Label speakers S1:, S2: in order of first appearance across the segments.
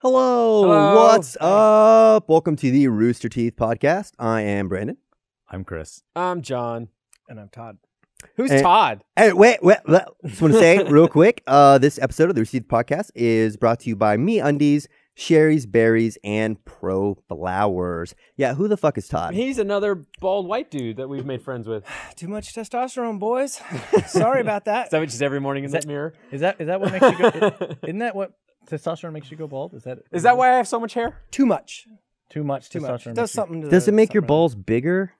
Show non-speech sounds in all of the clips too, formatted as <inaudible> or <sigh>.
S1: Hello,
S2: Hello.
S1: what's up? Welcome to the Rooster Teeth podcast. I am Brandon.
S3: I'm Chris.
S2: I'm John.
S4: And I'm Todd.
S2: Who's
S1: Eh.
S2: Todd?
S1: Hey, wait, wait, wait. just want to say
S2: <laughs>
S1: real quick. Uh, this episode of the Rooster Teeth podcast is brought to you by Me Undies, Sherry's Berries, and Pro Flowers. Yeah, who the fuck is Todd?
S2: He's another bald white dude that we've made friends with.
S4: Too much testosterone, boys. <laughs> Sorry about
S2: Is
S4: that.
S2: that what she's every morning in that, mirror?
S3: Is that is that what makes you <laughs> go? isn't that what testosterone makes you go bald? Is that
S2: <laughs> Is that why I have so much hair?
S4: <laughs> Too much.
S3: too much
S4: Too much.
S3: testosterone?
S4: It
S3: makes
S4: does
S3: you-
S4: something to
S1: Does
S4: the-
S1: it make your
S4: something.
S1: balls bigger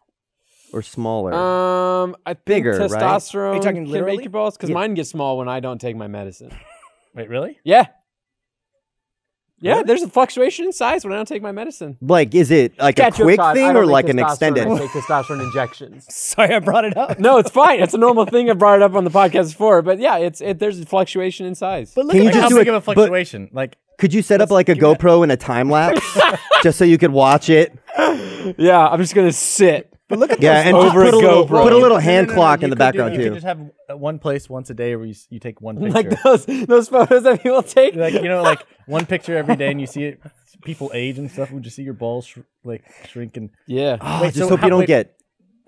S1: or smaller?
S2: Um, I think
S1: Bigger, right?
S2: testosterone
S4: Are you talking
S2: can make
S4: literally?
S2: your balls because
S1: Yeah.
S2: mine get small when I don't take my medicine.
S3: Wait, really?
S2: Yeah, yeah. There's a fluctuation in size when I don't take my medicine.
S1: like, is it like a
S2: Catch up,
S1: quick
S2: Todd. I
S1: thing
S2: don't
S1: or
S2: take
S1: like an
S2: testosterone.
S1: extended?
S2: I take testosterone injections.
S4: Sorry, I brought it up.
S2: No, it's fine. It's a normal thing. I brought it up on the podcast before, but yeah, it's it, there's a fluctuation in size.
S3: But look
S1: Can
S3: at
S1: you
S3: like,
S1: just
S3: how
S1: do
S3: big
S1: it-
S3: of a
S1: but-
S3: fluctuation. like
S1: Could you set up like a GoPro and a time
S2: <laughs>
S1: lapse just so you could watch it?
S2: yeah, I'm just gonna sit. But look at
S1: Yeah, and just
S2: over
S1: put a,
S2: a
S1: little,
S2: GoPro.
S1: put a little
S3: No, no,
S1: hand
S3: no, no,
S1: clock
S3: you
S1: in the
S3: could do-
S1: background
S3: You
S1: too.
S3: could just have uh, one place once a day where you, s-
S1: <laughs>
S3: you take one picture.
S2: like those those photos that people take.
S3: like you know, like one picture every day, and you see it. People age and stuff. Would you see your balls sh- like shrinking?
S2: yeah,
S1: Oh,
S3: Wait,
S1: just
S3: so
S1: hope
S3: how
S1: you don't
S3: big-
S1: get.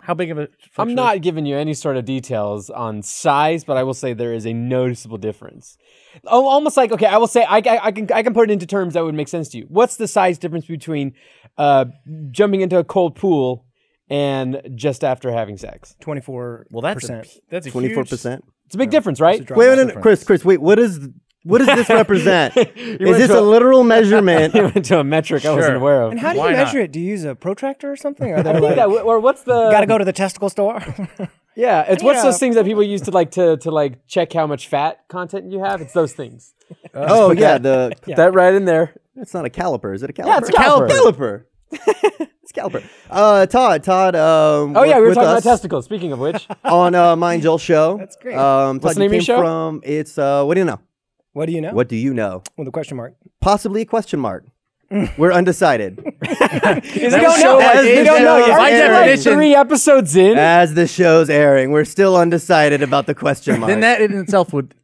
S3: How big of a?
S2: I'm
S3: fluctuation-
S2: not giving you any sort of details on size, but I will say there is a noticeable difference. Oh, almost like okay, I will say I, I, I can I can put it into terms that would make sense to you. What's the size difference between uh, jumping into a cold pool and just after having sex?
S4: Twenty-four.
S3: Well, that's a,
S4: percent.
S3: p- that's a
S1: Twenty four
S3: huge-
S1: percent.
S2: It's a big difference, right? <laughs>
S4: drop.
S1: Wait, wait, wait,
S3: difference.
S1: Chris, Chris, wait. What is what does this represent?
S2: You
S1: is
S2: went
S1: this
S2: to
S1: a literal measurement?
S2: You went to a metric I wasn't
S3: Sure.
S2: aware of.
S4: And how do
S3: Why
S4: you
S3: not?
S4: measure it? Do you use a protractor or something? <laughs> Or
S2: I
S4: they're
S2: think
S4: like,
S2: that, or what's the
S4: gotta go to the testicle store. <laughs>
S2: Yeah, it's what's
S4: Yeah.
S2: those things that people use to like to to like check how much fat content you have. It's those things.
S1: oh yeah, the
S2: Put that right in there.
S1: it's not a caliper. Is it a caliper?
S2: it's a caliper.
S1: Caliper. it's a caliper. <laughs> Uh, Todd, Todd. Um,
S2: Oh yeah, we were
S1: with
S2: talking
S1: us
S2: about testicles. Speaking of <laughs> which,
S1: on uh, Mind Joel show. That's
S4: great.
S1: Um, Todd,
S2: What's the
S1: you
S2: name of your
S1: came
S2: show?
S1: From it's uh, what do you know?
S4: what do you know?
S1: What do you know?
S4: With a question mark.
S1: Possibly a question mark. We're undecided.
S2: is
S4: don't know
S1: yet. As
S2: You
S1: the
S2: don't know
S1: show
S2: yet.
S1: by
S2: It's like
S1: definition-
S2: three episodes in.
S1: As the show's airing, we're still undecided about the question mark.
S3: Then that in itself would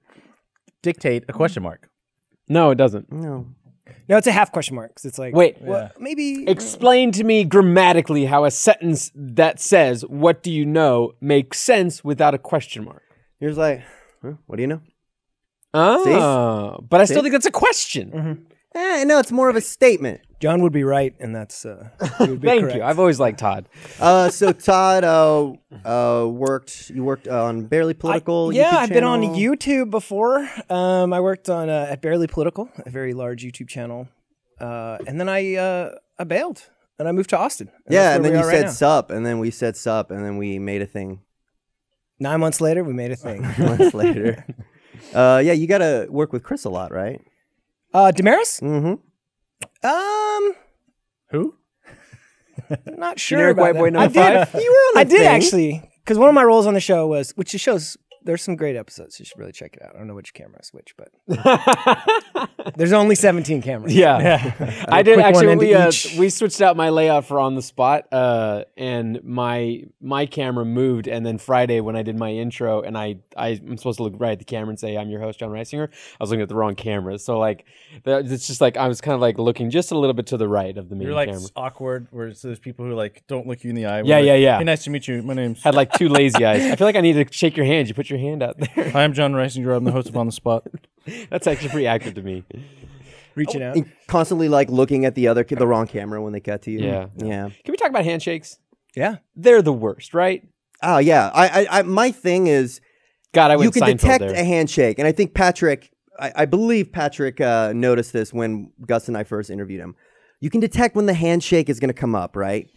S3: dictate a question mark.
S2: no, it doesn't.
S1: no.
S4: No, it's a half question mark. 'cause it's like
S2: Mm. Wait.
S4: well, maybe
S2: Explain to me grammatically how a sentence that says "What do you know?" makes sense without a question mark.
S1: You're just like, huh, what do you know?
S2: Oh, but I still think that's a question.
S1: Eh, no, it's more of a statement.
S4: John would be right, and that's uh, he <laughs> would be
S2: Thank
S4: correct.
S2: you. I've always liked Todd.
S1: Uh, so Todd uh, uh, worked. You worked uh, on Barely Political.
S4: yeah,
S1: YouTube
S4: I've been on
S1: channel.
S4: YouTube before. Um, I worked on uh, at Barely Political, a very large YouTube channel, uh, and then I uh, I bailed and I moved to Austin. And
S1: Yeah,
S4: that's
S1: and
S4: where
S1: then
S4: we
S1: you
S4: are right
S1: said
S4: now.
S1: sup, and then we said sup, and then we made a thing <laughs>
S4: nine months later we made a thing.
S1: months <laughs> later. Uh, yeah, you got to work with Chris a lot, right?
S4: Uh, Damaris?
S1: Mm-hmm.
S4: Um,
S3: Who?
S4: I'm not sure.
S2: Generic
S4: about
S2: white
S4: that.
S2: boy number
S4: I did.
S2: five.
S4: You were on. I
S1: the
S4: did
S1: thing.
S4: actually, because one of my roles on the show was, which the shows. There's some great episodes. You should really check it out. I don't know which camera is which, but
S2: <laughs>
S4: there's only 17 cameras.
S2: Yeah. <laughs> I did
S3: Quick one
S2: actually
S3: into
S2: we, uh,
S3: each.
S2: we switched out my layout for on the spot uh, and my my camera moved and then Friday when I did my intro and I, I I'm supposed to look right at the camera and say I'm your host John Reisinger I was looking at the wrong camera so like that, it's just like I was kind of like looking just a little bit to the right of the main
S3: You're like
S2: camera
S3: s- awkward, where it's those people who like don't look you in the eye. where
S2: Yeah,
S3: like,
S2: yeah, yeah.
S3: Hey, nice to meet you. My name's
S2: had like two
S3: <laughs>
S2: lazy eyes I feel like I need to shake your hand you put your hand out there <laughs>
S3: I'm John Reisinger. I'm the host of On the Spot.
S2: that's actually pretty active to me
S4: reaching out.
S1: <laughs> And constantly like looking at the other ca- the wrong camera when they cut to you.
S2: Yeah.
S1: Yeah.
S2: can we talk about handshakes
S4: Yeah,
S2: they're the worst right
S1: Oh yeah. I, I, I my thing is
S2: God I
S1: you
S2: went
S1: can
S2: Seinfeld
S1: detect
S2: there
S1: a handshake, and I think Patrick, I, I believe Patrick uh, noticed this when Gus and I first interviewed him. You can detect when the handshake is going to come up, right?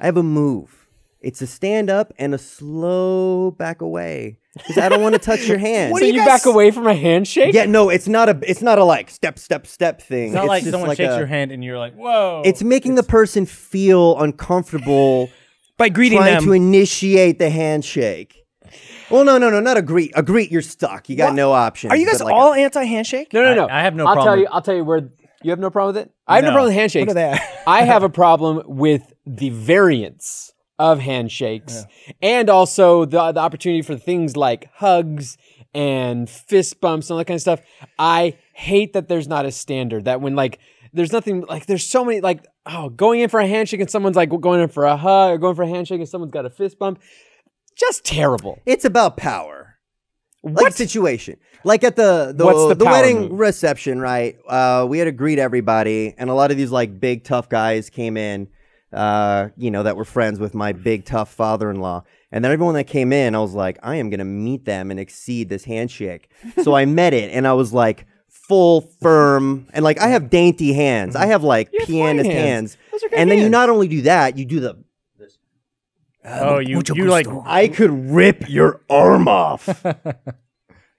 S1: I have a move. It's a stand up and a slow back away because I don't
S2: <laughs>
S1: want to touch your hand.
S2: so you, back away from a handshake
S1: yeah, no, it's not a, it's not a like step, step, step thing.
S3: It's not like
S1: just
S3: someone shakes
S1: a-
S3: your hand and you're like, whoa.
S1: It's making the person feel
S3: <laughs>
S1: uncomfortable
S4: by greeting
S1: trying
S4: them.
S1: to initiate the handshake. Well, no, no, no, not a greet. A greet, you're stuck. You got
S4: What?
S1: no option.
S4: Are you guys all anti-handshake?
S2: No, no,
S3: I-
S2: no.
S3: I have no
S2: I'll tell
S3: problem.
S2: you. I'll tell you where you have no problem with it. I have no,
S3: No.
S2: problem with handshakes.
S4: What are they?
S2: <laughs> I have a problem with the variance of handshakes, and also the the opportunity for things like hugs and fist bumps and all that kind of stuff. I hate that there's not a standard. That when like There's nothing like there's so many like oh going in for a handshake and someone's like going in for a hug or going for a handshake and someone's got a fist bump. Just terrible.
S1: It's about power. Like
S2: What?
S1: situation. Like at the the,
S2: What's the
S1: the,
S2: power
S1: wedding
S2: move?
S1: reception, right? Uh, we had to greet everybody, and a lot of these like big tough guys came in, uh, you know, that were friends with my big tough father-in-law. And then everyone that came in, I was like, I am gonna meet them and exceed this handshake. so I met it, and I was like full firm, and like I have dainty hands. I have like
S2: have fine
S1: pianist
S2: hands.
S1: hands.
S2: Those are great
S1: And then you
S2: hands.
S1: not only do that, you do the.
S3: Oh, you you like
S1: I could rip your arm off.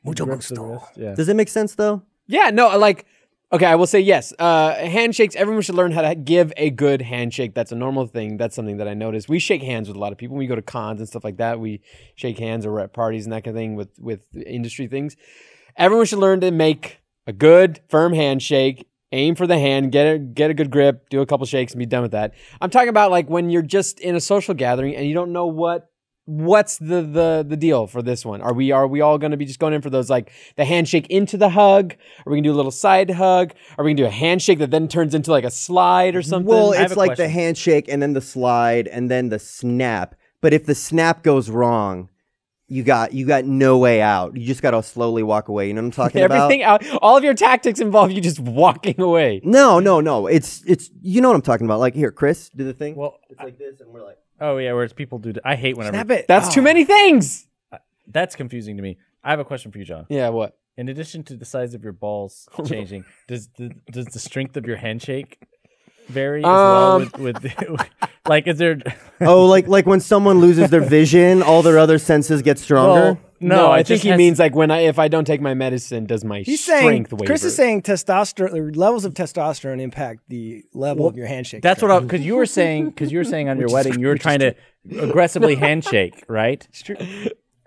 S4: Mucho
S3: grip the
S4: gusto.
S3: wrist. Yeah.
S1: <laughs> Does it make sense though?
S2: Yeah, no, like, okay, I will say yes. Uh, handshakes, everyone should learn how to give a good handshake. That's a normal thing. That's something that I noticed. We shake hands with a lot of people. When we go to cons and stuff like that, we shake hands or we're at parties and that kind of thing with, with industry things. Everyone should learn to make a good, firm handshake. Aim for the hand, get a, get a good grip, do a couple shakes, and be done with that. I'm talking about like when you're just in a social gathering and you don't know what what's the the the deal for this one? Are we are we all going to be just going in for those like the handshake into the hug? Are we gonna do a little side hug? Are we gonna do a handshake that then turns into like a slide or something?
S1: Well,
S3: have
S1: it's
S3: a
S1: like the
S3: question.
S1: handshake and then the slide and then the snap. But if the snap goes wrong, you got you got no way out. You just got to slowly walk away. You know what
S3: <laughs>
S1: I'm talking about?
S2: everything out. All of your tactics involve you just <laughs> walking away.
S1: No, no, no. It's it's you know what I'm talking about. Like here, Chris, do the thing.
S3: Well,
S1: it's like this, and we're
S3: <laughs>
S1: like,
S3: oh yeah, whereas people do. I hate whenever
S4: Snap it.
S2: That's too
S4: Oh.
S2: many things.
S3: that's confusing to me. I have a question for you, John.
S2: Yeah, what?
S3: In addition to the size of your balls changing, does the does the strength of your handshake vary as well?
S2: Um.
S3: With, with <laughs> like, is there?
S1: oh, like like when someone loses their vision, all their other senses get stronger.
S3: Well, no, it
S2: I
S3: just
S2: think he
S3: has-
S2: means like when I if I don't take my medicine, does my
S4: He's saying
S2: strength waver?
S4: Chris is saying testosterone or levels of testosterone impact the level of your handshake.
S3: That's what I because you were saying because you were saying on your wedding you were trying to aggressively handshake, right? It's true.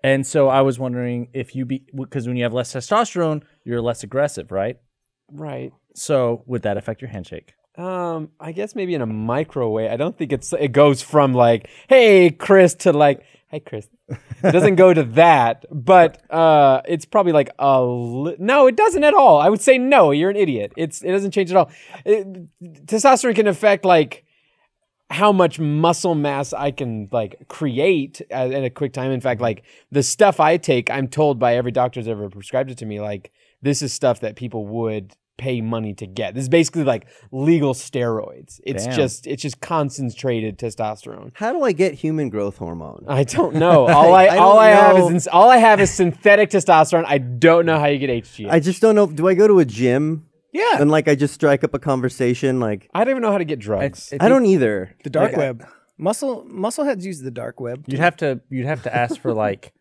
S3: And so I was wondering if you be because when you have less testosterone, you're less aggressive, right?
S2: right.
S3: So would that affect your handshake?
S2: Um, I guess maybe in a microwave. I don't think it's it goes from like, hey Chris to like, hey Chris. It doesn't go <laughs> to that, but uh, it's probably like a li- no. It doesn't at all. I would say no. You're an idiot. It's it doesn't change at all. It- testosterone can affect like how much muscle mass I can like create uh, in a quick time. In fact, like the stuff I take, I'm told by every doctor who's ever prescribed it to me, like this is stuff that people would pay money to get. This is basically like legal steroids. It's
S3: Damn.
S2: just it's just concentrated testosterone.
S1: How do I get human growth hormone?
S3: Uh,
S2: I don't know. All I,
S1: I
S2: all
S1: don't
S2: I have
S1: know.
S2: is ins- all I have is synthetic testosterone. I don't know how you get HGH.
S1: I just don't know. Do I go to a gym?
S4: Yeah.
S1: And like I just strike up a conversation. Like
S2: I don't even know how to get drugs.
S1: I don't either.
S4: the dark web. Muscle muscle heads use the dark web.
S3: You'd have to you'd have to ask for like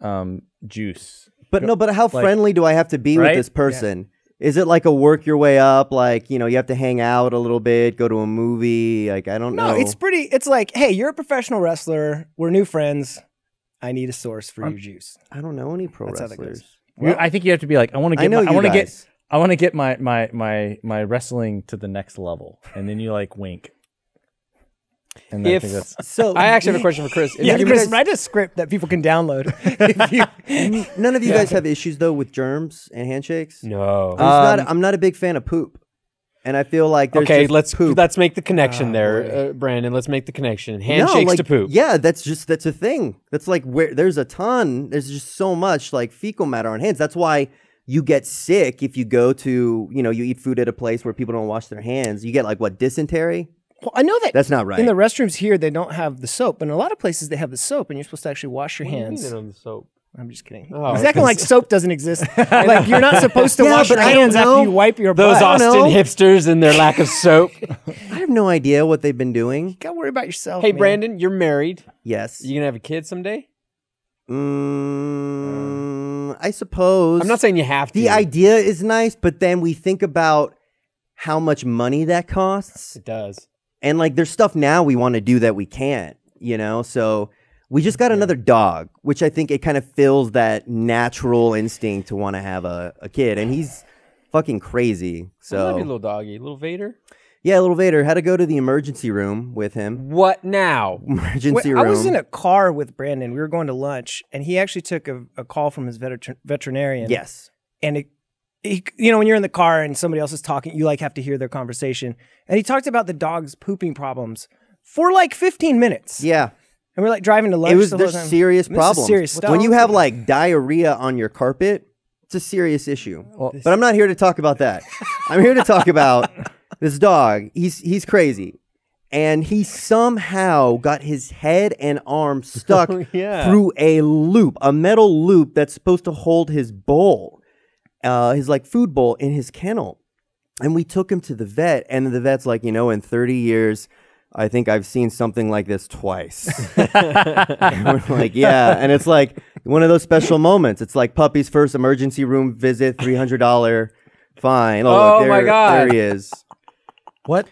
S3: um juice.
S1: But no, but how friendly do I have to be
S3: Right?
S1: with this person? Is it like a work your way up? Like you know, you have to hang out a little bit, go to a movie. Like I don't
S4: No,
S1: know.
S4: it's pretty. It's like, hey, you're a professional wrestler. We're new friends. I need a source for your juice.
S1: I don't know any pro
S4: That's how that
S1: wrestlers.
S4: goes.
S3: You- I think you have to be like I want to get
S1: I know
S3: my, I
S1: you
S3: want to get
S1: guys.
S3: I want to get my my my my wrestling to the next level, and then you like wink. And I
S2: If-
S3: think that's
S1: So
S2: I actually have a question for Chris. If
S4: Yeah,
S2: you
S4: Chris,
S2: guys-
S4: write a script that people can download. <laughs> If you-
S1: none of you guys have issues though with germs and handshakes.
S2: no.
S1: I'm, just not, I'm not a big fan of poop, and I feel like there's
S2: okay,
S1: just
S2: let's
S1: poop.
S2: let's make the connection there, uh, Brandon. Let's make the connection.
S1: No,
S2: Handshakes
S1: like,
S2: to poop.
S1: Yeah, that's just that's a thing. That's like where there's a ton. There's just so much like fecal matter on hands. That's why you get sick if you go to you know you eat food at a place where people don't wash their hands. You get like what dysentery.
S4: Well, I know that
S1: That's not right.
S4: in the restrooms here they don't have the soap, and a lot of places they have the soap, and you're supposed to actually wash your hands.
S2: on the soap.
S4: I'm just kidding.
S2: Oh,
S4: He's acting like soap doesn't exist. like you're not supposed to
S1: Yeah,
S4: wash
S1: but
S4: your
S1: I don't
S4: hands after
S1: know.
S4: you wipe your
S2: Those
S4: butt.
S2: Austin
S1: know.
S2: hipsters and their lack of soap.
S1: I have no idea what they've been doing.
S4: You gotta worry about
S2: <laughs>
S4: yourself.
S2: hey,
S4: man.
S2: Brandon, you're married.
S1: Yes.
S2: You gonna have a kid someday?
S1: Mm, I suppose.
S2: I'm not saying you have to.
S1: the idea is nice, but then we think about how much money that costs,
S2: it does.
S1: and like there's stuff now we want to do that we can't, you know. So we just got another dog, which I think it kind of fills that natural instinct to want to have a, a kid, and he's fucking crazy.
S2: I love you,
S1: So
S2: little doggy, little Vader.
S1: yeah, little Vader had to go to the emergency room with him. <laughs>
S2: What now?
S4: Wait,
S1: Emergency
S4: I
S1: room.
S4: was in a car with Brandon. We were going to lunch, and he actually took a, a call from his veter- veterinarian.
S1: yes.
S4: and it he, you know, when you're in the car and somebody else is talking, you like have to hear their conversation. And he talked about the dog's pooping problems for like 15 minutes.
S1: Yeah.
S4: And we're like driving to lunch.
S1: It was
S4: so
S1: there's
S4: wasn't-
S1: serious
S4: this is
S1: problems.
S4: serious stuff.
S1: When you have like diarrhea on your carpet, it's a serious issue. but I'm not here to talk about
S4: <laughs>
S1: that. I'm here to talk about this dog. He's he's crazy. And he somehow got his head and
S4: <laughs>
S1: arm stuck
S4: Oh,
S2: yeah.
S1: through a loop, a metal loop that's supposed to hold his bowl, uh, his like food bowl in his kennel. And we took him to the vet, and the vet's like, you know, in 30 years, I think I've seen something like this
S2: <laughs>
S1: twice. And we're like, yeah. And it's like one of those special moments. It's like puppy's first emergency room visit, $300 fine.
S2: Oh
S1: look,
S2: my
S1: there,
S2: God.
S1: There he is.
S3: What?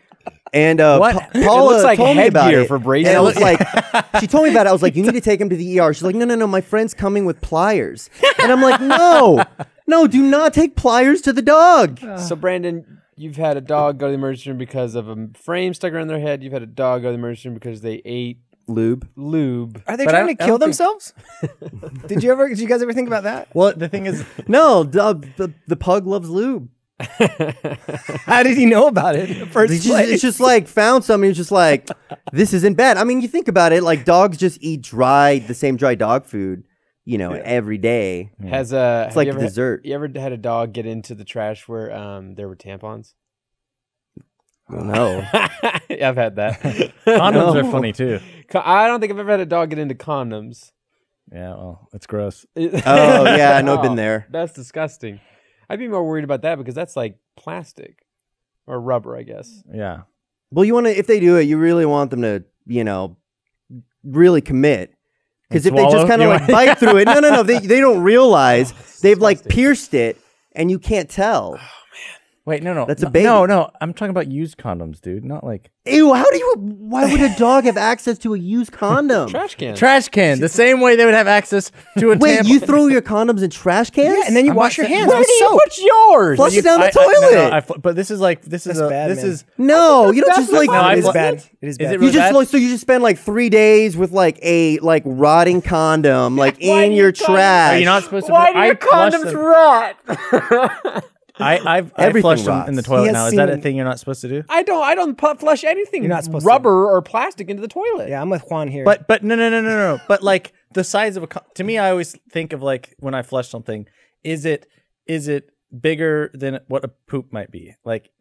S1: And uh,
S3: What?
S1: Pa-
S3: It
S1: Paula
S2: looks like
S1: told me about
S2: headgear
S1: it.
S2: for
S1: And I was
S2: braces.
S1: like, she told me about it. I was like, you need to take him to the ER. She's like, no, no, no, my friend's coming with pliers. And I'm like, no, no, do not take pliers to the dog.
S2: So Brandon, you've had a dog go to the emergency room because of a frame stuck around their head. You've had a dog go to the emergency room because they ate
S1: Lube.
S2: lube.
S4: Are they
S3: But I
S4: trying to
S3: don't- I
S4: kill
S3: don't think-
S1: <laughs>
S4: themselves? did you ever? Did you guys ever think about that?
S3: Well, the thing is,
S1: No, the, the, the pug loves lube.
S4: How did he know about it in the first
S1: It's just,
S4: place?
S1: it's just like found something. It's just like this isn't bad. I mean, you think about it. Like dogs just eat dry, the same dry dog food, you know, every day.
S2: <laughs> Has a it's
S1: like
S2: you ever,
S1: dessert.
S2: You ever had a dog get into the trash where um there
S1: <laughs>
S2: were tampons? <laughs>
S1: no,
S2: I've
S1: <laughs>
S2: had that.
S3: <laughs> condoms
S1: No.
S3: are funny too.
S2: Co- I don't think I've ever had a dog get into condoms.
S3: Yeah, well, it's gross.
S1: Oh, yeah, I know, I've been
S2: <laughs> Oh,
S1: there.
S2: That's disgusting. I'd be more worried about that because that's like plastic or rubber, I guess.
S3: Yeah.
S1: Well, you want to if they do it, you really want them to, you know, really commit. Because if
S3: And
S1: they just
S3: swallow?
S1: kind of
S3: You
S1: like
S3: want-
S1: bite through it, no, no, no, they they don't realize they've like
S2: disgusting.
S1: pierced it, and you can't tell.
S3: Wait, no, no,
S1: That's a
S3: no,
S1: baby.
S3: No, no, I'm talking about used condoms, dude. Not like
S1: Ew! How do you? Why would a dog have access to a used condom?
S2: Trash can.
S3: trash can. The same way they would have access to a
S1: Wait,
S3: tampon.
S1: you throw your condoms in trash cans?
S4: yeah, and then you
S3: I'm
S4: wash your
S3: not saying-
S4: hands
S3: Where
S4: with
S3: do you
S4: soap.
S2: What's yours?
S1: Flush it down the
S3: I- I- no,
S1: toilet.
S3: no, I fl- but this is like this is
S4: That's
S3: a,
S4: bad,
S3: this
S4: man.
S3: is
S1: No, you don't
S2: that's
S1: just
S2: the
S1: like.
S2: No,
S4: No,
S2: I
S4: it is
S2: fl-
S4: bad. It is
S3: Is
S4: bad.
S3: it
S1: you
S3: really
S1: just
S3: bad?
S1: like so you just spend like three days with like a like rotting condom like
S2: Why
S1: in
S2: do
S1: your
S2: you condom-
S1: trash.
S3: Are you not supposed to?
S2: Why
S3: put-
S2: do your
S3: I flush
S2: condoms
S3: them-
S2: rot? <laughs>
S3: I I've I
S1: Everything
S3: flushed them
S1: rots.
S3: in the
S4: He
S3: toilet
S4: has
S3: now. Is that a
S4: semen.
S3: thing you're not supposed to do?
S2: I don't. I don't pu- flush anything.
S4: You're not supposed to.
S2: rubber or plastic into the toilet.
S4: yeah, I'm with Juan here.
S3: But but no no no no no. But like the size of a con- to me, I always think of like when I flush something, is it is it bigger than what a poop might be? Like,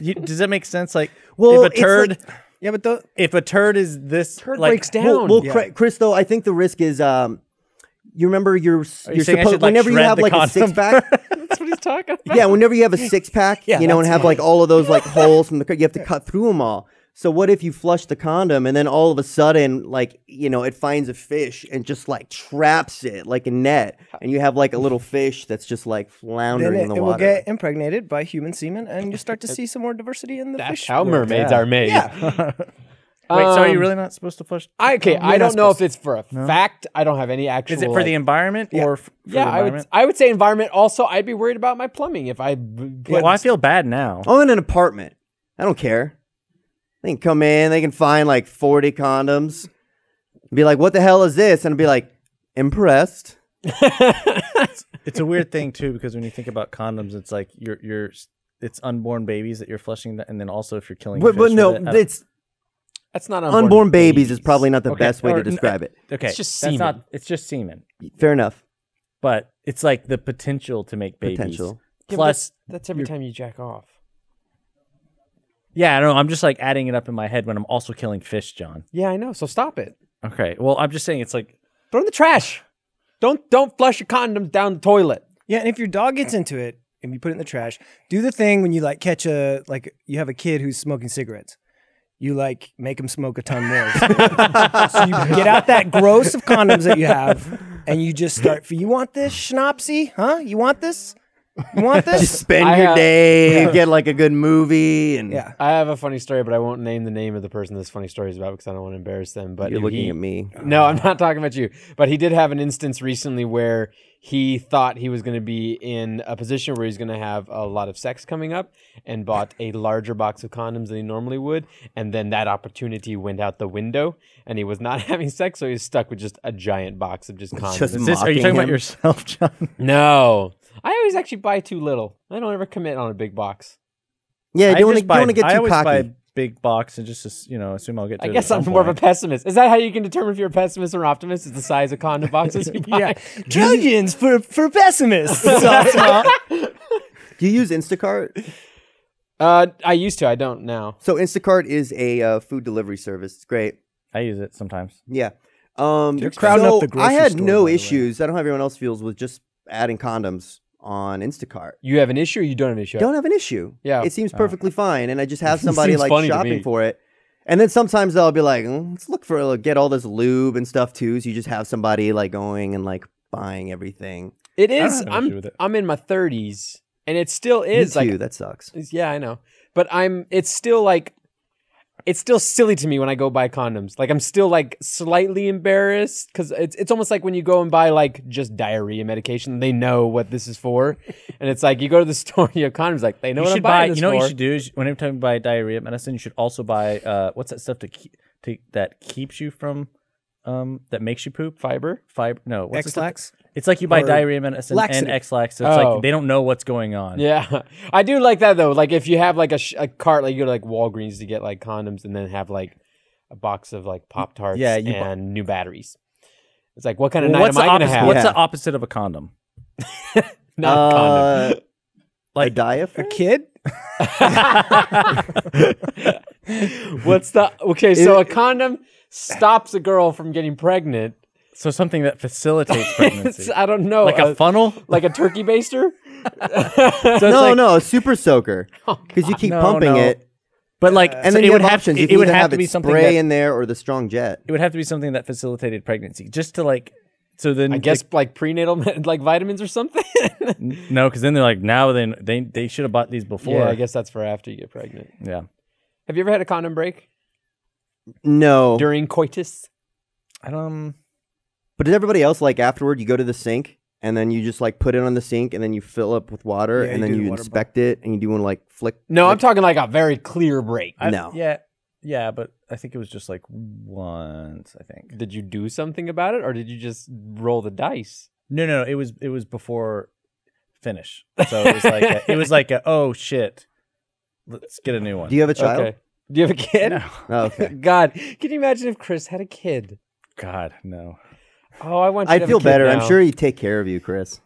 S3: you, does that make sense? Like,
S1: Well,
S3: if a
S1: it's
S3: turd
S1: like-
S4: yeah, but the,
S3: if a turd is this
S2: Turd
S3: like,
S2: breaks down.
S1: Well, well
S4: Yeah.
S1: Cra- Chris, though, I think the risk is um, you remember you're
S3: Are
S1: you're
S3: you saying I
S1: supposed
S3: should, like,
S1: whenever you
S3: shred
S1: have
S3: the
S1: like a
S3: condom?
S1: six pack.
S2: <laughs>
S3: <laughs>
S2: That's what he's talking about.
S1: yeah, whenever you have a six pack,
S4: Yeah,
S1: you know, and
S4: that's
S1: have like all of
S3: <laughs>
S1: those like holes from the you have to cut through them all. So what if you flush the condom and then all of a sudden, like you know, it finds a fish and just like traps it like a net, and you have like a little fish that's just like floundering
S4: then
S1: in
S4: it,
S1: the
S4: it
S1: water.
S4: will get impregnated by human semen, and you start to see some more diversity in the
S2: That's
S4: fish.
S2: how
S4: world.
S2: mermaids
S3: yeah.
S2: are made.
S3: <laughs>
S4: Yeah,
S3: Wait, so are you
S2: Um,
S3: really not supposed to flush?
S2: I, okay,
S4: You're
S2: I
S4: not
S2: don't know if
S4: supposed
S2: it's for a fact. I don't have any actual.
S3: Is it for
S2: like-
S3: the environment or f- for
S2: Yeah,
S3: the
S2: I would.
S3: environment?
S2: I would say environment. Also, I'd be worried about my plumbing if I. b- put-
S3: well, I feel bad now.
S1: I'm in an apartment. I don't care. They can come in, they can find like 40 condoms, be like, what the hell is this? And I'll be like, impressed.
S3: <laughs> It's a weird thing too because when you think about condoms, it's like you're you're it's unborn babies that you're flushing, that, and then also if you're killing.
S1: But,
S3: fish
S1: but
S3: with
S1: no,
S3: it, I-
S1: it's
S2: That's not
S1: unborn, babies. is probably not the
S3: Okay,
S1: best way
S3: or-
S1: to describe
S3: <laughs>
S1: it.
S3: okay.
S2: it's just
S3: that's
S2: semen.
S3: not. It's just semen,
S1: Fair enough.
S3: but it's like the potential to make babies.
S1: Potential.
S2: Yeah, but
S3: Plus,
S2: that's, that's every time you jack off.
S3: yeah, I don't know. I'm just like adding it up in my head when I'm also killing fish, John.
S2: Yeah, I know. So stop it.
S3: Okay. Well, I'm just saying it's like
S2: Throw it in the trash. Don't don't flush your condoms down the toilet.
S4: yeah. And if your dog gets into it and you put it in the trash, do the thing when you like catch a like you have a kid who's smoking cigarettes. You like make him smoke a ton
S2: <laughs>
S4: more. so you get out that gross of condoms that you have, and you just start. For you want this schnapsy, huh? You want this?
S1: <laughs>
S4: You want
S1: Just
S4: this?
S1: spend
S2: I
S1: your
S3: uh,
S2: have-
S1: day, get like a good movie, and
S4: Yeah.
S2: I have a funny story, but I won't name the name of the person this funny story is about because I don't want to embarrass them. But
S1: you're looking
S2: he-
S1: at me.
S2: No, I'm not talking about you. But he did have an instance recently where he thought he was going to be in a position where he's going to have a lot of sex coming up and bought a larger box of condoms than he normally would. And then that opportunity went out the window and he was not <laughs> having sex. So
S3: <laughs>
S2: he was stuck with just a giant box of just condoms.
S1: Just
S3: is this, are
S1: mocking
S3: you talking about
S1: him.
S3: yourself, John?
S2: no. I always actually buy too little. I don't ever commit on a big box.
S1: Yeah,
S3: I
S1: you want
S3: just buy-
S1: to get
S3: I
S1: too
S3: always
S1: cocky.
S3: buy big box and just as- you know assume I'll get. To
S2: I
S3: it
S2: guess
S3: at
S2: I'm
S3: some
S2: more of a <laughs>
S3: point.
S2: pessimist. Is that how you can determine if you're a pessimist or optimist? Is the size of condom
S3: <laughs>
S2: boxes you buy?
S4: Yeah, Trojans for for
S2: <laughs>
S4: pessimists.
S1: Do you use Instacart?
S2: Uh, I used to. I don't now.
S1: So Instacart is a uh, food delivery service. It's great.
S3: I use it sometimes.
S1: Yeah. Um,
S4: They're crowding up
S1: so
S4: the grocery
S1: I had
S4: store, by the
S1: no
S4: way.
S1: issues. I don't know how everyone else feels with just adding condoms on Instacart.
S2: You have an issue or you don't have an issue?
S1: Don't have an issue.
S2: Yeah.
S1: It seems perfectly fine. And I just have somebody
S2: Seems
S1: like
S2: funny to me.
S1: shopping for it. And then sometimes I'll be like, "Mm, let's look for, get all this lube and stuff too. So you just have somebody like going and like buying everything.
S2: It
S3: don't
S2: is.
S3: have an issue
S2: I'm
S3: with it.
S2: I'm in my 30s, and it still is
S1: Me
S2: like
S1: too. that sucks.
S2: It's- Yeah, I know. But I'm it's still like it's still silly to me when I go buy condoms. Like I'm still like slightly embarrassed cuz it's it's almost like when you go and buy like just diarrhea medication, they know what this is for. and it's like you go to the <laughs> store and you have condoms like they know
S3: You
S2: what
S3: should
S2: I'm
S3: buy.
S2: buying this
S3: You know what
S2: for.
S3: you should do is whenever time you buy diarrhea medicine, you should also buy uh, what's that stuff to keep to, that keeps you from um that makes you poop
S2: Fiber?
S3: fiber. No, what's the stuff that-
S4: X-Lax?
S3: It's like you buy
S4: Or
S3: diarrhea medicine
S4: laxative.
S3: and X-Lax. So it's
S2: Oh.
S3: like they don't know what's going on.
S2: Yeah. <laughs> I do like that though. Like if you have like a, sh- a cart like you go to like Walgreens to get like condoms and then have like a box of like Pop Tarts
S3: Yeah, you bu-
S2: and new batteries. It's like what kind of
S3: Well,
S2: night
S3: what's
S2: am
S3: the
S2: I going to
S3: opposite-
S2: have?
S3: What's
S1: Yeah.
S3: the opposite of a condom?
S2: <laughs> <laughs> Not a condom.
S1: Uh,
S3: Like-
S1: a
S4: <laughs>
S1: diaphragm?
S4: A kid?
S2: <laughs> What's the okay? So a condom stops a girl from getting pregnant.
S3: So something
S2: <laughs>
S3: that facilitates
S2: It's,
S3: pregnancy,
S2: I don't know, Uh,
S3: like a funnel.
S2: like a turkey baster.
S3: So it's
S1: no,
S3: like-
S1: no, a super soaker. Because you keep
S3: No,
S1: pumping
S3: no.
S1: it,
S3: But like,
S1: and
S3: so
S1: then
S3: it
S1: you
S3: would
S1: have
S3: have to,
S1: options. you
S3: it
S1: can
S3: would
S1: either
S3: have
S1: have
S3: to
S1: it
S3: be something
S1: spray
S3: that,
S1: in there or the strong jet.
S3: it would have to be something that facilitated pregnancy, just to like. So then,
S2: I guess like prenatal, med- <laughs> like vitamins or something. <laughs>
S3: no, because then they're like, now then they they should have bought these before.
S2: yeah, I guess that's for after you get pregnant.
S3: Yeah.
S2: Have you ever had a condom break
S1: No,
S2: during coitus?
S3: I don't. Um,
S1: but does everybody else like afterward? You go to the sink and then you just like put it on the sink and then you fill up with water
S4: Yeah, you
S1: and then
S4: do the
S1: you
S4: water
S1: inspect it and you do one like flick.
S2: No, I'm
S1: flick-
S2: talking like a very clear break.
S3: I-
S1: No.
S3: Yeah. Yeah, but I think it was just like once. I think.
S2: Did you do something about it, or did you just roll the dice?
S3: No, no, it was it was before finish. So it was like a, it was
S1: <laughs>
S3: like a, oh shit, let's get a new one.
S1: Do you have a child?
S2: <laughs> Okay. Do you have a kid?
S3: No.
S1: Oh, okay.
S2: <laughs> God, can you imagine if Chris had a kid?
S3: God no.
S2: Oh, I want. You
S1: I
S2: to have a
S1: feel
S2: kid
S1: better. I'm
S2: now. <laughs>
S1: sure he'd take care of you, <laughs> Chris.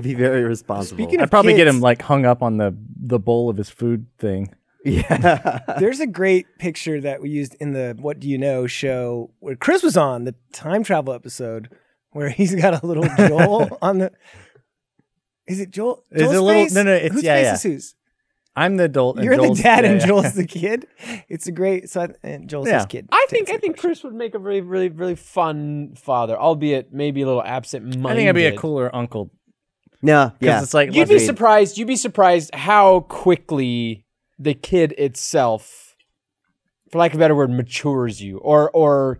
S1: Be very responsible.
S4: Speaking of
S3: I'd probably get
S4: kids-
S3: him like hung up on the the bowl of his food thing.
S1: <laughs>
S3: <laughs>
S1: yeah, <laughs>
S4: There's a great picture that we used in the What Do You Know show where Chris was on the time travel episode where he's got a
S3: <laughs>
S4: little Joel on the. Is it Joel?
S3: It's a
S4: Joel's
S3: little-
S4: face?
S3: no, no, it's-
S4: whose
S3: yeah,
S4: face
S3: yeah.
S4: is whose?
S3: I'm the adult. And
S4: You're
S3: Joel's-
S4: the dad
S3: yeah,
S4: and
S3: yeah.
S4: Joel's the kid. It's a great. So I, and Joel's
S3: Yeah.
S4: his kid.
S2: I
S4: to
S2: think
S4: answer
S2: I
S4: the
S2: think
S4: question.
S2: Chris would make a really, really, really fun father, albeit maybe a little absent-minded.
S3: I think I'd be a cooler uncle
S1: no,
S3: because
S1: yeah.
S3: it's like
S2: You'd
S3: let's
S2: be
S3: see.
S2: surprised. You'd be surprised how quickly the kid itself, for lack of a better word, matures you, or or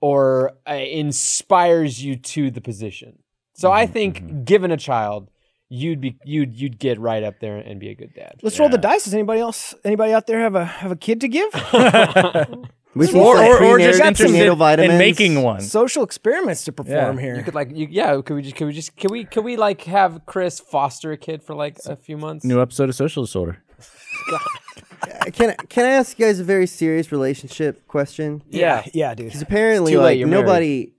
S2: or uh, inspires you to the position. So I think, given a child, you'd be you'd you'd get right up there and be a good dad.
S4: Let's roll the dice. Does anybody else, anybody out there have a have a kid to give?
S3: <laughs>
S1: We can
S3: or,
S1: say
S3: or, or just
S1: prenatal-
S3: interested
S1: prenatal
S3: in
S1: vitamins.
S3: making one.
S4: Social experiments to perform
S3: Yeah.
S4: here.
S2: You could like, you, yeah. Could we just, could we just, could we, could we like have Chris foster a kid for like a few months?
S3: New episode of Social Disorder.
S1: Uh, Can I- can I ask you guys a very serious relationship question?
S2: yeah.
S4: yeah, dude.
S1: Because apparently,
S2: too late,
S1: like
S2: you're
S1: nobody,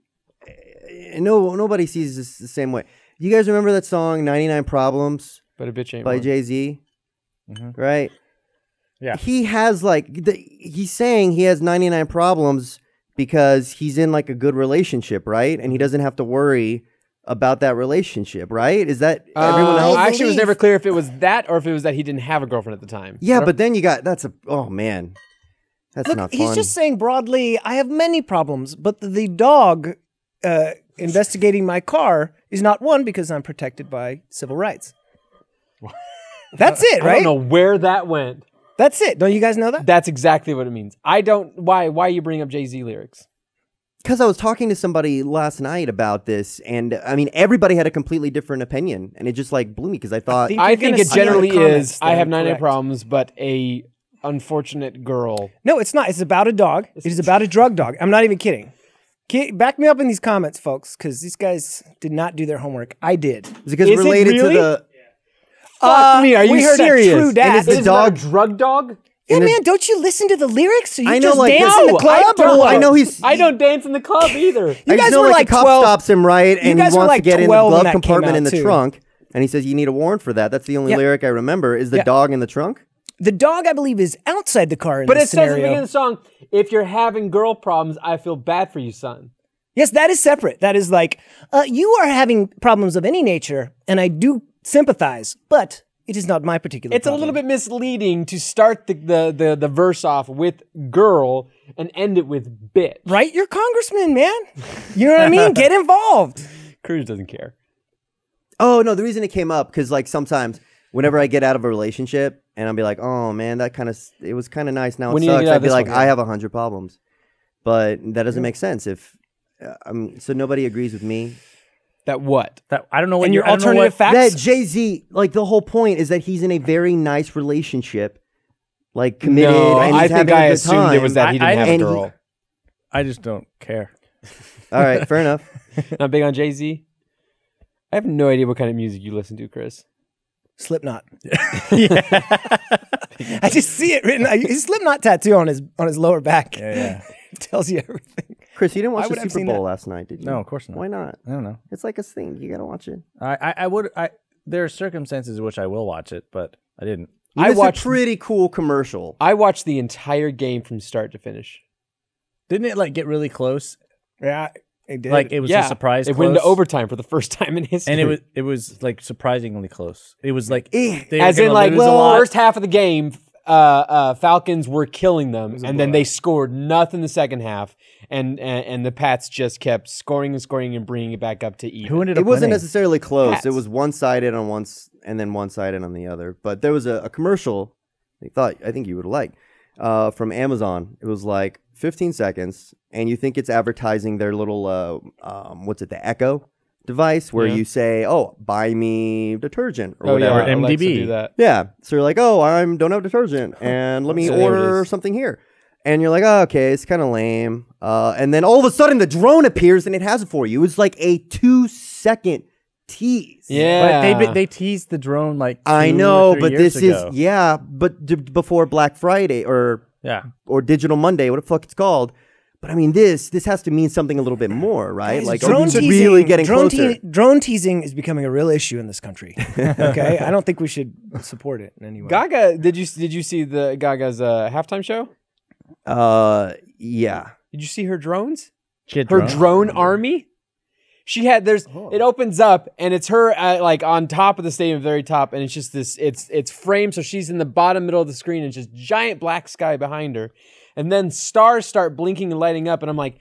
S1: eh, no nobody sees this the same way. You guys remember that song "99 Problems"
S2: But a bitch ain't
S1: by
S2: one.
S1: Jay Z, right?
S3: Yeah.
S1: he has like the, he's saying he has 99 problems because he's in like a good relationship, right? And he doesn't have to worry about that relationship, right? Is that everyone
S2: Uh,
S1: else?
S2: I actually was
S4: believe-
S2: never clear if it was that or if it was that he didn't have a girlfriend at the time.
S1: yeah, but then you got that's a oh man, that's
S4: Look,
S1: not fun.
S4: he's just saying broadly, I have many problems, but the, the dog uh, investigating my car is not one because I'm protected by civil <laughs> rights. That's it,
S2: I
S4: right?
S2: don't know where that went.
S4: That's it. Don't you guys know that?
S2: That's exactly what it means. I don't. Why? Why you bring up Jay Z lyrics?
S1: because I was talking to somebody last night about this, and I mean, everybody had a completely different opinion, and it just like blew me because I thought,
S4: think-
S2: I
S4: you're
S2: think
S4: gonna
S2: it
S4: see other
S2: generally
S4: comments
S2: is.
S4: that
S2: I
S4: are
S2: have nine
S4: correct.
S2: problems, but a unfortunate girl.
S4: No, it's not. It's about a dog. It is about a drug dog. I'm not even kidding. Ki- Back me up in these comments, folks, because these guys did not do their homework. I did.
S1: Is it because
S2: Is it
S1: related
S2: really?
S1: to the
S2: Fuck me, are you
S4: Uh, we heard a
S2: serious?
S4: true dad.
S1: is the
S2: Isn't there
S1: dog-
S2: a drug dog?
S4: Yeah, man, don't you listen to the lyrics? Are you
S1: I know,
S4: just
S1: like,
S4: dance in the
S1: no,
S4: club?
S2: I,
S4: or
S2: don't.
S4: what?
S1: I know he's-
S2: I don't dance in the club either.
S4: You
S1: I just
S4: guys
S1: know
S4: were
S1: like,
S4: like
S1: the cop
S4: 12
S1: stops him right and he
S4: guys
S1: wants
S4: were like
S1: to get in the
S4: 12 when
S1: glove
S4: that came
S1: compartment in
S4: out,
S1: the
S4: too.
S1: trunk and he says you need a warrant for that. That's the only
S4: Yeah.
S1: lyric I remember is the
S4: Yeah.
S1: dog in the trunk.
S4: The dog, I believe, is outside the car in
S2: But
S4: this
S2: it says at the
S4: scenario.
S2: beginning of the song, if you're having girl problems, I feel bad for you, son.
S4: yes, that is separate. That is like, uh, you are having problems of any nature, and I do sympathize, but it is not my particular
S2: It's a little bit misleading to start the, the, the, the verse off with girl and end it with bitch.
S4: Right? You're congressman, man. You know what
S2: <laughs>
S4: I mean? Get involved.
S2: Cruz doesn't care.
S1: Oh no, the reason it came up because like sometimes whenever I get out of a relationship and I'll be like, oh man, that kind of it was kind of nice. Now
S2: When
S1: it
S2: you get
S1: sucks.
S2: out of
S1: I'd be
S2: this
S1: like,
S2: one,
S1: I
S2: yeah.
S1: have a hundred problems, but that doesn't make sense if. Uh, um, so nobody agrees with me.
S2: That what?
S3: That I don't know what
S4: And
S3: you-
S4: your
S3: I don't know
S4: alternative
S3: what-
S4: facts.
S1: That Jay Z, like the whole point is that he's in a very nice relationship, like committed,
S2: no,
S1: and he's
S2: I think
S1: having a
S2: I
S1: good
S2: assumed
S1: time.
S2: it was that he didn't
S3: I- I-
S2: have a
S1: and he-
S2: girl.
S3: I just don't care. <laughs>
S1: All right, fair enough.
S2: Not big on Jay Z. I have no idea what kind of music you listen to, Chris.
S4: Slipknot. I just see it written. I- His Slipknot tattoo on his on his lower back
S3: Yeah,
S4: <laughs> tells you everything.
S1: Chris, you didn't watch
S4: I would
S1: the
S4: have
S1: Super
S4: seen
S1: Bowl
S4: that.
S1: last night, did you?
S3: No, of course not.
S1: Why not?
S3: I don't know.
S1: It's like a thing. You gotta watch it.
S3: I, I, I would. I there are circumstances in which I will watch it, but I didn't.
S1: You
S2: I
S1: missed
S2: watched-
S1: a pretty cool commercial.
S2: I watched the entire game from start to finish.
S3: Didn't it like get really close?
S4: Yeah, it did.
S3: Like it was a surprise.
S2: It
S3: close,
S2: went into overtime for the first <laughs> time in history.
S3: and it was it was like surprisingly close. It was like
S1: Eh.
S3: they were
S2: as in
S3: gonna
S2: like
S3: lose a
S2: well,
S3: lot.
S2: first half of the game, uh, uh, Falcons were killing them, and then they scored nothing the second half, and, and and the Pats just kept scoring and scoring and bringing it back up to even.
S3: who ended
S1: It
S3: up
S1: wasn't
S3: winning?
S1: necessarily close. It
S2: Hats.
S1: was one sided on one s- and then one sided on the other. But there was a, a commercial I thought I think you would like uh, from Amazon. It was like 15 seconds, and you think it's advertising their little uh, um, what's it, the Echo device where
S2: Yeah.
S1: you say, "Oh, buy me detergent" or
S2: Oh yeah,
S1: whatever.
S3: Or
S2: Alexa
S3: MDB.
S2: do that.
S1: Yeah. So you're like, oh, I am don't have detergent, and let me
S2: So there it
S1: order
S2: is.
S1: something here. And you're like, oh, okay, it's kind of lame. Uh, and then all of a sudden, the drone appears and it has it for you. It's like a two second tease.
S2: Yeah,
S3: But they they teased the drone like
S1: I
S3: two or
S1: know,
S3: three
S1: but
S3: years
S1: this
S3: ago.
S1: is yeah, but d- before Black Friday or
S3: yeah.
S1: or Digital Monday, what the fuck it's called. But I mean, this this has to mean something a little bit more, right?
S4: Guys,
S1: like, are we really getting
S4: drone
S1: closer?
S4: te- drone teasing is becoming a real issue in this country. Okay, I don't think we should support it in any way.
S2: Gaga, did you did you see the Gaga's uh, halftime show?
S1: uh, yeah.
S2: Did you see her drones?
S3: Kid
S2: her
S3: drone.
S2: drone army. She had there's
S3: Oh.
S2: it opens up and it's her at, like on top of the stadium, very top, and it's just this it's it's framed so she's in the bottom middle of the screen and just giant black sky behind her, and then stars start blinking and lighting up, and I'm like,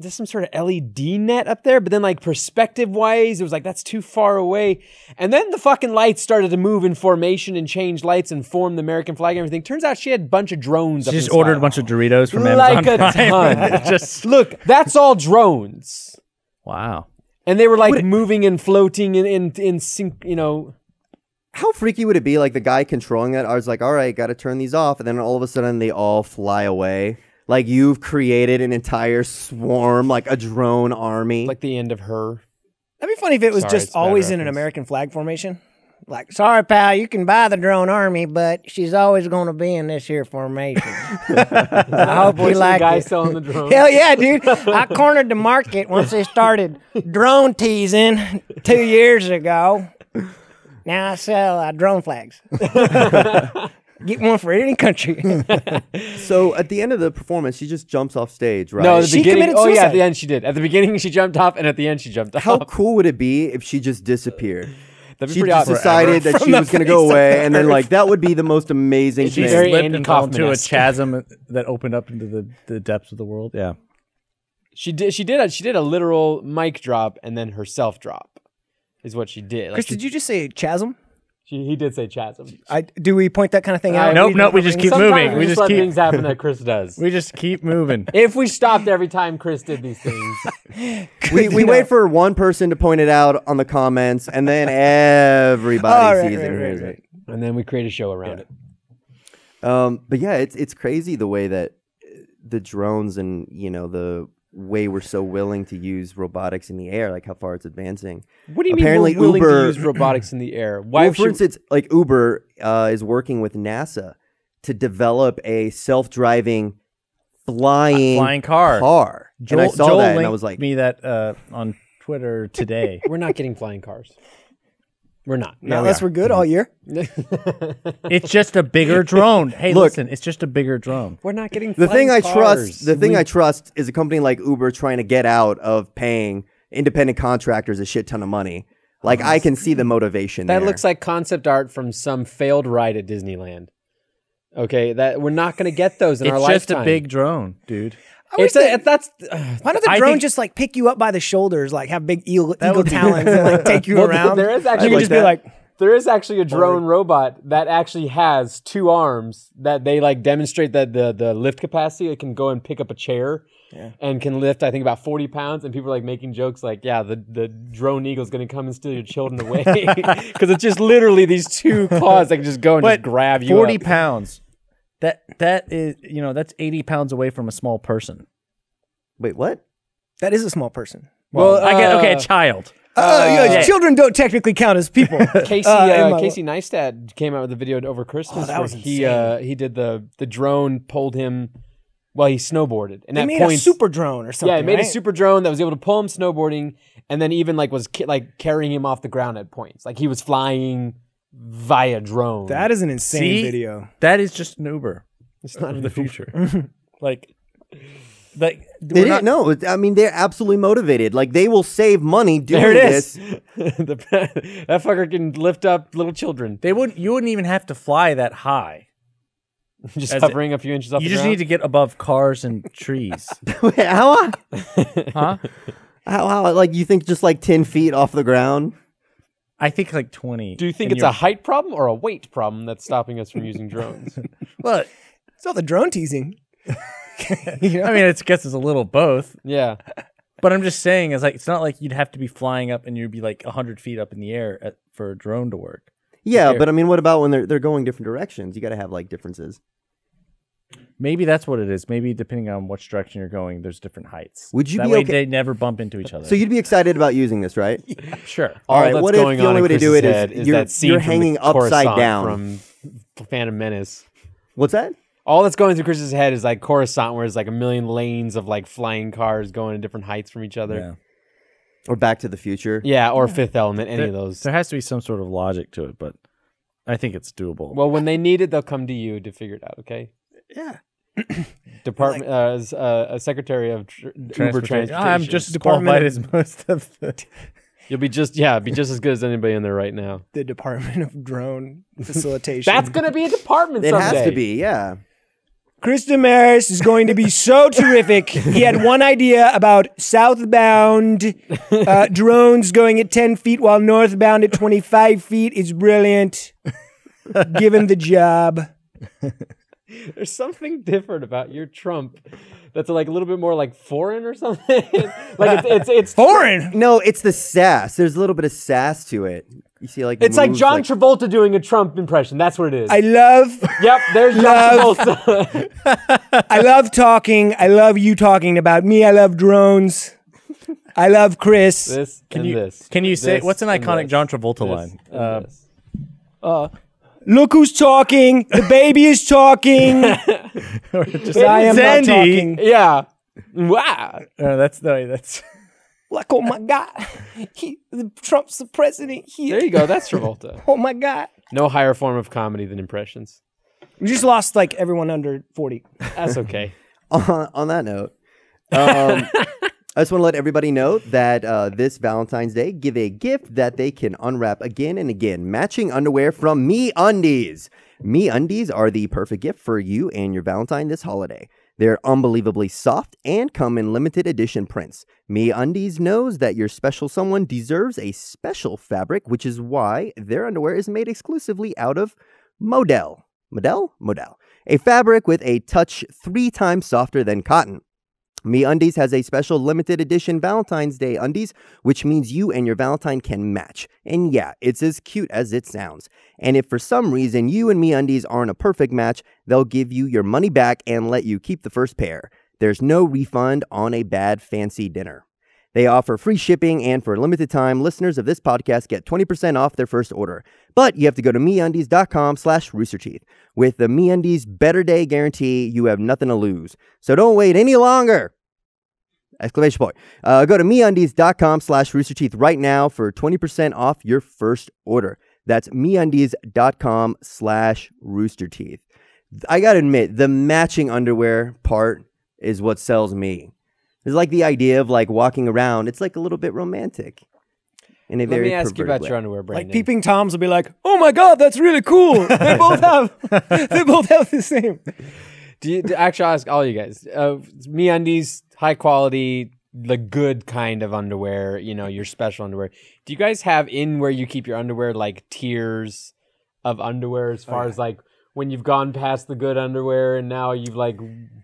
S2: is this some sort of LED net up there? But then like perspective wise, it was like that's too far away, and then the fucking lights started to move in formation and change lights and form the American flag and everything. Turns out she had a bunch of drones.
S3: She just ordered a bunch of Doritos from Amazon
S2: like a
S3: Prime. <laughs>
S2: ton.
S3: just
S2: Look, that's all drones.
S3: wow.
S2: And they were like moving and floating in in, in sync, you know.
S1: how freaky would it be? Like the guy controlling it, I was like, all right, got to turn these off. And then all of a sudden they all fly away. Like you've created an entire swarm, like a drone army.
S2: Like the end of her.
S4: That'd be funny if it was
S2: Sorry, it's a
S4: just
S2: bad
S4: always in an
S2: reference.
S4: American flag formation. Like, sorry, pal, you can buy the drone army, but she's always going to be in this here formation. I hope we like
S2: guy
S4: it.
S2: selling the drone.
S4: Hell yeah, dude. I cornered the market once they started drone teasing two years ago. Now I sell uh, drone flags. Get one for any country.
S1: so at the end of the performance, she just jumps off stage, right?
S2: No, at the
S4: She
S2: beginning.
S4: committed
S2: oh yeah, at
S4: suicide.
S2: the end she did. At the beginning she jumped off, and at the end she jumped off.
S1: how cool would it be if she just disappeared?
S2: That'd be
S1: She
S2: pretty
S1: just
S2: awesome.
S1: decided that she was going to go away, and then like that would be the most amazing
S3: She
S1: thing.
S2: very
S3: slipped
S2: Andy
S3: and fell into a
S2: Kaufman-esque.
S3: chasm that opened up into the, the depths of the world. Yeah.
S2: She did. She did. A, she did a literal mic drop and then herself drop, is what she did. Like she,
S4: you just say chasm?
S2: she- he did say chasm.
S4: I, do we point that kind of thing out?
S3: Nope, nope. We just keep
S2: Sometimes
S3: moving. We
S2: just,
S3: just
S2: let
S3: keep
S2: things happen that Chris does.
S3: <laughs> we just keep moving.
S2: if we stopped every time Chris did these things,
S1: we
S4: <laughs>
S1: we wait for one person to point it out on the comments, and then
S4: <laughs> All
S1: everybody
S4: right,
S1: sees it.
S4: right,
S1: and
S4: right,
S1: hears
S4: right.
S1: it.
S2: and then we create a show around it.
S1: Um, but yeah, it's it's crazy the way that uh, the drones and you know the way we're so willing to use robotics in the air, like how far it's advancing.
S2: What do you
S1: Apparently
S2: mean we're willing
S1: Uber-
S2: to use robotics in the air? Why
S1: Well, for
S2: should
S1: instance, like Uber uh, is working with NASA to develop a self-driving flying,
S3: Flying car.
S1: car. and I saw
S3: Joel
S1: that and I
S3: linked
S1: was like,
S3: me that uh, on
S2: <laughs>
S3: Twitter today.
S2: we're not getting flying cars? We're not.
S4: Not unless we're good all year.
S3: it's just a bigger drone. Hey,
S1: Look.
S3: listen, it's just a bigger drone.
S2: We're not getting
S1: the
S2: flying
S1: thing I
S2: cars.
S1: trust, the thing I trust is a company like Uber trying to get out of paying independent contractors a shit ton of money. Like I can see the motivation.
S2: That
S1: there.
S2: looks like concept art from some failed ride at Disneyland. Okay, that we're not going to get those in our
S3: It's just
S2: lifetime.
S3: a big drone, dude.
S2: It's
S4: wish
S2: a, that's uh,
S4: Why don't the
S3: I
S4: drone
S3: think-
S4: just like pick you up by the shoulders, like have big eagle, eagle
S3: would be-
S4: talons and like take
S3: <laughs>
S4: you
S2: <laughs> well,
S4: around?
S2: There is actually
S4: you
S1: like
S4: can just be
S1: that.
S4: like,
S2: there is actually a drone robot that actually has two arms that they like demonstrate that the the lift capacity. It can go and pick up a chair and can lift I think about forty pounds. And people are like making jokes like, "Yeah, the the drone eagle's going to come and steal your children
S4: <laughs>
S2: away," <laughs> because it's just literally these two claws that can just go and just grab you.
S3: Forty
S2: up.
S3: pounds. That that is you know that's eighty pounds away from a small person.
S1: Wait, what?
S4: that is a small person.
S2: Well,
S3: I get okay,
S2: uh,
S3: a child.
S4: Uh, yeah, Children don't technically count as
S3: <laughs>
S4: people.
S2: Casey
S4: Uh,
S2: uh,
S4: in my-
S2: Casey Neistat came out with a video over Christmas.
S4: Oh, that
S2: where
S4: was
S2: he uh, he did the the drone pulled him while he snowboarded, and
S4: they
S2: at
S4: made a
S2: points-
S4: super drone or something.
S2: yeah, he made
S4: right?
S2: a super drone that was able to pull him snowboarding, and then even like was ki- like carrying him off the ground at points, like he was flying via drone.
S4: That is an insane
S3: See?
S4: video.
S3: That is just an Uber
S2: is not
S3: of the future. <laughs> like, like
S1: They
S3: we're
S1: didn't
S3: not-
S1: know. I mean, they're absolutely motivated. Like they will save money doing
S2: <laughs> There it
S1: this. <laughs>
S2: is. <laughs> The- that fucker can lift up little children, <laughs>
S3: They wouldn't. You wouldn't even have to fly that high.
S2: just
S3: As it-
S2: hovering a few inches off.
S3: You
S2: the
S3: just
S2: ground.
S3: need to get above cars and trees.
S1: Wait,
S2: <laughs>
S1: how,
S3: huh?
S1: how how like you think just like ten feet off the ground?
S3: I think like twenty.
S2: Do you think
S3: and
S2: it's
S3: you're-
S2: a height problem or a weight problem that's stopping us from
S1: <laughs>
S2: using drones?
S3: Well,
S4: It's all the drone
S3: <laughs>
S4: teasing.
S3: I mean, it's, I guess it's a little both.
S2: yeah.
S3: But I'm just saying, it's like it's not like you'd have to be flying up and you'd be like hundred feet up in the air at, for a drone to work.
S1: Yeah,
S3: Okay.
S1: but I mean, what about when they're they're going different directions? You got to have like differences.
S3: Maybe that's what it is. Maybe depending on which direction you're going, there's different heights.
S1: Would you
S3: that
S1: be
S3: way
S1: okay-
S3: they never bump into each other?
S1: So you'd be excited about using this,
S2: <laughs>
S1: right?
S3: sure.
S2: All
S1: right,
S2: that's
S1: what if
S2: going
S1: the
S2: on
S1: only
S2: in
S1: way to do
S2: Chris's
S1: it is
S2: head
S1: you're-
S2: that scene
S1: you're
S2: from the
S1: hanging upside
S2: Coruscant
S1: down.
S2: from Phantom Menace?
S1: What's that?
S2: All that's going through Chris's head is like Coruscant, where it's like a million lanes of like flying cars going to different heights from each
S3: Yeah.
S2: other.
S1: Or Back to the Future?
S2: Yeah, or Fifth Element, any of those.
S3: There has to be some sort of logic to it, but I think it's doable.
S2: Well, when they need it, they'll come to you to figure it out. Okay.
S4: Yeah.
S2: <coughs> Department uh, as uh, a secretary of tr- Uber
S3: Transportation-
S2: transportation.
S3: I'm just
S4: Department
S3: qualified
S4: of-
S3: as most of the.
S2: You'll be just yeah, be just as good as anybody in there
S1: <laughs>
S2: right now.
S4: The Department of Drone Facilitation.
S2: That's gonna be a department.
S1: It
S2: someday.
S1: has to be, yeah.
S4: Chris Damaris is going to
S2: <laughs>
S4: be so terrific. He had one idea about southbound
S2: <laughs>
S4: uh, drones going at 10 feet while northbound at 25 feet.
S2: <laughs>
S4: It's brilliant. Give him the job.
S2: There's something different about your Trump that's like a little bit more like foreign or something. <laughs> like it's it's it's,
S4: Foreign.
S1: No, it's the sass. There's a little bit of sass to it. You see, like
S2: it's like
S1: moves,
S2: John Travolta doing a Trump impression. That's what it is.
S4: I love,
S2: yep, there's John <laughs>
S4: Love.
S2: Travolta.
S4: I love talking. I love you talking about me. I love drones. I love Chris.
S2: this
S3: Can
S2: and
S3: you
S2: this.
S3: can you say
S2: This
S3: what's an
S2: and
S3: iconic
S2: this.
S3: John Travolta
S2: This
S3: line?
S2: and
S3: Uh,
S2: this.
S4: Look who's talking. The baby is
S3: <laughs>
S4: talking.
S3: or just,
S4: I am
S3: Sandy.
S4: not talking.
S2: Yeah. Wow.
S3: No, that's no, that's
S4: <laughs> Like, oh my God. He, Trump's the president. He,
S2: There you go. That's Travolta.
S4: oh my God.
S2: No higher form of comedy than impressions.
S4: We just lost like everyone under 40.
S2: That's <laughs> okay.
S1: on, on that note, um, I just want to let everybody know that uh, this Valentine's Day, give a gift that they can unwrap again and again. Matching underwear from Me Undies. Me Undies are the perfect gift for you and your Valentine this holiday. They're unbelievably soft and come in limited edition prints. Me Undies knows that your special someone deserves a special fabric, which is why their underwear is made exclusively out of Model. Model? Model. A fabric with a touch three times softer than cotton. Me Undies has a special limited edition Valentine's Day undies, which means you and your Valentine can match. And yeah, it's as cute as it sounds. And if for some reason you and Me Undies aren't a perfect match, they'll give you your money back and let you keep the first pair. There's no refund on a bad fancy dinner. They offer free shipping, and for a limited time, listeners of this podcast get 20% off their first order. But you have to go to MeUndies.com slash roosterteeth. With the MeUndies Better Day Guarantee, you have nothing to lose. So don't wait any longer! Exclamation point. Uh, go to MeUndies.com slash roosterteeth right now for 20% off your first order. That's MeUndies.com slash roosterteeth. I gotta admit, the matching underwear part is what sells me. It's like the idea of like walking around. It's like a little bit romantic. In a
S2: Let
S1: very
S2: me ask you
S1: perverted
S2: about
S1: way.
S2: your underwear, Brandon.
S4: Like peeping toms will be like, "Oh my god, that's really cool." They both have, they both have the same.
S2: Do you, do- actually, I'll ask all you guys. Uh, me undies, high quality, the good kind of underwear. You know, your special underwear. Do you guys have in where you keep your underwear like tiers of underwear as far as like when you've gone past the good underwear and now you've like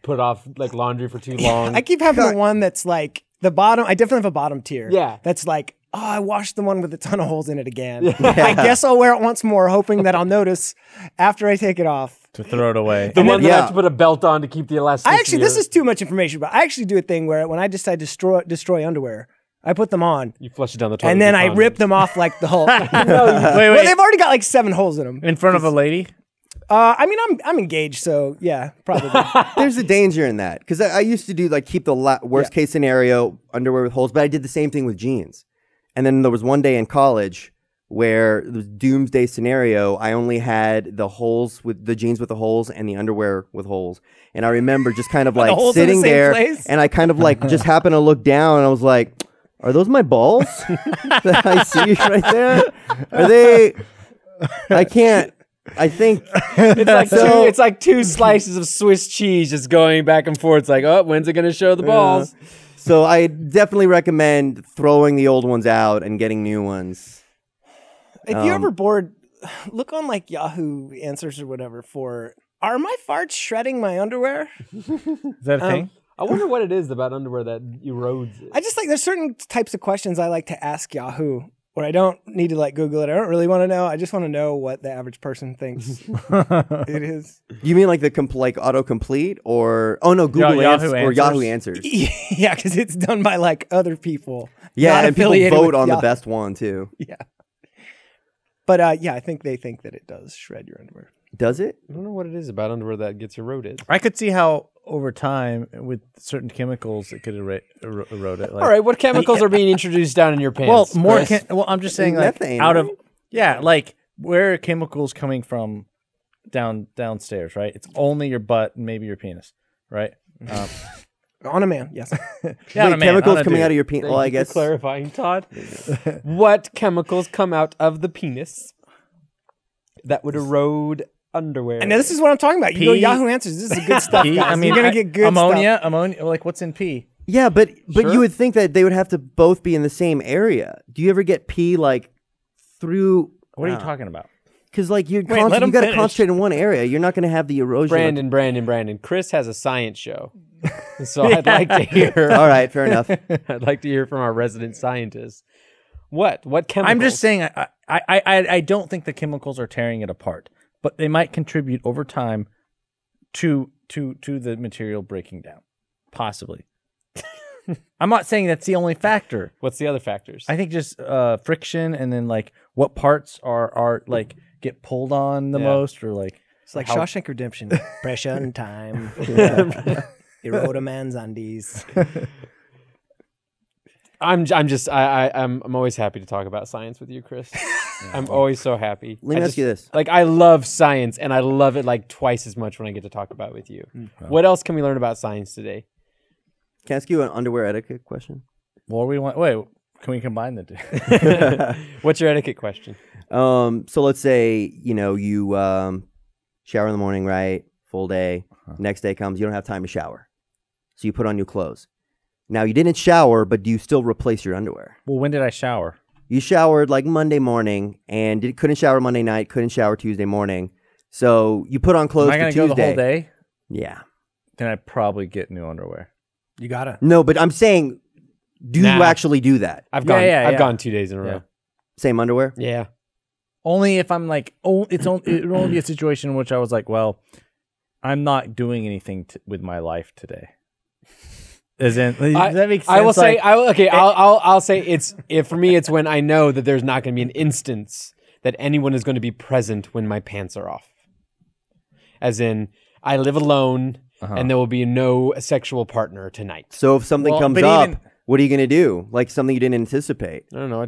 S2: put off like laundry for too long?
S4: I keep having the one that's like the bottom. I definitely have a bottom tier.
S2: Yeah.
S4: That's like, oh, I washed the one with a ton of holes in it again. I guess I'll wear it once more, hoping that I'll notice after I take it off.
S3: to throw it away.
S2: the one that I
S1: yeah.
S2: have to put a belt on to keep the elasticity.
S4: I actually, this
S2: of-
S4: is too much information, but I actually do a thing where when I decide to destroy, destroy underwear, I put them on
S2: you flush it down the toilet,
S3: <laughs>
S4: and then
S2: with
S4: I
S2: condoms.
S4: rip them off like
S2: <laughs>
S4: the Hulk.
S3: wait,
S4: Well,
S3: wait.
S4: they've already got like seven holes in them.
S3: in front of a lady.
S4: Uh, I mean, I'm I'm engaged, so yeah, probably.
S1: There's a danger in that because I, I used to do like keep the la- worst case scenario underwear with holes, but I did the same thing with jeans. And then there was one day in college where the doomsday scenario, I only had the holes with the jeans with the holes and the underwear with holes. And I remember just kind of like
S4: holes in <laughs> the
S1: sitting
S4: same
S1: there
S4: place?
S1: and I kind of like
S4: <laughs>
S1: just happened to look down and I was like, are those my balls that I see right there? Are they? I can't. I think
S2: <laughs> It's like
S1: So-
S2: two, it's like two slices of Swiss cheese just going back and forth. It's like, oh, when's it going to show the balls?
S1: So I definitely recommend throwing the old ones out and getting new ones.
S4: If you're
S1: Um,
S4: ever bored, <sighs> look on like Yahoo Answers or whatever for are my farts shredding my underwear?
S3: Is that a thing?
S2: I wonder what it is about underwear that erodes it.
S4: I just like there's certain types of questions I like to ask Yahoo where I don't need to like Google it. I don't really want to know. I just want to know what the average person thinks
S1: <laughs>
S3: Oh.
S4: it is. <laughs>
S1: You mean like the comp- like autocomplete or oh no Google
S3: Yahoo
S1: Ans- or
S3: Answers.
S1: Yahoo Answers?
S4: Yeah, because it's done by like other people.
S1: Yeah,
S4: not
S1: and people
S4: affiliated
S1: vote
S4: with
S1: on the
S4: Yahoo.
S1: best one too.
S4: But uh, yeah, I think they think that it does shred your underwear.
S1: Does it?
S2: I don't know what it is about underwear that gets eroded.
S3: <laughs> I could see how over time with certain chemicals it could ero- ero- erode it. Like,
S2: All right, what chemicals are being introduced down in your pants?
S3: Well, more.
S2: Chris?
S3: Chem- well, I'm just saying, like
S1: Methane,
S3: out of
S1: right?
S3: yeah, like where are chemicals coming from down downstairs? Right, it's only your butt and maybe your penis, <laughs> right? Um,
S4: On a man,
S1: <laughs>
S4: yes.
S3: yeah,
S1: Wait,
S3: man,
S1: chemicals
S3: not a
S1: coming
S3: dude.
S1: out of your penis.
S2: Thank
S1: Well, I
S2: you for
S1: guess <laughs>
S2: clarifying, Todd. what chemicals come out of the penis that would erode underwear?
S4: and this is what I'm talking about. You go
S3: Pee.
S4: Yahoo Answers. This is good
S2: <laughs>
S4: stuff.
S3: Pee?
S4: guys.
S3: I mean,
S4: You're gonna
S3: I-
S4: get good
S3: ammonia. Ammonia, like what's in pee?
S1: yeah, but but
S2: Sure.
S1: you would think that they would have to both be in the same area. Do you ever get pee like through?
S3: What are you talking about?
S1: Because like you're
S3: Wait,
S1: con-
S3: let
S1: you
S3: him
S1: got to
S3: finish.
S1: concentrate in one area. You're not going to have the erosion. of-
S2: Brandon, Brandon, Brandon. Chris has a science show, so I'd like to hear.
S1: <laughs> All right, fair enough.
S2: <laughs> I'd like to hear from our resident scientist. What? What chemicals?
S3: I'm just saying, I, I, I, I- I don't think the chemicals are tearing it apart, but they might contribute over time to to to the material breaking down, possibly.
S1: <laughs>
S3: I'm not saying that's the only factor.
S2: What's the other factors?
S3: I think just uh, friction, and then like what parts are are like get pulled on the
S2: Yeah.
S3: most, or like
S4: It's like
S3: How-
S4: Shawshank Redemption. Pressure
S1: <laughs>
S4: and time. Erode a man's undies.
S2: I'm j- I'm just I, I I'm I'm always happy to talk about science with you,
S4: <laughs>
S2: Chris. I'm always so happy.
S1: Let me
S2: I
S1: ask
S2: just-
S1: you this.
S2: Like I love science and I love it like twice as much when I get to talk about it with you.
S3: Mm.
S2: What else can we learn about science today?
S1: Can I ask you an underwear etiquette question? <laughs>
S3: what we want. Wait, can we combine the
S2: <laughs>
S3: two?
S2: What's your etiquette question?
S1: Um, so let's say you know you um, shower in the morning, right? Full day.
S3: Uh-huh.
S1: Next day comes, you don't have time to shower, so you put on new clothes. Now you didn't shower, but do you still replace your underwear?
S3: well, when did I shower?
S1: You showered like Monday morning and did, couldn't shower Monday night, couldn't shower Tuesday morning. So you put on
S3: Am
S1: clothes
S3: I
S1: for
S3: gonna
S1: Tuesday.
S3: go the whole day?
S1: Yeah.
S3: Then I probably get new underwear.
S4: You gotta.
S1: No, but I'm saying, do you
S2: Nah.
S1: actually do that?
S2: I've
S3: Yeah,
S2: gone
S3: yeah,
S2: I've
S3: yeah.
S2: gone two days in a row.
S1: Same underwear?
S2: Yeah.
S3: Only if I'm like, oh, it's only it would only be a situation in which I was like, well, I'm not doing anything t- with my life today. As in,
S2: I-
S3: does that make sense?
S2: I will say,
S3: Like,
S2: I will, okay, I'll, I'll, I'll say it's if for me, it's when I know that there's not going to be an instance that anyone is going to be present when my pants are off. As in, I live alone, and there will be no sexual partner tonight.
S1: So if something
S3: Well,
S1: comes
S3: but
S1: up,
S3: even-
S1: what are you gonna do? Like something you didn't anticipate.
S2: I <laughs> don't know. I,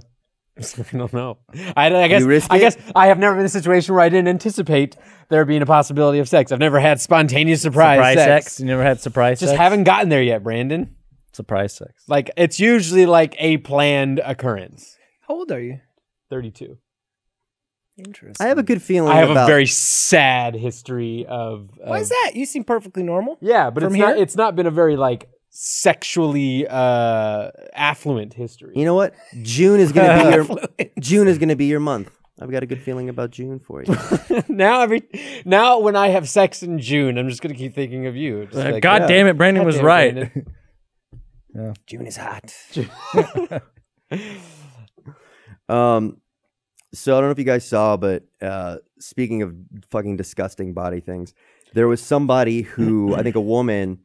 S2: I don't know. I, I guess.
S1: You risk
S2: I
S1: it?
S2: guess I have never been in a situation where I didn't anticipate there being a possibility of sex. I've never had spontaneous surprise,
S3: surprise
S2: sex.
S3: sex. You never had surprise
S2: Just
S3: sex?
S2: haven't gotten there yet, Brandon.
S3: surprise sex.
S2: Like it's usually like a planned occurrence.
S4: How old are you?
S2: Thirty-two.
S4: Interesting.
S1: I have a good feeling.
S2: I have
S1: about,
S2: a very sad history of.
S4: Why
S2: of-
S4: is that? You seem
S1: <laughs>
S4: perfectly normal.
S2: Yeah, but
S4: From
S2: it's not.
S4: here?
S2: It's not been a very like sexually uh affluent history.
S1: You know what? June is gonna
S4: <laughs>
S1: be your June is gonna be your month. I've got a good feeling about June for you.
S2: <laughs> now every now when I have sex in June, I'm just gonna keep thinking of you. Just like,
S3: Uh, God
S2: yeah.
S3: damn it, Brandon
S2: God
S3: was
S2: damn it,
S3: right.
S2: Brandon.
S4: June is hot.
S1: <laughs> Um, so I don't know if you guys saw, but uh, speaking of fucking disgusting body things, there was somebody who I think a woman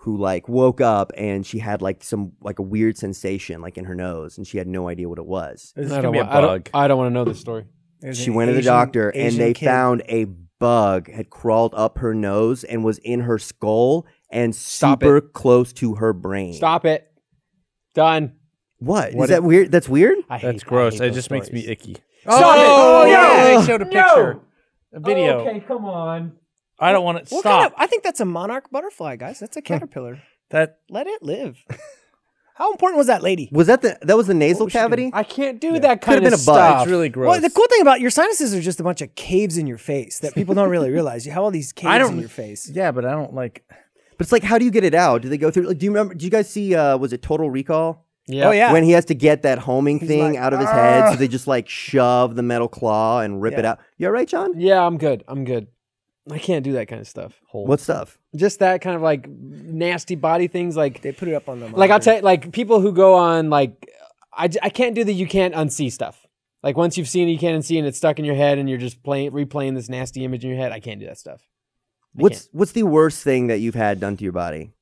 S1: who like woke up and she had like some like a weird sensation like in her nose, and she had no idea what it was.
S4: This is
S2: I
S4: gonna
S2: don't,
S4: be a
S2: wa- I don't-
S3: bug.
S2: I don't want to know this story.
S4: There's
S1: She
S4: an
S1: went to the
S4: Asian-
S1: doctor and
S4: Asian
S1: they
S4: kid.
S1: found a bug had crawled up her nose and was in her skull and
S2: Stop
S1: super close to her brain.
S2: Stop it. Done.
S1: What? Is
S3: What
S1: that weird? That's weird?
S2: I hate,
S3: <laughs> That's gross.
S2: I
S3: It
S2: hate
S3: just
S2: those
S3: makes me
S2: stories.
S3: icky.
S4: Oh,
S2: Stop
S4: yeah.
S2: it!
S4: Oh, yeah.
S2: No!
S4: They showed a
S2: No!
S4: picture, a video.
S2: Okay, come on.
S3: I don't want it.
S4: What
S3: Stop.
S4: kind of? I think that's a monarch butterfly, guys. That's a caterpillar.
S3: that
S4: Let it live. How important was
S1: <laughs>
S4: that lady?
S1: Was that the that was the nasal
S4: was she doing?
S1: cavity?
S2: I can't do that kind
S1: Could've been
S2: of
S1: a bug.
S2: stuff.
S3: it's really gross.
S4: Well, the cool thing about your sinuses are just a bunch of caves in your face that people don't really realize. You have all these caves
S3: I don't-
S4: in your
S3: <laughs>
S4: face.
S3: yeah, but I don't like.
S1: But it's like, how do you get it out? Do they go through? Like, do you remember? Do you guys see? Uh, was it Total Recall?
S2: Yeah.
S4: Oh yeah.
S1: When he has to get that homing
S4: He's
S1: thing
S4: like,
S1: out of his head, so
S4: "Ah."
S1: they just like shove the metal claw and rip it
S4: Yeah.
S1: out. You all right, John?
S2: Yeah, I'm good. I'm good. I can't do that kind of stuff.
S1: What stuff?
S2: Just that kind of like nasty body things. Like,
S4: they put it up on the
S2: like I'll
S4: monitor.
S2: tell you, like people who go on like, I, j- I can't do the you can't unsee stuff. Like once you've seen it, you can't unsee, and it's stuck in your head, and you're just playing replaying this nasty image in your head. I can't do that stuff. I
S1: What's What's the worst thing that you've had done to your body,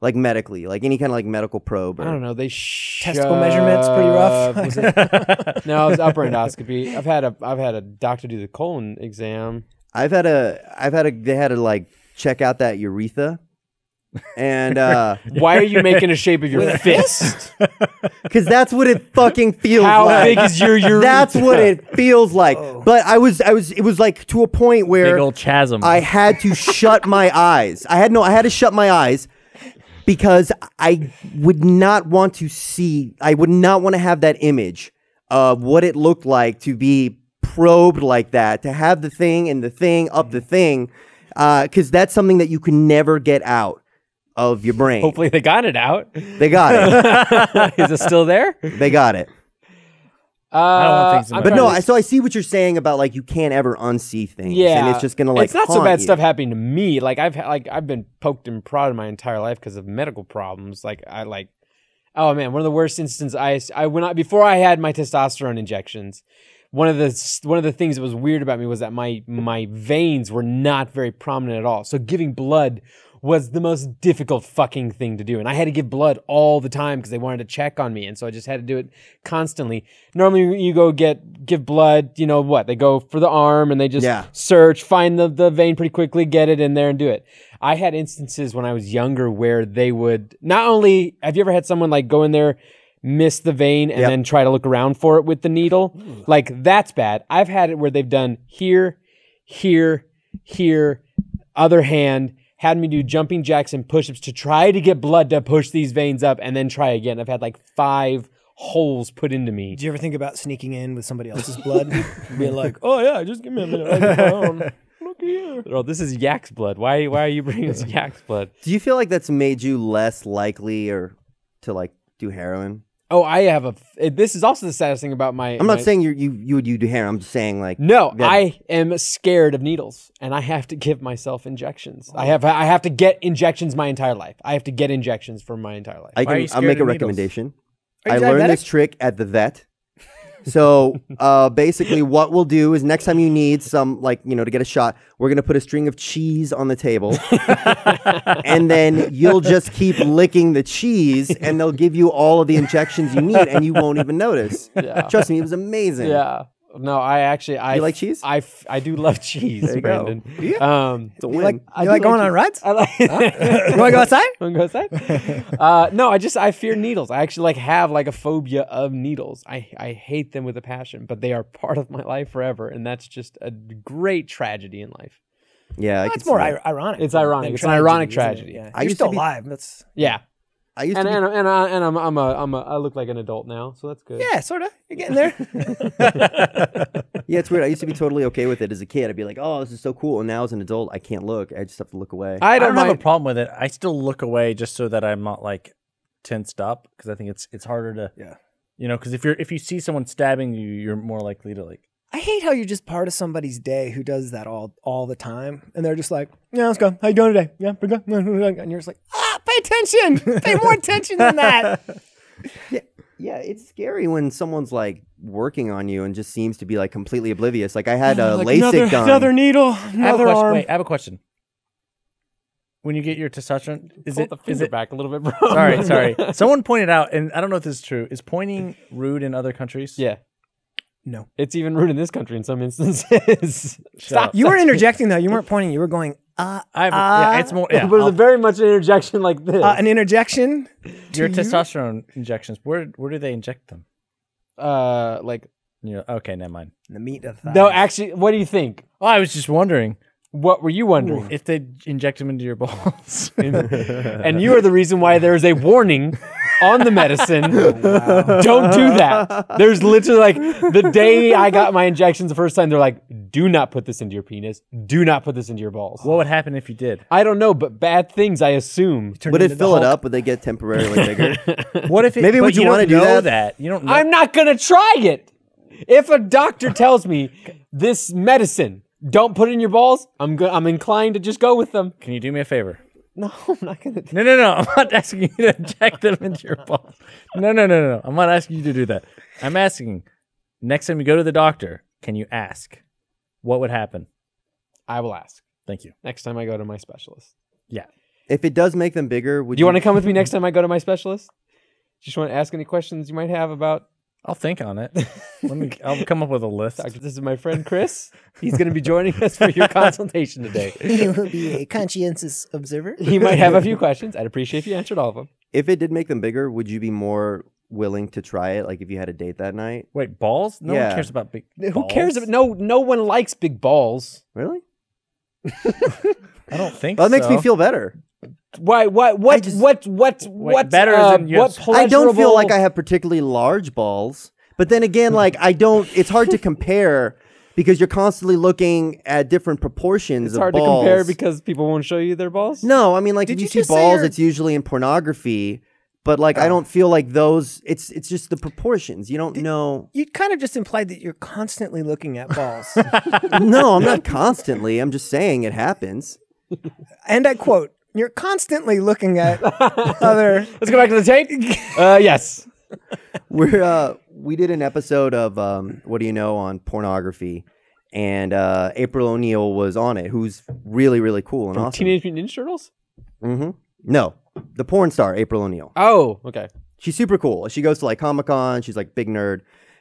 S1: like medically, like any kind of like medical probe? Or...
S2: I don't know. They sh-
S4: Testicle measurement's pretty rough.
S2: <laughs> Was it-
S4: <laughs>
S3: <laughs>
S2: no, it was upper endoscopy. I've had a I've had a doctor do the colon exam.
S1: I've had a. I've had a. They had to like check out that urethra, and uh,
S2: <laughs>
S1: because
S2: Why are you making a shape of your fist?
S1: that's what it fucking feels
S2: How
S1: like.
S2: big is your urethra? Oh.
S1: that's what it feels like. But I was, I was, it was like to a point where
S3: Big old chasm. <laughs>
S1: I had to shut my eyes. I had no, I had to shut my eyes because I would not want to see, I would not want to have that image of what it looked like to be probed like that, to have the thing and the thing up the thing, because that's something that you can never get out of your brain.
S2: Hopefully they got it <laughs> out.
S1: They got it.
S2: Is it still there? <laughs>
S1: they got it.
S2: Uh, I
S3: don't think so.
S1: But no,
S3: Right.
S1: I, so I see what you're saying about like you can't ever unsee things,
S2: yeah,
S1: and it's just gonna like
S2: it's not so
S1: haunt
S2: bad
S1: you.
S2: stuff happening to me. Like I've ha- like I've been poked and prodded my entire life because of medical problems. Like I like, oh man, one of the worst instances I I went out before I had my testosterone injections. One of the s- one of the things that was weird about me was that my my veins were not very prominent at all. So giving blood was the most difficult fucking thing to do. And I had to give blood all the time because they wanted to check on me. And so I just had to do it constantly. Normally you go get give blood, you know what? They go for the arm and they just
S1: Yeah.
S2: search, find the, the vein pretty quickly, get it in there and do it. I had instances when I was younger where they would not only have you ever had someone like go in there, miss the vein, and
S1: Yep.
S2: then try to look around for it with the needle? Like that's bad. I've had it where they've done here, here, here, other hand, had me do jumping jacks and push ups to try to get blood to push these veins up and then try again. I've had like five holes put into me.
S4: Did you ever think about sneaking in with somebody else's blood? Being like, oh,
S2: Oh yeah, just give me a minute. Look <laughs> here. Well, this is yak's blood. Why? Why are you bringing <laughs> us yak's blood?
S1: Do you feel like that's made you less likely or to like do heroin?
S2: Oh, I have a. f- This is also the saddest thing about my.
S1: I'm not
S2: my-
S1: saying you you you would you do heroin. I'm just saying like
S2: No,
S1: Yeah.
S2: I am scared of needles, and I have to give myself injections. I have I have to get injections my entire life. I have to get injections for my entire life.
S1: I
S3: Why are
S1: can
S3: you
S1: I'll make
S3: scared
S1: a
S3: of needles?
S1: recommendation.
S4: Are
S1: I
S4: you
S1: learned
S4: diabetic?
S1: this trick at the vet. So uh, basically, what we'll do is next time you need some, like, you know, to get a shot, we're going to put a string of cheese on the table. and then you'll just keep licking the cheese, and they'll give you all of the injections you need, and you won't even notice.
S2: Yeah.
S1: Trust me, it was amazing.
S2: Yeah. No, I actually I
S1: You like cheese?
S2: I, f- I do love <laughs> cheese,
S1: There you go.
S2: Brandon. Yeah. Um
S1: It's a
S4: You
S1: win.
S4: like,
S2: I
S4: you
S2: do
S4: like
S2: like
S4: going
S2: you.
S4: on rides?
S2: I like
S4: You want to
S2: <laughs>
S4: go outside?
S2: Wanna go outside? uh, no, I just I fear needles. I actually like have like a phobia of needles. I I hate them with a passion, but they are <laughs> part of my life forever, and that's just a great tragedy in life.
S1: yeah. I
S4: "Oh, That's
S1: could
S4: more
S1: see that.
S4: ir- ironic.
S2: It's ironic.
S4: than
S2: It's an ironic
S4: isn't it?
S2: tragedy.
S4: Yeah.
S1: I
S4: You're
S1: used
S4: still
S1: to be-
S4: alive.
S1: <laughs>
S4: That's
S2: Yeah,
S1: I used
S2: and
S1: to be
S2: and and, I, and I'm I'm a I'm a I look like an adult now, so that's good.
S4: yeah, sort of. You're getting
S1: <laughs>
S4: there.
S1: Yeah, it's weird. I used to be totally okay with it as a kid. I'd be like, "Oh, this is so cool," and now as an adult, I can't look. I just have to look away.
S2: I
S3: I
S2: don't,
S3: don't
S2: mind.
S3: have a problem with it. I still look away just so that I'm not like tensed up because I think it's it's harder to
S4: Yeah.
S3: you know because if you're if you see someone stabbing you, you're more likely to like
S4: I hate how you're just part of somebody's day who does that all all the time, and they're just like, "Yeah, let's go. How you doing today? Yeah, pretty good." <laughs> And you're just like, "Ah, pay attention. pay more attention than
S2: <laughs>
S4: that." <laughs>
S1: yeah, it's scary when someone's like working on you and just seems to be like completely oblivious. Like I had a LASIK done.
S4: needle,
S3: I have a
S4: another
S3: question. Wait, I have a question. When you get your testosterone, is
S2: Pull
S3: it
S2: the
S3: is
S2: finger
S3: it?
S2: back a little bit, bro.
S3: <laughs> Sorry, sorry. Someone pointed out, and I don't know if this is true. Is pointing rude in other
S2: <laughs>
S3: countries?
S2: yeah,
S4: No,
S2: it's even rude in this country in some
S3: <laughs>
S2: instances. Stop. <laughs>
S4: you weren't interjecting though. You weren't pointing. You were going, "Ah,
S3: I have,
S4: Ah.
S3: yeah, it's more.
S2: <laughs>
S3: Yeah,
S2: but it's
S3: I'll-
S2: a very much an interjection like this.
S4: uh, an interjection." to you?
S3: your testosterone injections. Where where do they inject them?
S2: uh, like
S3: You know, okay, never mind.
S4: The meat of
S2: no, actually, what do you think?
S3: Oh, I was just wondering
S2: What were you wondering?
S3: if they inject them into your <laughs> balls.
S2: and you are the reason why there is a warning on the <laughs> medicine. Don't do that. There's literally like the day I got my injections the first time, they're like, do not put this into your penis. Do not put this into your balls.
S3: what would happen if you did?
S2: I don't know, but bad things, I assume.
S1: Would it fill it up? Would they get temporarily bigger?
S3: What if it,
S1: Maybe
S3: but
S1: would you
S3: don't
S1: wanna do
S3: know
S1: that?
S3: You don't. Know.
S2: I'm not going to try it. If a doctor tells me this medicine, don't put it in your balls, I'm, go- I'm inclined to just go with them.
S3: Can you do me a favor?
S2: No, I'm not going to.
S3: No, no, no. I'm not asking you to inject them into your balls. No, no, no, no, no. I'm not asking you to do that. I'm asking next time you go to the doctor, can you ask what would happen?
S2: I will ask
S3: Thank you.
S2: next time I go to my specialist.
S3: Yeah.
S1: if it does make them bigger, would
S2: Do you
S1: <laughs>
S2: <laughs> want to come with me next time I go to my specialist? Just want to ask any questions you might have about.
S3: I'll think on it. Let me I'll come up with a
S1: <laughs>
S3: list.
S2: Doctor, this is my friend Chris. He's going to be joining us for your consultation today.
S4: You will be a conscientious observer.
S2: He might have a few questions. I'd appreciate if you answered all of them.
S1: If it did make them bigger, would you be more willing to try it? Like if you had a date that night?
S3: Wait, balls? No
S1: Yeah.
S3: one cares about big
S2: Who cares?
S3: balls.
S2: About, no, no one likes big balls.
S1: Really?
S3: I don't think
S1: Well, that makes me
S3: so.
S1: feel better.
S2: Why? Why? What?
S1: just-
S2: what? What? What?
S3: better
S2: uh,
S3: than you
S2: what?
S3: have-
S1: I don't feel like I
S2: pleasurable-
S1: have particularly large balls, but then again, like I don't. It's hard to compare <laughs> because you're constantly looking at different proportions
S2: It's
S1: of
S2: hard
S1: balls.
S2: to compare because people won't show you their balls.
S1: no, I mean, like
S4: Did
S1: if you,
S4: you
S1: see
S4: just say
S1: balls,
S4: you're-
S1: it's usually in pornography. But like,
S2: Oh.
S1: I don't feel like those. It's it's just the proportions. You don't
S2: <laughs>
S1: know.
S4: You kind of just implied that you're constantly looking at balls. <laughs>
S1: no, I'm not constantly. I'm just saying it happens.
S4: and I quote, you're constantly
S2: <laughs>
S4: looking at other
S2: Let's go back to the <laughs> tape. uh, yes.
S1: We're uh, we did an episode of um, what do you know on pornography, and uh, April O'Neil was on it, who's really really cool and awesome.
S2: Teenage Mutant Ninja Turtles.
S1: Mm-hmm. No, the porn star April O'Neil.
S2: Oh, okay.
S1: She's super cool. She goes to like Comic Con. She's like big nerd,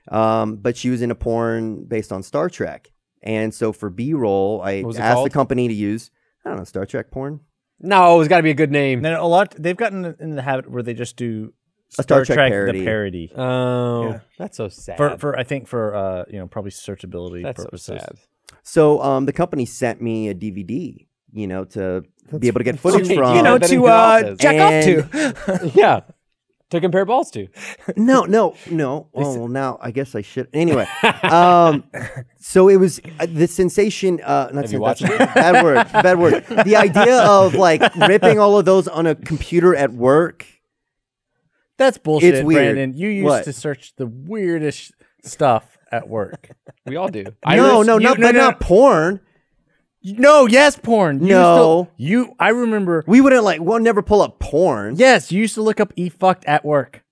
S1: um, but she was in a porn based on Star Trek. And so for B roll, I
S2: was
S1: asked
S2: it
S1: the
S2: called?
S1: company to use I don't know Star Trek porn.
S2: No, it's got to be a good name.
S3: No, no, a lot they've gotten in the habit where they just do
S1: A Star
S3: Star,
S1: Trek
S3: Trek,
S1: parody.
S3: the parody.
S2: Oh,
S4: Yeah.
S2: that's so sad.
S3: For, for I think for uh you know probably searchability
S2: that's
S3: purposes.
S2: so sad.
S1: So um, the company sent me a DVD, you know, to be able to
S4: <laughs>
S1: get footage
S2: great.
S1: from.
S4: you know
S2: Oh, that
S4: to
S2: even
S4: uh,
S2: houses.
S4: jack off
S1: And-
S4: to.
S2: yeah. To compare balls to.
S1: no, no, no. Oh, well, now I guess I should. Anyway,
S3: <laughs>
S1: um, so it was uh, the sensation. Uh, not
S2: Have you
S1: sen-
S2: watched
S1: that's- Bad word. Bad word. The idea of like ripping all of those on a computer at work.
S3: That's bullshit,
S1: It's weird.
S3: Brandon. You used
S1: What?
S3: to search the weirdest stuff at work.
S2: We all do.
S1: <laughs> no,
S3: res-
S1: no,
S3: you-
S1: not,
S3: no,
S1: but
S3: no.
S1: not porn.
S3: No, yes, porn. You
S1: No.
S3: used to- you. I remember.
S1: We wouldn't like. We'll never pull up porn.
S3: Yes, you used to look up e fucked at work.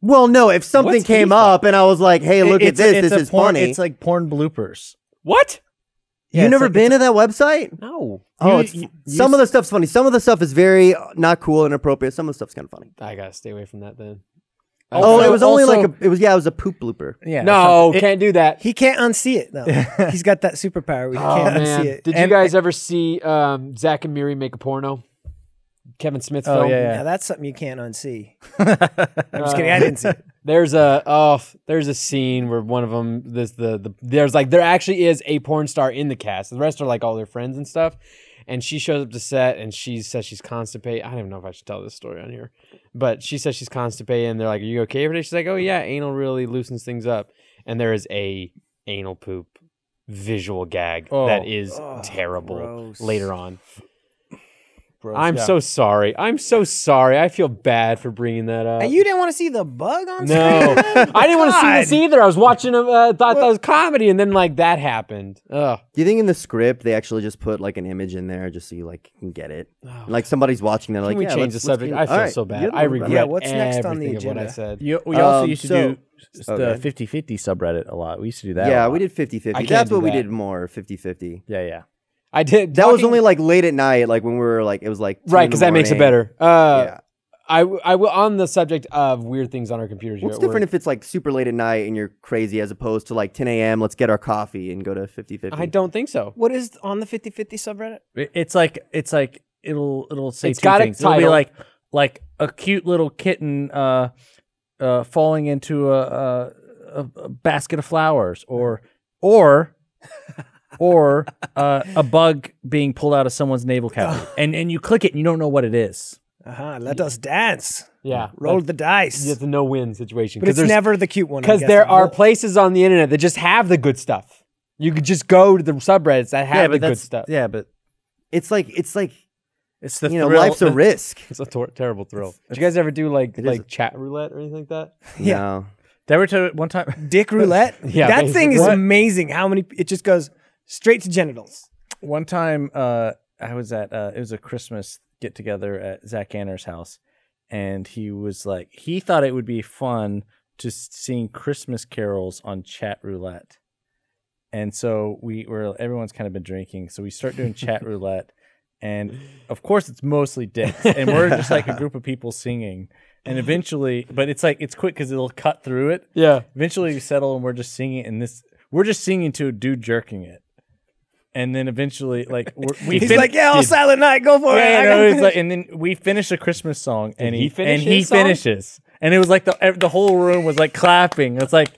S1: Well, no, if something
S2: What's
S1: came
S2: FIFA?
S1: up and I was like, hey, look at
S3: It's a-
S1: this,
S3: it's
S1: this
S3: a
S1: is
S3: porn,
S1: funny.
S3: It's like porn bloopers.
S2: <laughs> What?
S3: yeah,
S1: you
S3: it's
S1: never
S3: like-
S1: been to that website?
S2: No.
S1: oh,
S3: You-
S1: it's,
S3: you- you
S1: some of the stuff's funny. Some of the stuff is very uh, not cool, inappropriate. Some of the stuff's kind of funny.
S2: I gotta stay away from that then.
S1: Oh,
S3: Also-
S1: it was only like a,
S3: also-
S1: it was yeah, it was a poop blooper.
S3: Yeah.
S2: no,
S3: some- it-
S2: can't do
S1: <laughs>
S2: that.
S4: He can't unsee
S2: <laughs>
S4: it though. He's got that superpower. We
S2: Oh,
S4: can't
S2: man.
S4: unsee it.
S2: Did
S3: And-
S2: you guys ever see um, Zach and Miri make a porno? Kevin Smith
S3: Oh,
S2: film.
S3: yeah, yeah.
S4: Now that's something you can't unsee.
S2: <laughs>
S4: I'm just kidding. I didn't see. It.
S2: There's a oh, there's a scene where one of them this the, the there's like there actually is a porn star in the cast. The rest are like all their friends and stuff. And she shows up to set and she says she's constipated. I don't even know if I should tell this story on here, but she says she's constipated and they're like, "Are you okay every day?" She's like, "Oh yeah, anal really loosens things up." And there is a anal poop visual gag
S3: Oh.
S2: that is
S4: Oh,
S2: terrible
S4: gross.
S2: later on.
S3: Gross,
S2: I'm
S3: yeah.
S2: so sorry. I'm so sorry. I feel bad for bringing that up.
S4: And you didn't want to see the bug on
S2: Uh, No,
S4: screen. man?
S2: <laughs> I didn't want to see
S4: God.
S2: this either. I was watching, a- uh, thought that was comedy, and then like that happened. Ugh.
S1: Do you think in the script they actually just put like an image in there just so you like can get it? Like somebody's watching that.
S2: Can
S1: like,
S2: we
S1: yeah,
S2: change
S1: let's-
S2: the
S1: let's
S2: subject?
S1: do-
S2: I feel
S1: All right,
S2: so bad.
S1: you
S2: I
S1: have no
S2: regret
S1: problem.
S4: Yeah, what's next on the
S2: everything of what I
S4: agenda?
S2: said.
S3: You, we also
S1: Um,
S3: used to
S1: so-
S3: do s-
S1: okay.
S3: the 50-50 subreddit a lot. We used to do that. a
S1: Yeah,
S3: lot.
S1: we did 50
S2: I
S1: 50.
S2: can't
S1: That's
S2: do
S1: what we
S2: that.
S1: did more 50 50.
S3: Yeah, yeah.
S2: I did.
S1: That was
S2: talking-
S1: only like late at night, like when we were like, it was like. two
S2: right
S1: in the
S2: because that makes it
S1: morning.
S2: better. Uh,
S1: yeah.
S2: I, w- I will on the subject of weird things on our computers. here
S1: What's
S2: at
S1: different
S2: work,
S1: if it's like super late at night and you're crazy as opposed to like 10 a.m., let's get our coffee and go to 50 50?
S2: I don't think so.
S4: What is on the 50-50 subreddit?
S3: It- It's like it's like it'll it'll say
S2: It's
S3: two
S2: got a
S3: things. It'll be
S2: title.
S3: like like a cute little kitten uh uh falling into a a, a, a basket of flowers or or or uh, a bug being pulled out of someone's navel
S1: <laughs>
S3: cavity. And and you click it and you don't know what it is.
S4: Uh-huh, let us dance.
S2: Yeah,
S4: Roll
S2: that's-
S4: the dice.
S2: It's a no win situation
S4: but it's
S2: there's-
S4: never the cute one. I'm
S2: because there
S4: guessing.
S2: are
S4: Well,
S2: places on the internet that just have the good stuff. You could just go to the subreddits that have the good stuff.
S3: Yeah, but
S1: It's like, it's like,
S3: it's the
S1: you know,
S3: thrill-
S1: life's a
S3: <laughs> the-
S1: risk. <laughs>
S2: It's a tor- terrible thrill. Did you guys ever do like
S1: It is
S2: like
S1: a-
S2: chat roulette or anything like that?
S4: Yeah.
S1: No.
S3: There were t- one time
S4: Dick Roulette.
S2: <laughs> Yeah,
S4: that thing is
S2: basically.
S4: amazing. How many? It just goes straight to genitals.
S3: one time uh i was at uh it was a christmas get together at zach anner's house and he was like he thought it would be fun to s- sing christmas carols on chat roulette and so we were everyone's kind of been drinking so we start doing chat roulette and of course it's mostly dicks and we're just like a group of people singing and eventually but it's like it's quick because it'll cut through it
S2: Yeah.
S3: Eventually, we settle and we're just singing, and this we're just singing to a dude jerking it, and then eventually, like we're, <laughs> we
S4: He's
S3: fin-
S4: like, yeah, all
S3: Yeah,
S4: silent night. Go for it.
S3: yeah,
S4: I
S3: no,
S4: gotta
S3: it's like,
S4: finish."
S3: and then we finish a Christmas song, and
S2: he
S3: he,
S2: finish
S3: and he
S2: his song?
S3: finishes, and it was like the ev- the whole room was like clapping. It's like,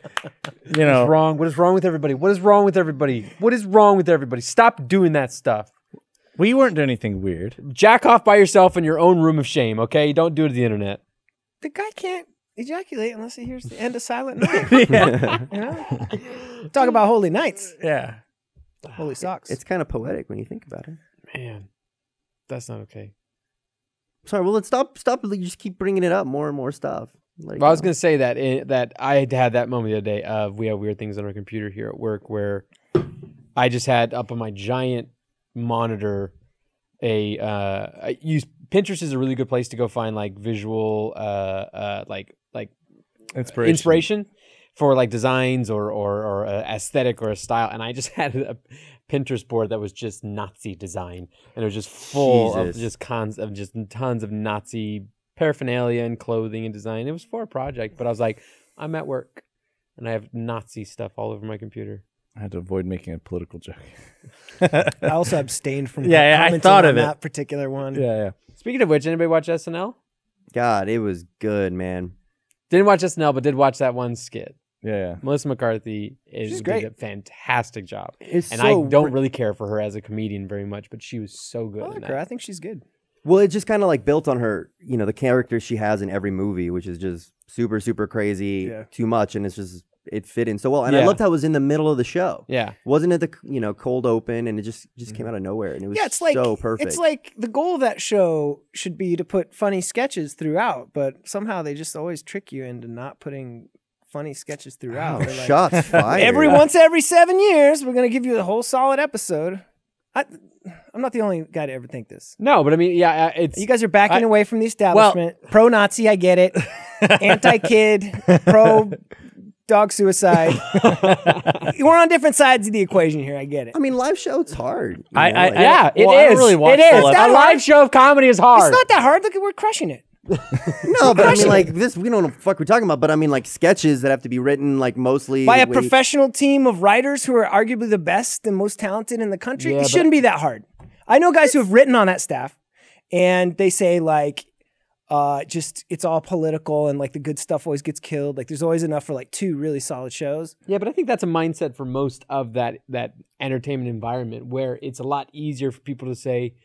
S3: you know,
S2: Wrong. What is wrong with everybody? What is wrong with everybody? What is wrong with everybody? Stop doing that stuff.
S3: <laughs> we weren't doing anything weird.
S2: Jack off by yourself in your own room of shame, okay? Don't do it to the internet.
S4: the guy can't ejaculate unless he hears the end of silent night.
S3: yeah,
S4: you know? Talk about holy nights,
S3: yeah.
S4: holy socks.
S1: It's kind of poetic when you think about it.
S2: Man, that's not okay.
S1: Sorry, well, let's stop, stop. You just keep bringing it up more and more stuff. Like,
S2: Well, I was going to say that eh, that I had had that moment the other day of we have weird things on our computer here at work where I just had up on my giant monitor a uh, I use Pinterest is a really good place to go find like visual uh, uh, like like
S3: Inspiration.
S2: inspiration for like designs or or, or a aesthetic or a style. And I just <laughs> had a Pinterest board that was just Nazi design, and it was just full
S1: Jesus.
S2: of just cons of just tons of Nazi paraphernalia and clothing and design. It was for a project, but I was like, I'm at work, and I have Nazi stuff all over my computer.
S3: I had to avoid making a political <laughs> joke. Um,
S4: I also abstained from
S3: Yeah, yeah, I
S4: commenting
S3: thought
S4: on
S3: of it.
S4: that particular one.
S3: Yeah, yeah.
S2: Speaking of which, anybody watch SNL?
S1: God, it was good, man.
S2: Didn't watch SNL, but did watch that one skit.
S3: Yeah, yeah.
S2: Melissa McCarthy is
S4: She's great.
S2: did a fantastic job,
S1: It's
S2: and
S1: so
S2: I don't
S1: re-
S2: really care for her as a comedian very much, but she was so good.
S4: I
S2: in
S4: like
S2: that.
S4: her. I think she's good.
S1: Well, it just kind of like built on her, you know, the character she has in every movie, which is just super, super crazy,
S4: Yeah.
S1: too much, and it's just it fit in so well. And I
S2: Yeah.
S1: loved how it was in the middle of the show.
S2: Yeah.
S1: Wasn't it the you know cold open, and it just just came out of nowhere, and it was
S4: Mm-hmm. Yeah, it's like
S1: so perfect.
S4: It's like the goal of that show should be to put funny sketches throughout, but somehow they just always trick you into not putting funny sketches throughout.
S1: oh,
S4: They're like, <laughs>
S1: shots fired.
S2: <laughs>
S4: Every once every seven years, we're gonna give you a whole solid episode. I, I'm not the only guy to ever think this.
S2: No, but I mean, yeah, uh, it's
S4: You guys are backing
S2: <laughs>
S3: I-
S4: away from the establishment. Pro Nazi, I get it. anti-kid, pro dog suicide.
S2: <laughs>
S3: <laughs>
S4: We're on different sides of the equation here. I get it.
S1: I mean, live show it's hard. you
S3: I-
S1: know,
S3: I-
S1: like-
S3: I-
S2: Yeah, it is.
S3: Well, I don't really watch
S2: it is.
S3: full
S2: A
S4: episodes.
S2: live show of comedy is hard.
S4: It's not that hard. Look, at we're crushing it.
S1: <laughs> no, but I mean, like this, we don't know what the fuck we're talking about. But I mean, like sketches that have to be written, like mostly
S4: By a
S1: with-
S4: professional team of writers who are arguably the best and most talented in the country,
S2: Yeah,
S4: it
S2: but-
S4: shouldn't be that hard. I know guys who have written on that staff, and they say like, uh, just it's all political, and like the good stuff always gets killed. Like there's always enough for like two really solid shows.
S2: Yeah, but I think that's a mindset for most of that that entertainment environment where it's a lot easier for people to say,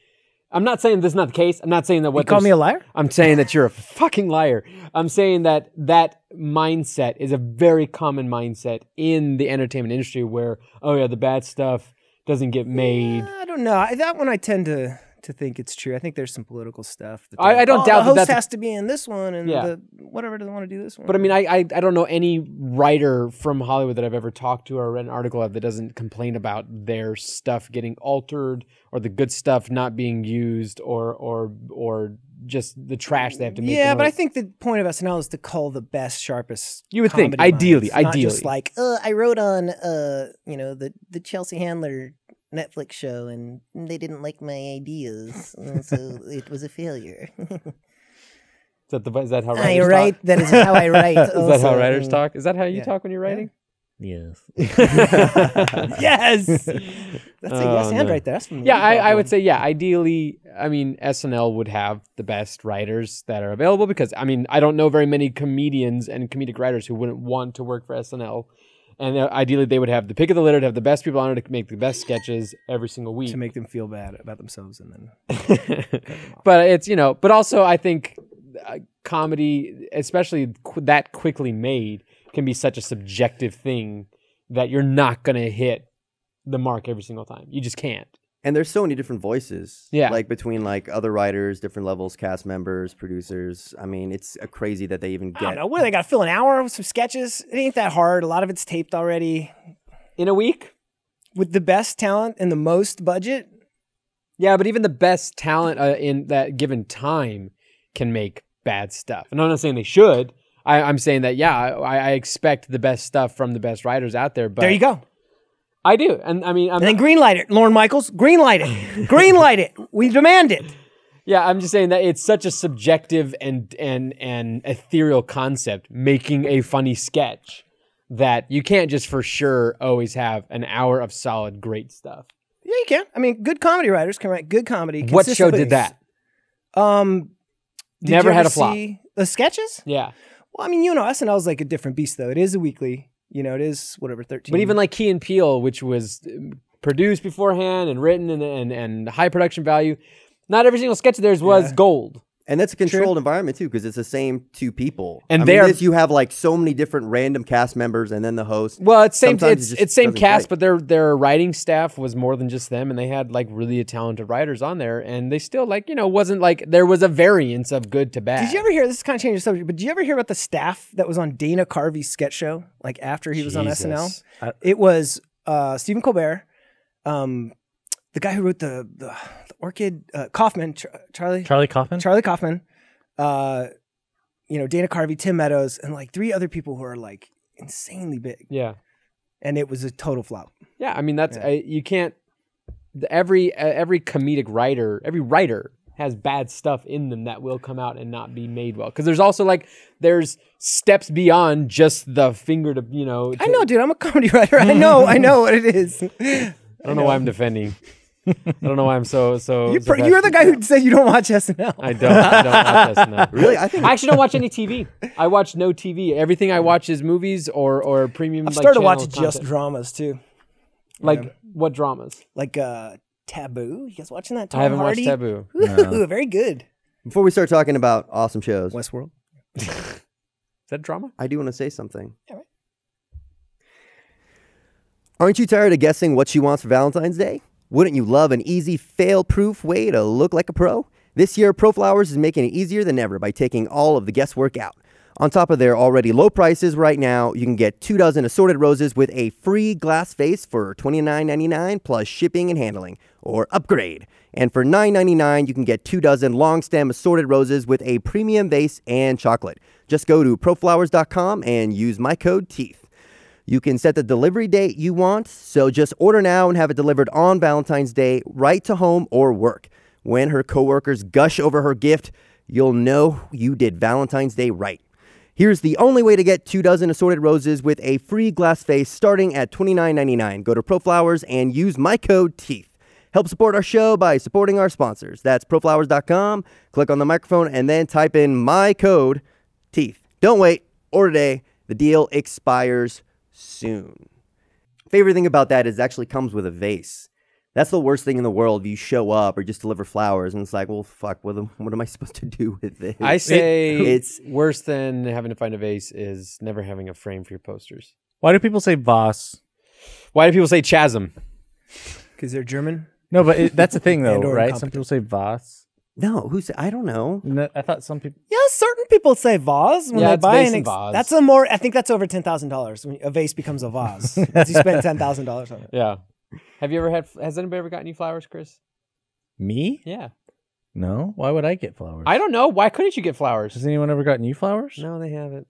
S2: "I'm not saying this is not the case. I'm not saying that what they're s-
S4: liar.
S2: I'm saying that you're a fucking liar. I'm saying that that mindset is a very common mindset in the entertainment industry where, oh yeah, the bad stuff doesn't get made.
S4: I don't know. I, that one I tend to to think it's true. I think there's some political stuff. That
S2: I-
S4: they're
S2: I don't
S4: like,
S2: doubt
S4: the
S2: that
S4: host
S2: that's-
S4: has to be in this one, and
S2: Yeah.
S4: the, whatever doesn't want to do this one.
S2: But I mean, I, I I don't know any writer from Hollywood that I've ever talked to or read an article of that doesn't complain about their stuff getting altered or the good stuff not being used or or or just the trash they have to make.
S4: yeah,
S2: in
S4: but I
S2: order-
S4: think the point of SNL is to call the best, sharpest.
S2: You would think,
S4: comedy
S2: ideally,
S4: minds, not just
S2: ideally.
S4: like uh, I wrote on, uh, you know, the the Chelsea Handler Netflix show, and
S5: they didn't like my ideas, and
S2: <laughs>
S5: so it was a failure.
S4: <laughs>
S2: is that, the, is that
S4: Ah,
S2: how
S5: I
S2: writers
S5: write.
S2: talk?
S5: That is how I write.
S2: <laughs> Is that how
S4: Mm.
S2: writers talk? <laughs> Is that how you
S5: yeah.
S2: talk when you're writing?
S3: Yes.
S4: <laughs>
S2: <laughs>
S4: yes, that's a <laughs> yes
S2: Oh,
S4: and
S2: no.
S4: right there. That's from the
S2: Yeah, I,
S4: improv
S2: I
S4: one.
S2: would say yeah. Ideally, I mean SNL would have the best writers that are available because I mean I don't know very many comedians and comedic writers who wouldn't want to work for SNL, and uh, ideally they would have the pick of the litter, to have the best people on it to make the best sketches every single week.
S4: to
S2: <laughs>
S4: make them feel bad about themselves, and then
S2: but it's you know, but also I think uh, comedy, especially qu- that quickly made, can be such a subjective thing that you're not gonna hit the mark every single time. You just can't.
S1: and there's so many different voices.
S2: Yeah.
S1: like between like other writers, different levels, cast members, producers. I mean, it's uh, crazy that they even
S4: I don't
S1: get.
S4: know. What do they got to fill an hour with some sketches? It ain't that hard. A lot of it's taped already.
S2: In a week,
S4: With the best talent and the most budget,
S2: Yeah, but even the best talent uh, in that given time can make bad stuff. And I'm not saying they should. I, I'm saying that yeah, I, I expect the best stuff from the best writers out there. But
S4: there you go.
S2: I do, and I mean, I'm
S4: And then greenlight it, Lauren Michaels. Greenlight <laughs> it. greenlight it. We demand it.
S2: yeah, I'm just saying that it's such a subjective and and and ethereal concept, making a funny sketch that you can't just for sure always have an hour of solid great stuff.
S4: Yeah, you can. I mean, good comedy writers can write good comedy.
S2: What show
S4: consistently.
S2: did that?
S4: Um, did
S2: Never
S4: you
S2: had
S4: ever
S2: a flop.
S4: see The sketches?
S2: Yeah,
S4: Well, I mean, you know, SNL is like a different beast, though. It is a weekly. You know, it is whatever thirteen.
S2: But even like Key and Peele, which was um, produced beforehand and written and, and, and high production value, not every single sketch of theirs was gold.
S1: And that's a controlled environment too, because it's the same two people.
S2: And
S1: I mean,
S2: they're-
S1: this, you have like so many different random cast members, and then the host.
S2: Well, it's same
S1: Sometimes it
S2: it's,
S1: just
S2: it's same
S1: doesn't
S2: cast,
S1: click.
S2: but their their writing staff was more than just them, and they had like really talented writers on there, and they still like you know wasn't like there was a variance of good to bad.
S4: Did you ever hear this? Is kind of changing the subject, but did you ever hear about the staff that was on Dana Carvey's sketch show? Like after he was
S2: Jesus.
S4: on SNL,
S3: I-
S4: it was uh, Stephen Colbert, um, the guy who wrote the the, the Orchid uh, Kaufman, Char- Charlie
S3: Charlie Kaufman.
S4: Charlie Kaufman, uh, you know, Dana Carvey, Tim Meadows, and like three other people who are like insanely big.
S2: Yeah,
S4: And it was a total flop.
S2: yeah. I mean that's uh, you can't. the- Every uh, every comedic writer, every writer has bad stuff in them that will come out and not be made well. Because there's also like there's steps beyond just the finger to you know.
S4: I
S2: to-
S4: know, dude. I'm a comedy <laughs> writer. I know. I know what it <laughs> is. You're,
S2: I don't know why I'm defending. I don't know why I'm so so.
S4: pr- you're the guy who said you don't watch SNL.
S2: I don't. I don't watch this
S4: <laughs>
S2: now.
S1: Really, I think
S2: I actually don't watch any TV. I watch no TV. Everything I watch is movies or or premium.
S4: I've
S2: like,
S4: started
S2: channel
S4: watching just
S2: content.
S4: dramas too,
S2: like what dramas?
S4: like uh, Taboo. You guys watching that? Tom
S2: I haven't
S4: Hardy?
S2: watched Taboo. Is
S4: Ooh, very good.
S1: before we start talking about awesome shows,
S4: Westworld.
S2: that drama?
S1: I do want to say something.
S4: Yeah, right.
S1: Aren't you tired of guessing what she wants for Valentine's Day? Wouldn't you love an easy, fail proof way to look like a pro? This year, ProFlowers is making it easier than ever by taking all of the guesswork out. On top of their already low prices right now, you can get two dozen assorted roses with a free glass vase for $29.99 plus shipping and handling, or upgrade. And for $9.99, you can get two dozen long stem assorted roses with a premium vase and chocolate. Just go to proflowers.com and use my code E TEETH. You can set the delivery date you want, so just order now and have it delivered on Valentine's Day right to home or work. When her coworkers gush over her gift, you'll know you did Valentine's Day right. Here's the only way to get two dozen assorted roses with a free glass vase starting at $29.99. Go to ProFlowers and use my code TEETH. Help support our show by supporting our sponsors. That's proflowers.com. Click on the microphone and then type in my code teeth. Don't wait, order today. The deal expires soon. Favorite thing about that is it actually comes with a vase. That's the worst thing in the world. You show up or just deliver flowers, and it's like, well, fuck. What am, what am I <laughs> supposed to do with this?
S2: I say
S1: it's-
S2: it's worse than having to find a vase is never having a frame for your posters.
S3: Why do people say Voss?
S2: Why do people say chasm?
S4: because they're German.
S3: No, but it, that's the thing though,
S4: And or
S3: right? Some people say Voss.
S1: no. Who's I don't know.
S3: No, I thought some people.
S4: Yeah, certain people say vase when
S2: Yeah,
S4: they
S2: it's
S4: buy
S2: vase
S4: an.
S2: and
S4: Ex-
S2: vase.
S4: that's a more. I think that's over ten thousand dollars. when A vase becomes
S2: <laughs>
S4: a vase. Once you spend ten thousand dollars on it.
S2: Yeah. Have you ever had? Has anybody ever gotten you flowers, Chris?
S3: Me?
S2: Yeah.
S3: No. Why would I get flowers?
S2: I don't know. Why couldn't you get flowers?
S3: Has anyone ever gotten you flowers?
S2: No, they haven't.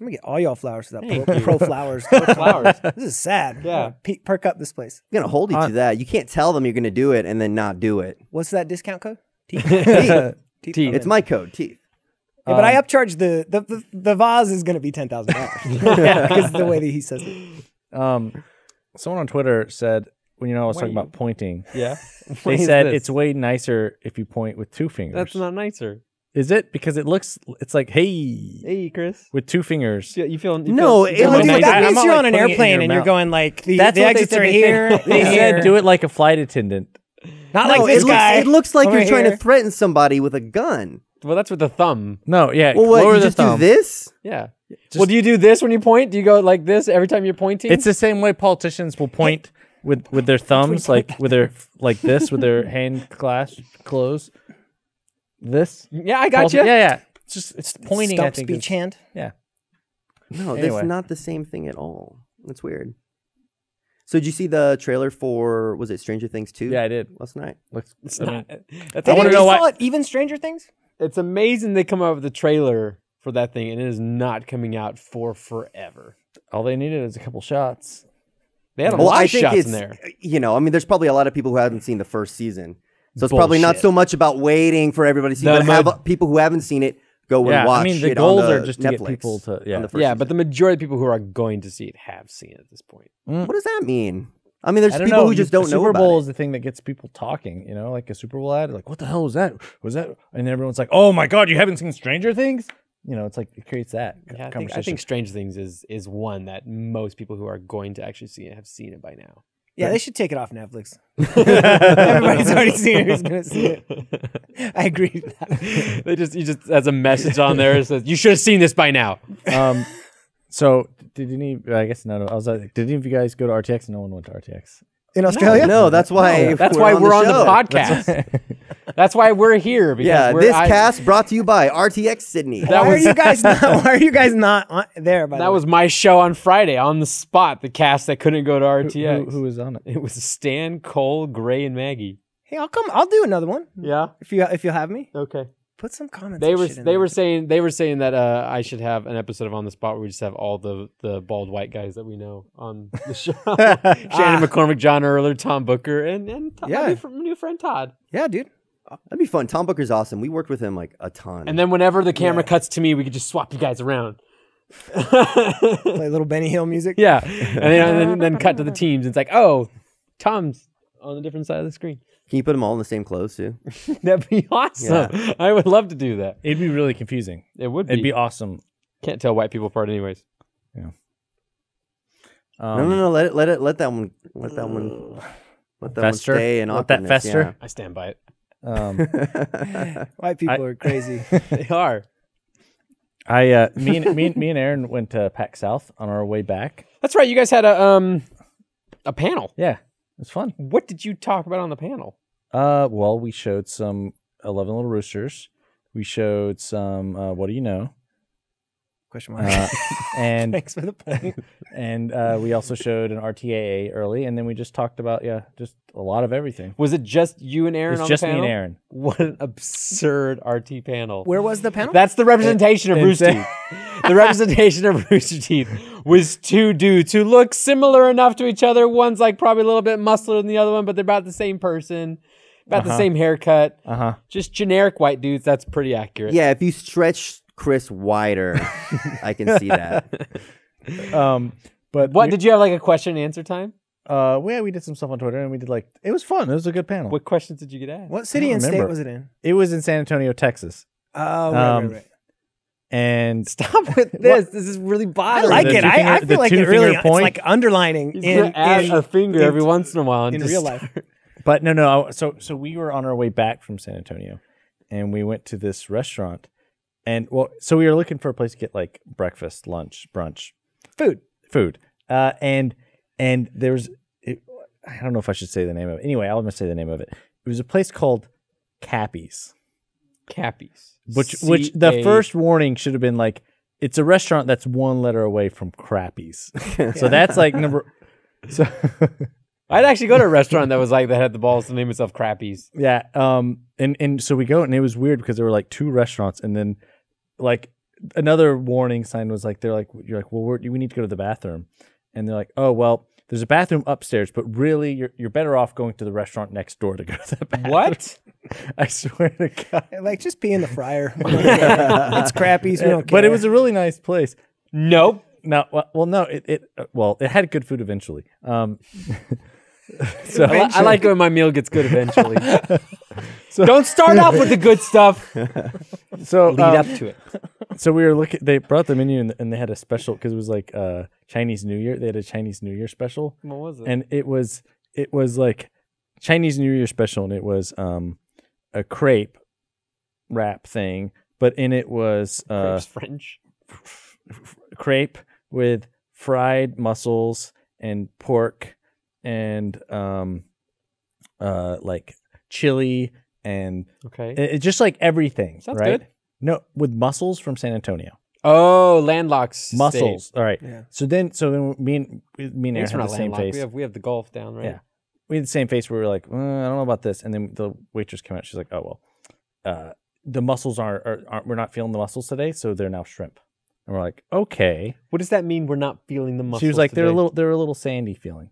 S4: I'm gonna get all y'all flowers for that
S2: Thank
S4: pro,
S2: you.
S4: pro flowers.
S2: <laughs> Flowers.
S4: This is sad.
S2: Yeah.
S4: Pe- perk up this place.
S1: I'm gonna hold you
S3: Uh,
S1: to that. You can't tell them you're gonna do it and then not do it.
S4: What's that discount code?
S2: <laughs>
S1: Teeth.
S4: Teeth.
S2: Teeth.
S1: It's my code. Teeth.
S4: Yeah, but I
S2: um,
S4: upcharge the the the, the vase is gonna be ten
S2: <laughs>
S4: thousand dollars <laughs> because the way that he says it.
S3: Um, someone on Twitter said when you know I was talking
S2: Wait.
S3: about pointing,
S2: <laughs> Yeah.
S3: they
S2: What is
S3: said
S2: this?
S3: it's way nicer if you point with two fingers.
S2: That's not nicer.
S3: Is it because it looks? It's like hey,
S2: Hey, Chris.
S3: with two fingers.
S2: You feeling? you
S1: No,
S2: feeling-
S1: it
S2: feeling
S1: looks
S4: Dude,
S1: like-
S2: nicer?
S4: that means
S3: not,
S4: you're
S3: like,
S4: on an
S3: putting it in
S4: airplane
S3: your
S4: and you're
S3: mouth.
S4: going like the,
S3: That's
S4: the
S3: what
S4: exits
S3: they said
S4: are
S3: they
S4: here.
S3: think.
S4: <laughs>
S3: They said do it like a flight attendant.
S4: Not
S1: No,
S4: like this
S1: it
S4: guy.
S1: looks it looks like
S4: over
S1: you're trying
S4: here.
S1: to threaten somebody with a gun.
S2: Well, that's with the thumb.
S3: No, yeah.
S1: Well, what
S3: lower
S1: you
S3: the
S1: just
S3: thumb.
S1: do this?
S2: Yeah. well, do you do this when you point? Do you go like this every time you're pointing?
S3: It's the same way politicians will point with with <laughs> their thumbs, like with their like this, with <laughs> their hand clasp close. This.
S2: yeah, I got you.
S3: Yeah, yeah. It's just it's pointing. I
S4: Stump
S3: think.
S4: speech
S3: is-
S4: hand.
S3: yeah.
S1: No,
S3: Anyway.
S1: that's not the same thing at all. That's weird. So did you see the trailer for was it Stranger Things 2?
S3: Yeah, I did.
S1: Last night.
S3: Looks,
S2: It's
S3: I mean,
S2: not. That's
S3: I wanna
S4: Didn't
S3: know
S4: you
S3: why-
S4: call it even Stranger Things.
S2: it's amazing they come out with the trailer for that thing, and it is not coming out for forever.
S3: all they needed is a couple shots.
S2: They
S3: Oh,
S2: had a
S1: Well,
S2: lot
S1: I
S2: of
S1: think
S2: shots
S1: it's
S2: in there.
S1: you know, I mean there's probably a lot of people who haven't seen the first season. So it's probably not
S2: Bullshit.
S1: so much about waiting for everybody to see,
S2: No,
S1: but
S2: no.
S1: have uh, people who haven't seen it go
S3: Yeah, I
S1: and watch
S3: mean, the
S1: it
S3: goals
S1: on the
S3: are just to
S1: Netflix
S3: get people to-
S1: on
S3: yeah.
S1: the first
S2: Yeah,
S1: season.
S2: but the majority of people who are going to see it have seen it at this point.
S1: what does that mean? I mean there's
S3: I don't
S1: people
S3: know.
S1: who just
S3: the
S1: don't know
S3: Super
S1: about
S3: Bowl
S1: it.
S3: is the thing that gets people talking. You know, like a Super Bowl ad. Like, what the hell was that? Was that? And everyone's like, "Oh my God, you haven't seen Stranger Things." You know, it's like it creates that
S2: Yeah, I think,
S3: conversation.
S2: I think Strange Things is is one that most people who are going to actually see it have seen it by now.
S4: Yeah, they should take it off Netflix.
S3: <laughs>
S4: Everybody's already seen it. Who's gonna see it? I agree. With that.
S2: <laughs> they just you just has a message on there that says you should have seen this by now.
S3: um, so did any? I guess no. no I was like, did any of you guys go to RTX? No one went to RTX.
S4: In Australia,
S1: No, that's why
S2: That's why we're on
S1: show.
S2: the, podcast. That's why we're here. Because
S1: Yeah,
S2: we're,
S1: this
S2: I-
S1: cast brought to you by RTX Sydney.
S2: That
S4: why
S2: was-
S4: are you guys not? Why are you guys not on, there? By the
S2: That
S4: way?
S2: was my show on Friday on the spot. The cast that couldn't go to RTX.
S3: Who, who was on it?
S2: it was Stan, Cole, Gray, and Maggie.
S4: Hey, I'll come. I'll do another one
S2: Yeah.
S4: if you if you'll have me.
S2: Okay.
S4: Put Hmm. some comments.
S2: They
S4: and
S2: were
S4: shit in
S2: they
S4: there.
S2: were saying they were saying that uh, I should have an episode of on the spot where we just have all the the bald white guys that we know on <laughs> the show. Ah. Shannon McCormick, John Erler, Tom Booker, and and Todd,
S4: Yeah.
S2: my new, fr- my new friend Todd.
S4: Yeah, dude.
S1: That'd be fun. Tom Booker's awesome. We worked with him like a ton.
S2: And then whenever the camera cuts to me, we could just swap you guys <laughs> around.
S4: Play little Benny Hill music.
S2: yeah, and then, and
S4: <laughs>
S2: then, then cut to the teams. It's like, oh, Tom's on a different side of the screen.
S1: Can you put them all in the same clothes too?
S2: That'd be <laughs> awesome. I would love to do that.
S3: It'd be really confusing.
S2: It would be.
S3: It'd be awesome.
S2: Can't tell white people apart, anyways.
S3: Um,
S1: No, no, no. Let it, let it, let that one, let that one, let that
S3: Fester?
S1: one stay in
S3: Let that
S1: awkwardness,
S3: fester?
S2: I stand by it.
S3: Um,
S1: yeah. <laughs>
S4: White people are crazy.
S2: <laughs> They are.
S3: <laughs> I uh, <laughs> me and me, and- me and Aaron went to Pack South on our way back.
S2: That's right. You guys had a um a panel.
S3: Yeah, it was fun.
S2: What did you talk about on the panel?
S3: Uh, well, we <laughs> showed some Eleven Little Roosters. We showed some. Uh, what do you know?
S4: Question mark.
S3: Uh,
S4: <laughs>
S3: and
S4: Thanks for the point.
S3: and uh, we also showed an RTAA early, and then we just talked about yeah, just a lot of everything.
S2: Was it just you and Aaron
S3: It's
S2: on
S3: just
S2: the
S3: me and
S2: panel?
S3: Aaron.
S2: What an absurd RT panel.
S4: Where was the panel?
S2: That's the representation of
S3: And
S2: Rooster
S3: so-
S2: Teeth. The representation of Rooster Teeth was two dudes who look similar enough to each other. One's like probably a little bit muscler than the other one, but they're about the same person, about
S3: Uh-huh.
S2: the same haircut.
S3: Uh huh.
S2: Just generic white dudes. That's pretty accurate.
S1: Yeah, if you stretch Chris
S3: <laughs>
S1: wider, I can see that.
S3: Um, but
S2: What
S3: we,
S2: did you have like a question and answer time?
S3: uh, yeah, we did some stuff on Twitter, and we did like it was fun. It was a good panel.
S2: What questions did you get asked?
S4: what city
S3: I
S4: and
S3: don't
S4: state
S3: remember.
S4: was it in?
S3: It was in San Antonio, Texas,
S4: Oh, right,
S3: Um,
S4: right, right.
S3: and
S2: Stop <laughs> with this. This is really
S4: I
S2: bothering.
S4: like
S3: the
S4: it.
S3: two
S4: I,
S3: finger-
S4: I
S3: the
S4: feel like
S3: two
S4: it really,
S3: finger
S4: it's
S3: point.
S4: like underlining
S2: He's
S4: in,
S2: gonna add
S4: in,
S2: a finger
S4: in-
S2: every once in a while and
S4: in
S2: just
S4: real life.
S3: but no, no. I- So so we were on our way back from San Antonio, and we went to this restaurant, and well, so we were looking for a place to get like breakfast, lunch, brunch,
S4: Food.
S3: food. Uh, and and there's, it, I don't know if I should say the name of it. Anyway, I'm gonna say the name of it. It was a place called Cappy's,
S2: Cappies.
S3: which which the first warning should have been like, it's a restaurant that's one letter away from Crappies.
S4: <laughs>
S3: so that's like number. <laughs> So
S2: I'd actually go to a restaurant that was like that had the balls to name itself
S3: <laughs>
S2: Crappies.
S3: yeah, um, and and so we go and it was weird because there were like two restaurants and then like another warning sign was like they're like you're like well we're, we need to go to the bathroom and they're like oh well there's a bathroom upstairs but really you're you're better off going to the restaurant next door to go to the bathroom
S2: What?
S3: <laughs> I swear to God
S4: Like just pee in the fryer. it's crappies. We don't care.
S3: but it was a really nice place
S2: Nope.
S3: no well, well no it, it uh, well it had good food eventually um <laughs> so
S2: I, li- I like it when my meal gets good eventually. Don't start off with the good stuff. Lead
S3: so um,
S2: up to it.
S3: so we were looking they brought the menu and, and they had a special because it was like uh chinese new year they had a chinese new year special
S2: <laughs> What was it?
S3: and it was it was like chinese new year special and it was um a crepe wrap thing but in it was uh
S2: Crepes French.
S3: crepe with fried mussels and pork and um uh like chili and
S2: Okay.
S3: it, it just like everything
S2: Sounds
S3: right
S2: good.
S3: no with mussels from san antonio
S2: oh, landlocks.
S3: mussels all right
S4: Yeah.
S3: so then so then me and me
S2: State. At least
S3: and Aaron
S2: we're
S3: had the
S2: not
S3: same
S2: landlocked.
S3: face
S2: We have we have the golf down right.
S3: Yeah. we had the same face where we were like, "Uh, I don't know about this. And then the waitress came out. She's like, oh, well, uh, the muscles aren't, are, aren't, we're not feeling the muscles today. So they're now shrimp. And we're like, okay.
S2: What does that mean? We're not feeling the muscles.
S3: she was like, they're a
S2: today?
S3: little, they're a little sandy feeling.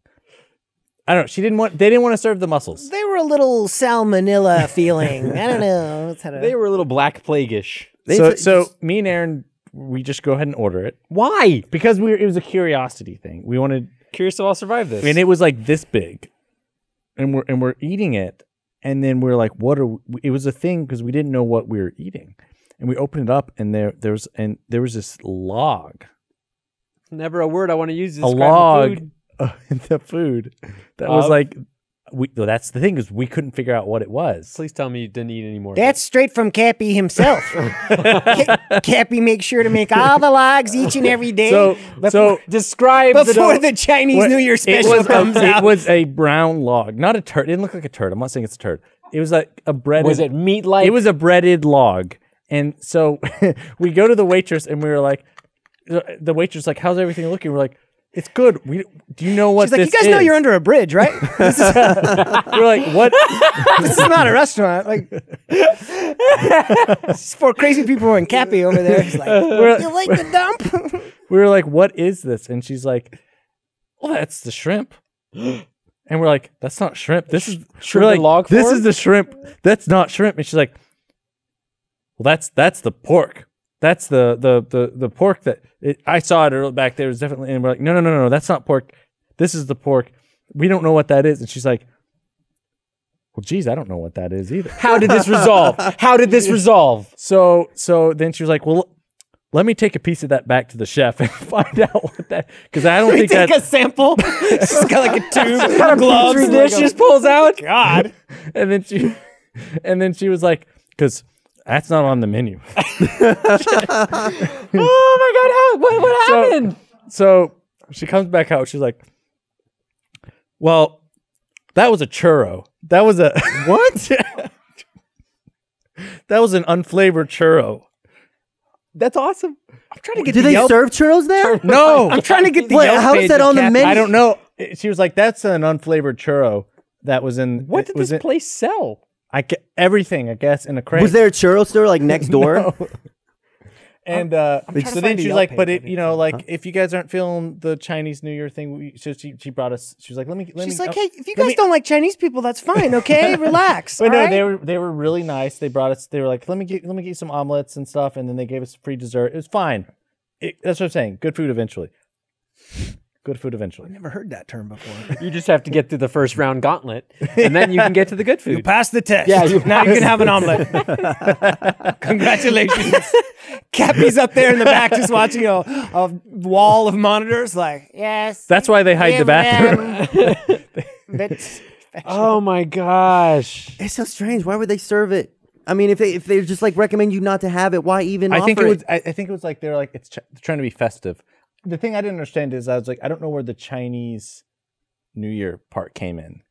S3: I don't know. She didn't want, they didn't want to serve the muscles.
S5: They were a little salmonella feeling. I don't know. It's had a-
S2: They were a little black plagueish.
S1: They
S3: so,
S1: t-
S3: so me and Aaron, we just go ahead and order it
S2: Why?
S3: because we were, it was a curiosity thing. We wanted,
S2: Curious if I'll survive this.
S3: and it was like this big and we're and we're eating it and then we're like what are we, it was a thing because we didn't know what we were eating and we opened it up and there there was and there was this log
S2: Never a word I want to use. To
S3: a
S2: describe the
S3: log <laughs>
S2: food.
S3: in the food that was
S2: Of?
S3: like we well, that's the thing is we couldn't figure out what it was
S2: Please tell me you didn't eat anymore.
S5: That's straight from Cappy
S3: <laughs>
S5: himself. Ca- Cappy makes sure to make all the logs each and every day.
S3: so so
S2: describe
S4: before
S2: the
S4: the Chinese
S3: what-
S4: New Year special
S3: it was
S4: comes
S3: a,
S4: out.
S3: it was a brown log not a turd it didn't look like a turd i'm not saying it's a turd it was like a bread
S2: was it meat like
S3: it was a breaded log. And so <laughs> we go to the waitress and we were like, the the waitress like, how's everything looking? We're like, it's good. We do you know what
S4: She's like, you
S3: this
S4: guys know
S3: is?"
S4: you're under a bridge,
S3: <laughs>
S4: right? This is,
S3: We're
S4: <laughs>
S3: like, what?
S4: this is not a restaurant. Like, <laughs> it's for crazy people who are in Cappy over there. It's like,
S3: we're,
S4: like the dump? <laughs>
S3: we were like, what is this? And she's like, well, that's
S2: <gasps>
S3: the shrimp. And we're like, that's not shrimp. This is
S2: shrimp
S3: we're
S2: in
S3: like,
S2: log
S3: This
S2: form?"
S3: is the shrimp. That's not shrimp. And she's like, well, that's that's the pork. That's the the the the pork that it, I saw it earl- back there. It was definitely, and we're like, no, no, no, no, that's not pork. This is the pork. We don't know what that is. And she's like, well, geez, I don't know what that is either.
S2: How did this <laughs> resolve? How did this resolve?
S3: So so then she was like, well, let me take a piece of that back to the chef and <laughs> find out what that because I don't think
S4: Take a
S3: that
S4: sample. She's got
S3: <laughs>
S4: like a tube,
S2: Got a
S4: gloves,
S2: petri
S4: and like
S2: dish
S4: a-
S2: just pulls out. <laughs>
S4: God.
S3: and then she and then she was like because that's not on the menu <laughs>
S2: Oh my god! How what, what
S3: So-
S2: happened?
S3: so she comes back out she's like well that was a churro that was a <laughs> what that was an unflavored churro
S2: That's awesome.
S3: I'm trying to get
S1: Do they serve churros there?
S3: <laughs> No,
S4: <laughs> I'm trying to get the
S1: Wait,
S4: Yelp
S1: how is
S4: page
S1: that
S4: of
S1: on the
S4: Cap-
S1: menu?
S3: I <laughs> don't know. It- She was like, "That's an unflavored churro that was in
S2: What
S3: it
S2: did
S3: was
S2: this
S3: in-
S2: place sell?
S3: I ca- everything, I guess, in a crate. <laughs>
S1: Was there a churro store like next door?
S3: And uh,
S4: trying to
S3: so
S4: find
S3: then
S4: the
S3: she's
S4: Yelp
S3: like,
S4: page
S3: "But
S4: I
S3: it,
S4: didn't
S3: you know, like if you guys aren't feeling the Chinese New Year thing, we, so she she brought us. She was like, let me. <laughs> Let
S5: She's
S3: me,
S5: like,
S3: oh,
S5: hey, if you
S3: let
S5: guys
S3: me-
S5: don't like Chinese people, that's fine,
S3: <laughs>
S5: okay? Relax.
S3: But no,
S5: all right?
S3: they were they were really nice. They brought us. They were like, let me get let me get you some omelets and stuff, and then they gave us free dessert. It was fine. It, that's what I'm saying. Good food eventually. Good food eventually.
S4: Never heard that term before.
S2: You just have to get through the first round <laughs> gauntlet, and then you can get to the good
S4: You
S2: food.
S4: passed the test.
S2: Yeah, you
S4: now you can have an omelet. Congratulations. Cappy's up there in the back just watching a, a wall of monitors like
S5: yes.
S3: That's why they hide the
S5: give
S3: bathroom.
S2: <laughs>
S5: them- but
S2: Oh my gosh!
S1: It's so strange. Why would they serve it? I mean, if they if they just like recommend you not to have it, why even?
S3: I think it
S1: offer
S3: was. I, I think it was like they're like it's ch- trying to be festive. The thing I didn't understand is I was like I don't know where the Chinese New Year part came in.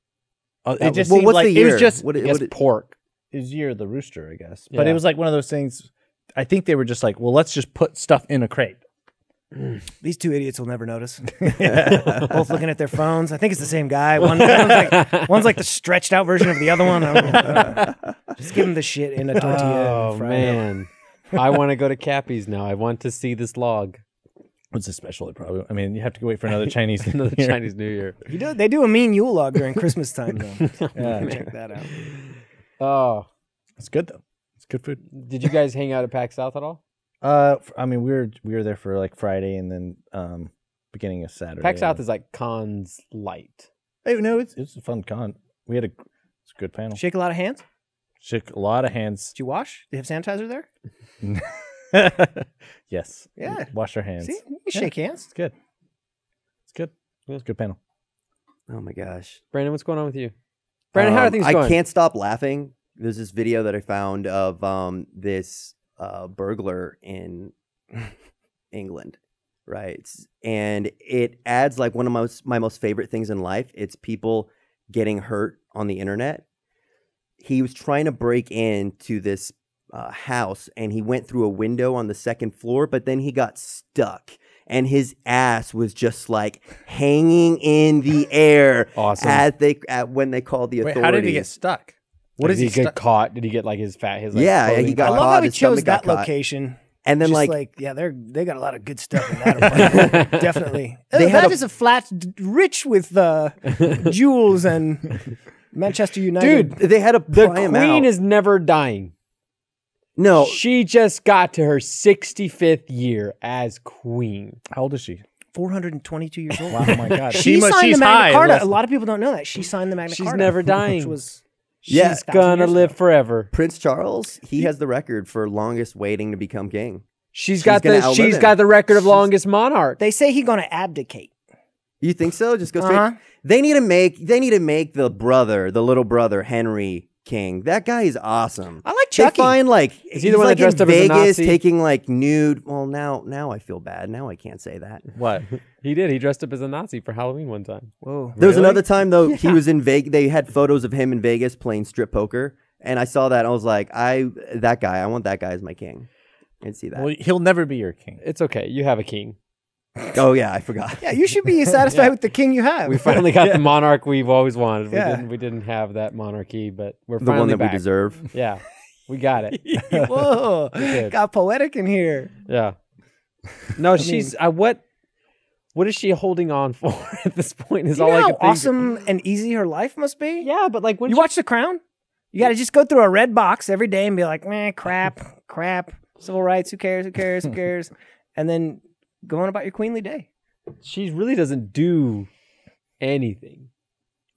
S3: Uh, it just
S1: well,
S3: seemed
S1: what's
S3: like
S1: the
S3: it
S1: year?
S3: was just
S1: What it-
S3: I guess
S1: what it-
S3: pork is year of the rooster, I guess. But
S2: Yeah.
S3: it was like one of those things. I think they were just like, well, let's just put stuff in a crate.
S4: <laughs> these two idiots will never notice. Both looking at their phones. I think it's the same guy. One, <laughs> one's,
S2: <laughs>
S4: like, one's like the stretched out version of the other one. I don't know. Just give him the shit in a tortilla.
S2: Oh
S4: and fry it up.
S2: man, I want to go to Cappy's now. I want to see this log.
S3: It's a special, they probably. I mean, you have to wait for another Chinese.
S2: Another
S3: Year.
S2: Chinese New Year.
S4: You do, they do a mean Yule log during Christmas time
S3: <laughs>
S4: though.
S3: <laughs> Yeah.
S4: Check that out.
S2: Oh,
S3: It's good though. It's good food.
S2: did you guys hang out at Pack South at all?
S3: Uh, f- I mean, we were we were there for like Friday and then um beginning of Saturday.
S2: Pack South
S3: and-
S2: is like cons light.
S3: Hey, no, it's it's a fun con. We had a it's a good panel.
S4: Shake a lot of hands.
S3: Shook a lot of hands. <laughs>
S4: Did you wash? Do you have sanitizer there?
S3: yes.
S4: Yeah.
S3: Wash your hands.
S4: See,
S3: It's
S4: you shake hands.
S3: good. It's good. It's a good panel.
S1: oh my gosh,
S2: Brandon, what's going on with you? Brandon, how are
S1: Um,
S2: things
S1: I
S2: going?
S1: can't stop laughing. There's this video that I found of um, this uh, burglar in <laughs> England, right? It's- And it adds like one of my most, my most favorite things in life. It's people getting hurt on the internet. He was trying to break into this uh, house and he went through a window on the second floor, but then he got stuck. And his ass was just like hanging in the air
S2: Awesome.
S1: at they at when they called the
S3: Wait,
S1: authorities.
S3: how did he get stuck? What
S2: did
S3: is
S2: he,
S3: he
S2: get
S3: stuck-
S2: caught? Did he get like his fat? His like,
S1: Yeah, yeah, he
S2: clothing
S1: got
S4: I love
S2: caught?
S4: how
S1: caught,
S4: he
S1: his stomach
S4: chose
S1: got
S4: that
S1: caught.
S4: location.
S1: and then
S4: Just
S1: like,
S4: like, yeah, they're they got a lot of good stuff in that
S2: <laughs>
S4: apartment. Definitely.
S1: They
S4: They
S1: had a-
S4: a, flat d- rich with uh, jewels and Manchester United.
S2: Dude,
S1: they had a
S2: The
S1: pry him
S2: queen
S1: out.
S2: is never dying.
S1: no.
S2: She just got to her 65th year as queen.
S3: How old is she?
S4: 422 years old.
S3: Wow, my <laughs> god.
S4: She,
S3: must-
S4: signed the
S3: she's high
S4: Magna Carta.
S3: unless-
S4: A lot of people don't know that. She signed the Magna
S2: She's
S4: Carta.
S2: never
S4: Which
S2: dying.
S4: was
S1: Yeah.
S2: She's gonna live forever.
S1: Prince Charles, he has the record for longest waiting to become king.
S2: She's
S1: She's
S2: got
S1: gonna
S2: the
S1: outlive
S2: she's
S1: him.
S2: got the record of
S1: She's-
S2: longest monarch.
S5: they say he's going to abdicate.
S1: You think so? Just go straight.
S5: Uh-huh.
S1: They need to make they need to make the brother, the little brother Henry king. That guy is awesome.
S5: I like
S1: They
S5: Chucky.
S1: find like
S2: Uh, Is
S1: he's
S2: he the one that
S1: like
S2: dressed
S1: in
S2: up as a
S1: Vegas
S2: Nazi?
S1: taking like nude. Well, now now I feel bad. Now I can't say that.
S3: What?
S2: <laughs> He did. He dressed up as a Nazi for Halloween one time.
S1: <laughs>
S4: whoa.
S1: There was another time though he was in Vegas. They had photos of him in Vegas playing strip poker, and I saw that and I was like, I that guy, I want that guy as my king. And see that?
S3: Well, he'll never be your king.
S2: It's okay. You have a <laughs> king.
S1: oh yeah, I forgot.
S4: Yeah, you should be satisfied with the king you have.
S2: We finally got the monarch we've always wanted. We
S4: Yeah.
S2: didn't we didn't have that monarchy, but
S1: <laughs>
S2: we're
S1: the
S2: finally
S1: one that
S2: back.
S1: we deserve.
S2: Yeah. We got <laughs> it.
S4: <laughs> whoa.
S2: did.
S4: got poetic in here.
S2: Yeah. No, she's uh, what what is she holding on for <laughs> at this point is
S4: Do
S2: all
S4: you know
S2: I
S4: how
S2: can think.
S4: awesome and easy her life must be?
S2: Yeah, but like when
S4: You
S2: she-
S4: watch The Crown? You got to just go through a red box every day and be like, man, crap, <laughs> crap, civil rights, who cares, who
S2: <laughs>
S4: cares, who cares? And then go on about your queenly day.
S2: she really doesn't do anything.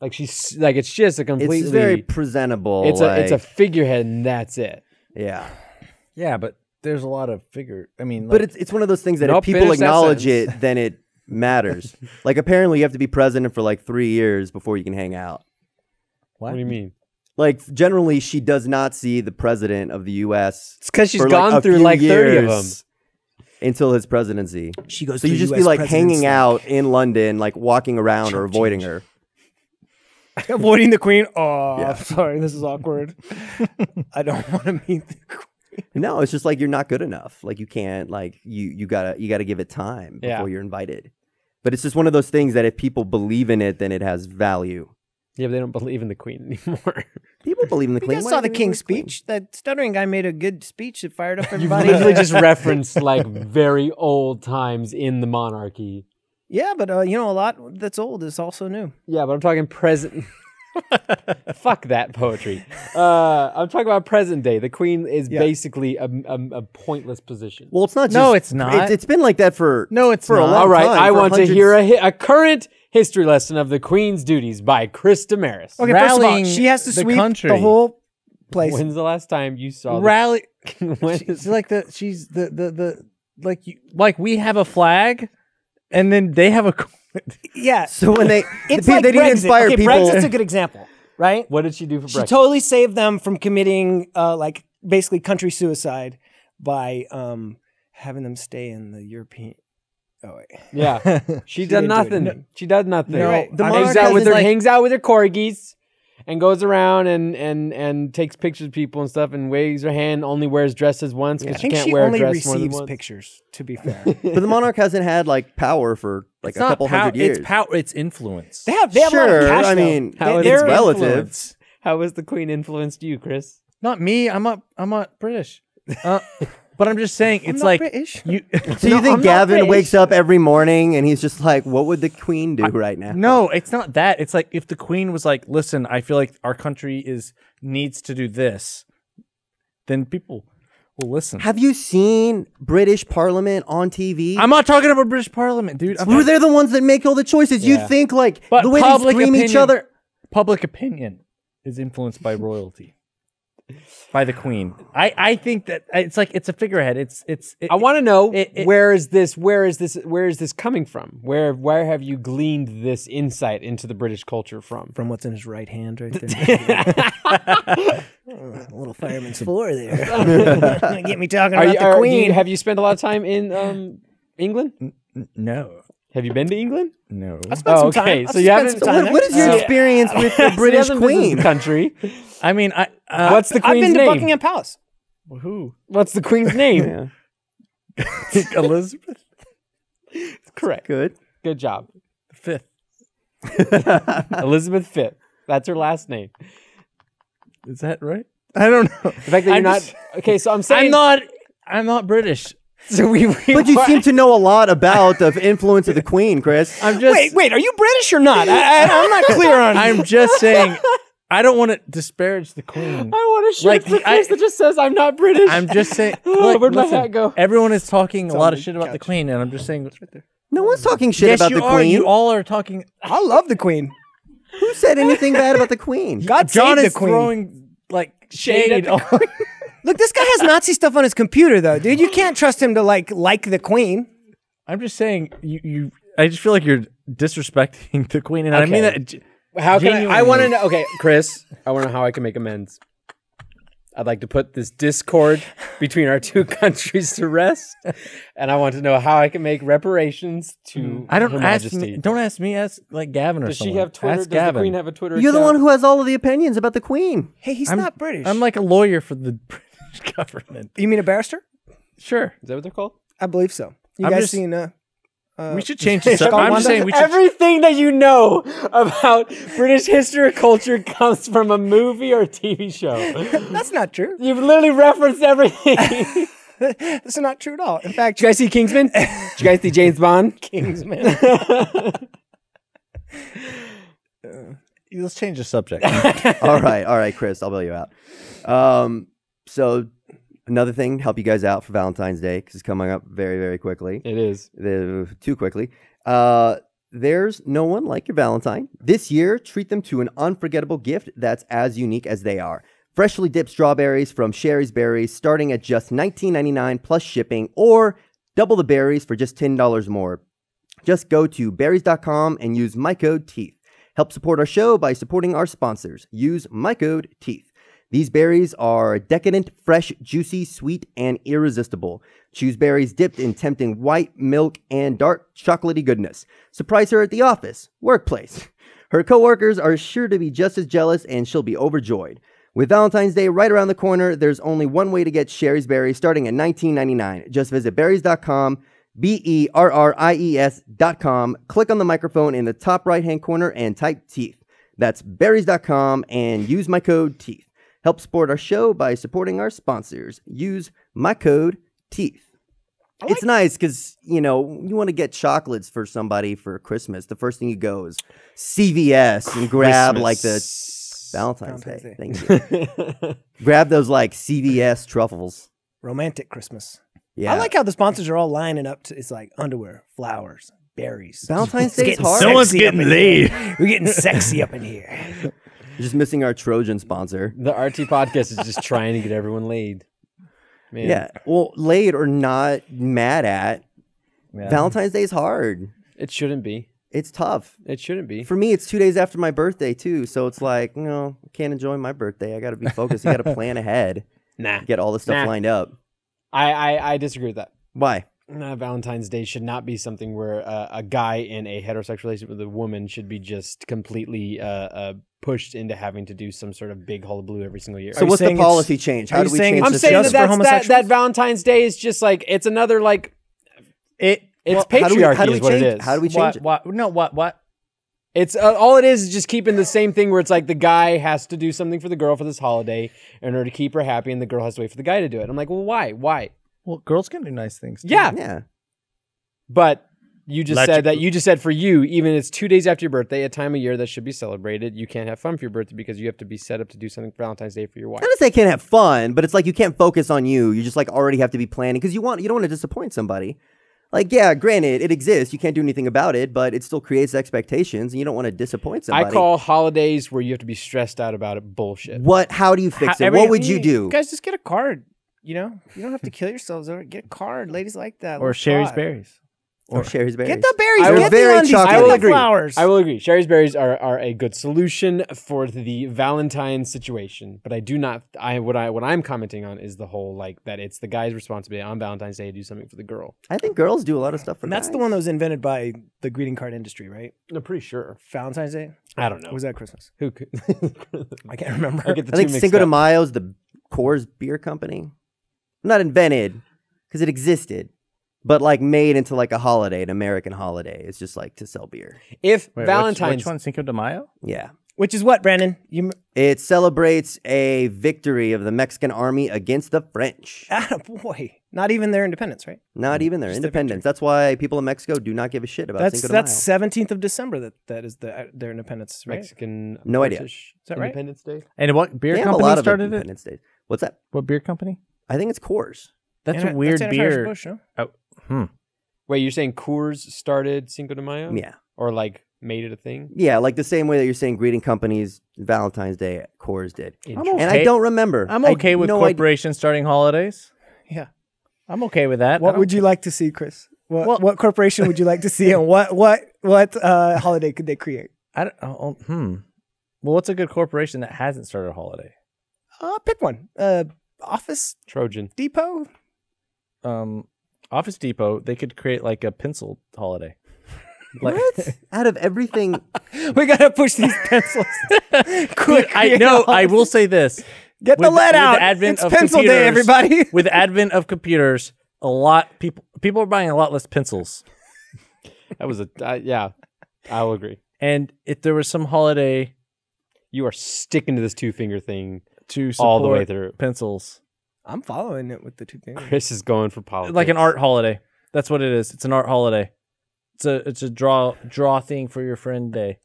S2: Like she's like it's just a completely
S1: It's very presentable.
S2: it's a it's a
S1: like-
S2: figurehead and that's it.
S1: yeah.
S3: <laughs> Yeah, but there's a lot of figure. I mean,
S1: But it's it's one of those things that
S2: No,
S1: if people
S2: finish that
S1: acknowledge
S2: sentence.
S1: it, then it
S2: <laughs>
S1: matters. like apparently you have to be president for like three years before you can hang out.
S2: What, do you mean?
S1: Like generally, she does not see the president of the U.S.
S2: It's because she's
S1: for,
S2: gone
S1: like, a
S2: through
S1: few
S2: like 30 of them.
S1: years Until his presidency.
S4: She goes
S1: So you just be like hanging out in London, like walking around or avoiding her.
S4: <laughs> Avoiding the queen. Oh,
S1: Yeah.
S4: <laughs> I'm sorry. This is awkward. I don't want to meet the <laughs> queen.
S1: no, it's just like you're not good enough. Like you can't like you you gotta you gotta give it time
S2: Yeah.
S1: before you're invited. But it's just one of those things that if people believe in it, then it has value.
S2: Yeah, but they don't believe in the queen <laughs> anymore.
S1: People believe in the
S4: You
S1: queen.
S4: guys
S1: Why
S4: saw
S1: do
S4: the
S1: they
S4: king's
S1: believe in the queen?
S4: speech. That stuttering guy made a good speech that <laughs> fired up
S2: You've
S4: everybody.
S1: <laughs>
S2: literally just referenced like very old times in the monarchy.
S4: yeah, but uh, you know, a lot that's old is also new.
S2: Yeah, but I'm talking present. <laughs> Fuck
S1: <laughs>
S2: that poetry. Uh, I'm talking about present day. The queen is basically a, a, a pointless position.
S1: Well, it's not. Just,
S3: No, it's not.
S1: it's been like that for
S3: No, it's
S1: for a
S3: not.
S1: long
S2: All right,
S1: time,
S2: I
S1: for
S2: want to
S1: hundreds-
S2: hear a, hi- a current history lesson of the queen's duties by Chris Damaris.
S4: Okay, first of all,
S3: Rallying
S4: she has to
S3: the
S4: sweep the
S3: country.
S4: whole place.
S2: When's the last time you saw the-
S4: <laughs>
S3: Rally.
S2: When
S3: She's like the she's the the the like you like we have a flag, and then they have a. <laughs>
S4: yeah,
S1: So when <laughs> they
S4: <laughs> it's
S1: the, pe-
S4: like
S1: they didn't
S4: Brexit.
S1: inspire
S4: okay,
S1: people.
S4: Brexit's a good example,
S2: <laughs>
S4: right?
S2: what did she do for
S4: She
S2: breakfast?
S4: totally saved them from committing uh, like basically country suicide by um, having them stay in the European. Oh wait,
S2: yeah, she did
S4: didn't do
S2: nothing.
S4: anything.
S2: she does nothing.
S4: You're right.
S1: The
S2: hangs
S1: monarch
S2: out with
S1: doesn't
S2: her
S1: like-
S2: hangs out with her corgis, and goes around and and and takes pictures of people and stuff, and waves her hand. Only wears dresses once
S4: I
S2: because
S4: think
S2: she can't
S4: she
S2: wear a
S4: only
S2: dress more than
S4: receives
S2: once.
S4: pictures.
S2: <laughs>
S4: To be fair,
S1: but
S4: <laughs>
S1: the monarch hasn't had like power for like
S3: It's
S1: a
S3: not
S1: couple
S3: pow-
S1: hundred years.
S3: It's power. It's influence.
S4: they have they have a lot
S1: Sure,
S4: of cash.
S1: I
S4: though.
S1: mean,
S4: They-
S2: how is it
S4: they're-
S1: relative.
S3: Influence.
S2: How has the queen influenced you, Chris?
S3: Not me. I'm not. I'm not British. <laughs> Uh, but I'm just saying. It's like
S4: British.
S3: <laughs> you.
S1: so you think Gavin wakes up every morning and he's just like, "What would the queen do right now?"
S3: No, it's not that. It's like if the queen was like, "Listen, I feel like our country is needs to do this," then people will listen.
S1: Have you seen British Parliament on TV?
S3: I'm not talking about British Parliament, dude. I'm
S1: Well,
S3: talking
S1: they're the ones that make all the choices. You
S2: Yeah.
S1: think like
S3: But
S1: the way they
S3: public
S1: scream each
S3: opinion-
S1: other.
S3: public opinion is influenced by royalty, by the queen. I I think that it's like it's a figurehead. It's it's. It,
S2: I want to know
S3: It- it-
S2: where is this? Where is this? Where is this coming from? Where where have you gleaned this insight into the British culture from?
S4: from what's in his right
S2: <laughs>
S4: hand right there. Oh, a little fireman's floor there.
S2: <laughs>
S4: <laughs>
S5: Get me talking
S2: Are
S5: about
S2: you,
S5: the
S2: are- do
S5: queen.
S2: you- have you spent a lot of time in um, England?
S3: no
S2: Have you been to England?
S3: no.
S2: Oh, okay. So you haven't.
S1: So what- what is your experience with the
S3: <laughs>
S2: So you
S1: British
S2: haven't been to
S1: queen?
S2: the country?
S3: I mean I. Uh,
S2: What's the
S4: I've
S2: queen's
S4: been to
S2: name?
S4: Buckingham Palace.
S3: who
S2: What's the queen's name?
S3: <laughs> Elizabeth
S2: Correct. Good.
S1: Good.
S2: job,
S3: the fifth.
S2: Elizabeth Fitz. That's her last name.
S3: Is that right? I don't know.
S2: The fact that you're
S3: I'm
S2: not
S3: just-
S2: okay. So <laughs> I'm saying
S3: I'm not. I'm not British.
S2: So we, we
S1: But you seem to know a lot about the influence of the queen, Chris.
S3: I'm just.
S4: Wait, wait, are you British or not? I, I, I'm not clear
S3: <laughs>
S2: <laughs>
S4: on.
S3: I'm just saying. I don't want to disparage the queen.
S2: I want to shirt
S3: Like,
S2: the
S3: I-
S2: Chris that just says I'm not British.
S3: I'm just saying.
S2: Oh, <laughs> where'd my hat go?
S3: Everyone is talking a lot of shit about the queen, and I'm just saying. What's right there?
S1: No one's talking shit about
S3: you
S1: the
S3: are.
S1: queen.
S3: You all are talking.
S4: I love the Queen.
S1: Who said anything bad about the
S3: <laughs>
S1: queen?
S4: God
S3: John
S4: save
S3: is
S4: the Queen.
S3: throwing like
S2: Shade at
S3: shade.
S2: the
S3: on- <laughs>
S4: Look, this guy has Nazi stuff on his computer, though, dude. You can't trust him to like like the Queen.
S3: I'm just saying. You. you I just feel like you're disrespecting <laughs> the queen, and I mean that. j-
S2: How can I, I
S3: Genuinely.
S2: want to know? Okay, Chris, I want to know how I can make amends. I'd like to put this discord between our two <laughs> countries to rest, and I want to know how I can make reparations to
S3: I don't
S2: Her
S3: ask.
S2: Majesty.
S3: Me, don't ask me. Ask like Gavin or
S2: Does she
S3: someone.
S2: have Twitter? Does
S3: Ask Gavin.
S2: the Queen have a Twitter?
S1: You're the one
S2: account?
S1: who has all of the opinions about the queen.
S4: Hey, he's not British.
S3: I'm like a lawyer for the <laughs> British government.
S4: you mean a barrister?
S3: Sure.
S2: Is that what they're called?
S4: I believe so. You
S3: I'm
S4: guys
S3: just-
S4: seen? Uh,
S3: we should change <laughs> the subject.
S4: Scott
S3: I'm just
S4: Wanda?
S3: saying we should.
S2: Everything that you know about British history or culture comes from a movie or TV show.
S4: that's not true.
S2: You've literally referenced <laughs> everything.
S4: That's not true at all. In fact,
S2: Did you guys see Kingsman? Did you guys see James Bond?
S4: Kingsman.
S3: let's change the <laughs> subject.
S1: all right, all right, Chris, I'll bail you out. Um, so another thing to help you guys out for Valentine's Day because it's coming up very, very quickly.
S2: <laughs> It is.
S1: the, too quickly. Uh, there's no one like your Valentine. This year, treat them to an unforgettable gift that's as unique as they are. Freshly dipped strawberries from Sherry's Berries starting at just $19.99 plus shipping, or double the berries for just $10 more. Just go to berries.com and use my code TEETH. Help support our show by supporting our sponsors. Use my code TEETH. These berries are decadent, fresh, juicy, sweet, and irresistible. Choose berries dipped in tempting white, milk, and dark chocolatey goodness. Surprise her at the <laughs> office, workplace. Her coworkers are sure to be just as jealous and she'll be overjoyed. With Valentine's Day right around the corner, there's only one way to get Sherry's Berries starting at $19.99. Just visit berries.com, B E R R I E S.com, click on the microphone in the top right hand corner and type teeth. That's berries.com and use my code teeth. Help support our show by supporting our sponsors. Use my code teeth. it's nice because, you know, you want to get chocolates for somebody for Christmas. The first thing you go is CVS and grab like the Valentine's,
S4: Valentine's
S1: Day. Thank you. <laughs> Grab those like CVS truffles.
S4: Romantic Christmas.
S1: Yeah. <laughs>
S4: I like how the sponsors are all lining up to it's like underwear, flowers, berries.
S1: Valentine's
S4: It's
S1: Day is
S4: getting
S1: hard.
S4: sexy
S3: Someone's
S4: up
S3: getting
S4: in
S3: laid.
S4: here. We're getting sexy up in here.
S1: <laughs> Just missing our Trojan sponsor.
S2: The RT podcast is just trying to get everyone laid. Man.
S1: Yeah. Well, late or not mad at Valentine's Day is hard.
S2: It shouldn't be.
S1: It's tough.
S2: It shouldn't be.
S1: For me, it's two days after my birthday too, so it's like you know, I can't enjoy my birthday. I got to be focused. I got <laughs> to plan ahead.
S2: Nah.
S1: Get all this stuff
S2: Nah.
S1: lined up.
S2: I, I, I disagree with that.
S1: Why?
S2: Nah, uh, Valentine's Day should not be something where uh, a guy in a heterosexual relationship with a woman should be just completely uh, uh, pushed into having to do some sort of big hullabaloo every single year.
S1: So
S4: you
S1: what's the
S4: saying it's-
S1: policy change? How
S4: are
S1: do
S4: you
S1: we
S4: saying
S1: change?
S2: I'm
S1: the
S4: it's
S2: saying
S4: just
S2: that,
S4: for
S2: that's, that that
S4: homosexuals?
S2: Valentine's Day is just like it's another like
S3: It
S2: it's
S3: well,
S2: patriarchy
S1: how do we, how do we
S2: is what
S1: change?
S2: it is.
S1: How do we
S3: why,
S1: change it?
S3: why, no, what, what?
S2: It's uh, all it is is just keeping the same thing where it's like the guy has to do something for the girl for this holiday in order to keep her happy, and the girl has to wait for the guy to do it. I'm like, well, why? Why?
S3: Well, girls can do nice things. too.
S2: Yeah,
S1: Yeah.
S2: but you just
S3: Let
S2: said
S3: you-
S2: that you just said for you, even it's two days after your birthday, a time of year that should be celebrated. You can't have fun for your birthday because you have to be set up to do something for Valentine's Day for your wife.
S1: Not to say I can't have fun, but it's like you can't focus on you. You just like already have to be planning because you want you don't want to disappoint somebody. Like, yeah, granted, it exists. You can't do anything about it, but it still creates expectations, and you don't want to disappoint somebody.
S2: I call holidays where you have to be stressed out about it bullshit.
S1: what? How do you fix
S5: How-
S1: it?
S5: every-
S1: What would you do?
S5: guys, just get a card. You know, you don't have to kill yourselves over it. Get a card. Ladies like that.
S3: Or
S5: little
S3: Sherry's
S5: thought.
S3: berries.
S1: Or Sherry's berries?
S5: Get the berries.
S2: I will-
S5: get
S1: very
S5: the undies.
S1: chocolatey.
S5: Get
S2: I will
S5: the
S2: agree.
S5: flowers.
S2: I will agree. Sherry's berries are, are a good solution for the Valentine situation, but I do not. I what I what I'm commenting on is the whole like that it's the guy's responsibility on Valentine's Day to do something for the girl.
S1: I think girls do a lot of stuff for.
S4: And that's the
S1: guys.
S4: one that was invented by the greeting card industry, right?
S2: I'm pretty sure.
S4: Valentine's Day?
S2: I don't know.
S4: Or was that Christmas?
S2: Who
S3: <laughs>
S2: could?
S4: I can't remember.
S2: I get the
S1: I think
S2: two mixed
S1: Cinco de
S2: up.
S1: Mayo is the Coors beer company. Not invented because it existed, but like made into like a holiday, an American holiday. It's just like to sell beer.
S2: If
S3: Wait, which-
S2: Valentine's,
S3: Which one? Cinco de Mayo?
S1: Yeah.
S4: <laughs> Which is what, Brandon? You m- <laughs>
S1: It celebrates a victory of the Mexican army against the French.
S4: ah, boy, not even their independence, right?
S1: Not even their
S4: a
S1: independence. That's why people in Mexico do not give a shit about
S4: That's
S1: Cinco de
S4: that's
S1: Mayo.
S4: seventeenth of December. That that is the, uh, their independence, right?
S2: Mexican,
S1: No idea.
S2: British
S4: that right?
S2: Independence Day.
S3: And what beer
S1: They have
S3: company started it?
S1: independence days. What's that?
S3: What beer company?
S1: I think it's Coors.
S3: That's
S4: Anheuser-
S3: a weird
S4: that's Anheuser-Busch,
S3: beer.
S4: no?
S2: Wait, you're saying Coors started Cinco de Mayo?
S1: Yeah,
S2: Or like made it a thing?
S1: yeah. Like the same way that you're saying greeting companies Valentine's Day, Coors did.
S3: I'm okay.
S1: And I don't remember.
S3: I'm
S1: I-
S3: okay with
S1: no idea.
S3: corporations starting holidays.
S4: Yeah.
S3: I'm okay with that.
S4: What would you like to see, Chris? What,
S3: Well-
S4: what corporation would you like to see, and what what what uh, holiday could they create?
S3: I don't, oh, oh, hmm. Well, what's a good corporation that hasn't started a holiday?
S4: Uh, pick one. Uh, Office
S2: Trojan.
S4: Depot. <laughs>
S3: Um, Office Depot. They could create like a pencil holiday. Like,
S1: What? Out of
S3: <laughs>
S1: everything,
S4: We gotta push these pencils. <laughs> Quick,
S3: <laughs> I
S4: create
S3: know.
S4: a
S3: I
S4: holiday.
S3: will say this:
S4: Get the
S3: with- with
S4: lead
S3: the
S4: out.
S3: advent
S4: it's
S3: of
S4: pencil
S3: computers-
S4: day,
S3: <laughs>
S4: everybody.
S3: with the advent of computers, a lot people people are buying a lot less pencils.
S2: That was a uh, yeah. I will agree.
S3: And if there was some holiday
S2: You are sticking to this two finger thing
S3: to support
S2: all the way through.
S3: pencils,
S4: I'm following it with the two fingers.
S2: Chris is going for politics.
S3: like an art holiday. That's what it is. It's an art holiday. It's a it's a draw draw thing for your friend day.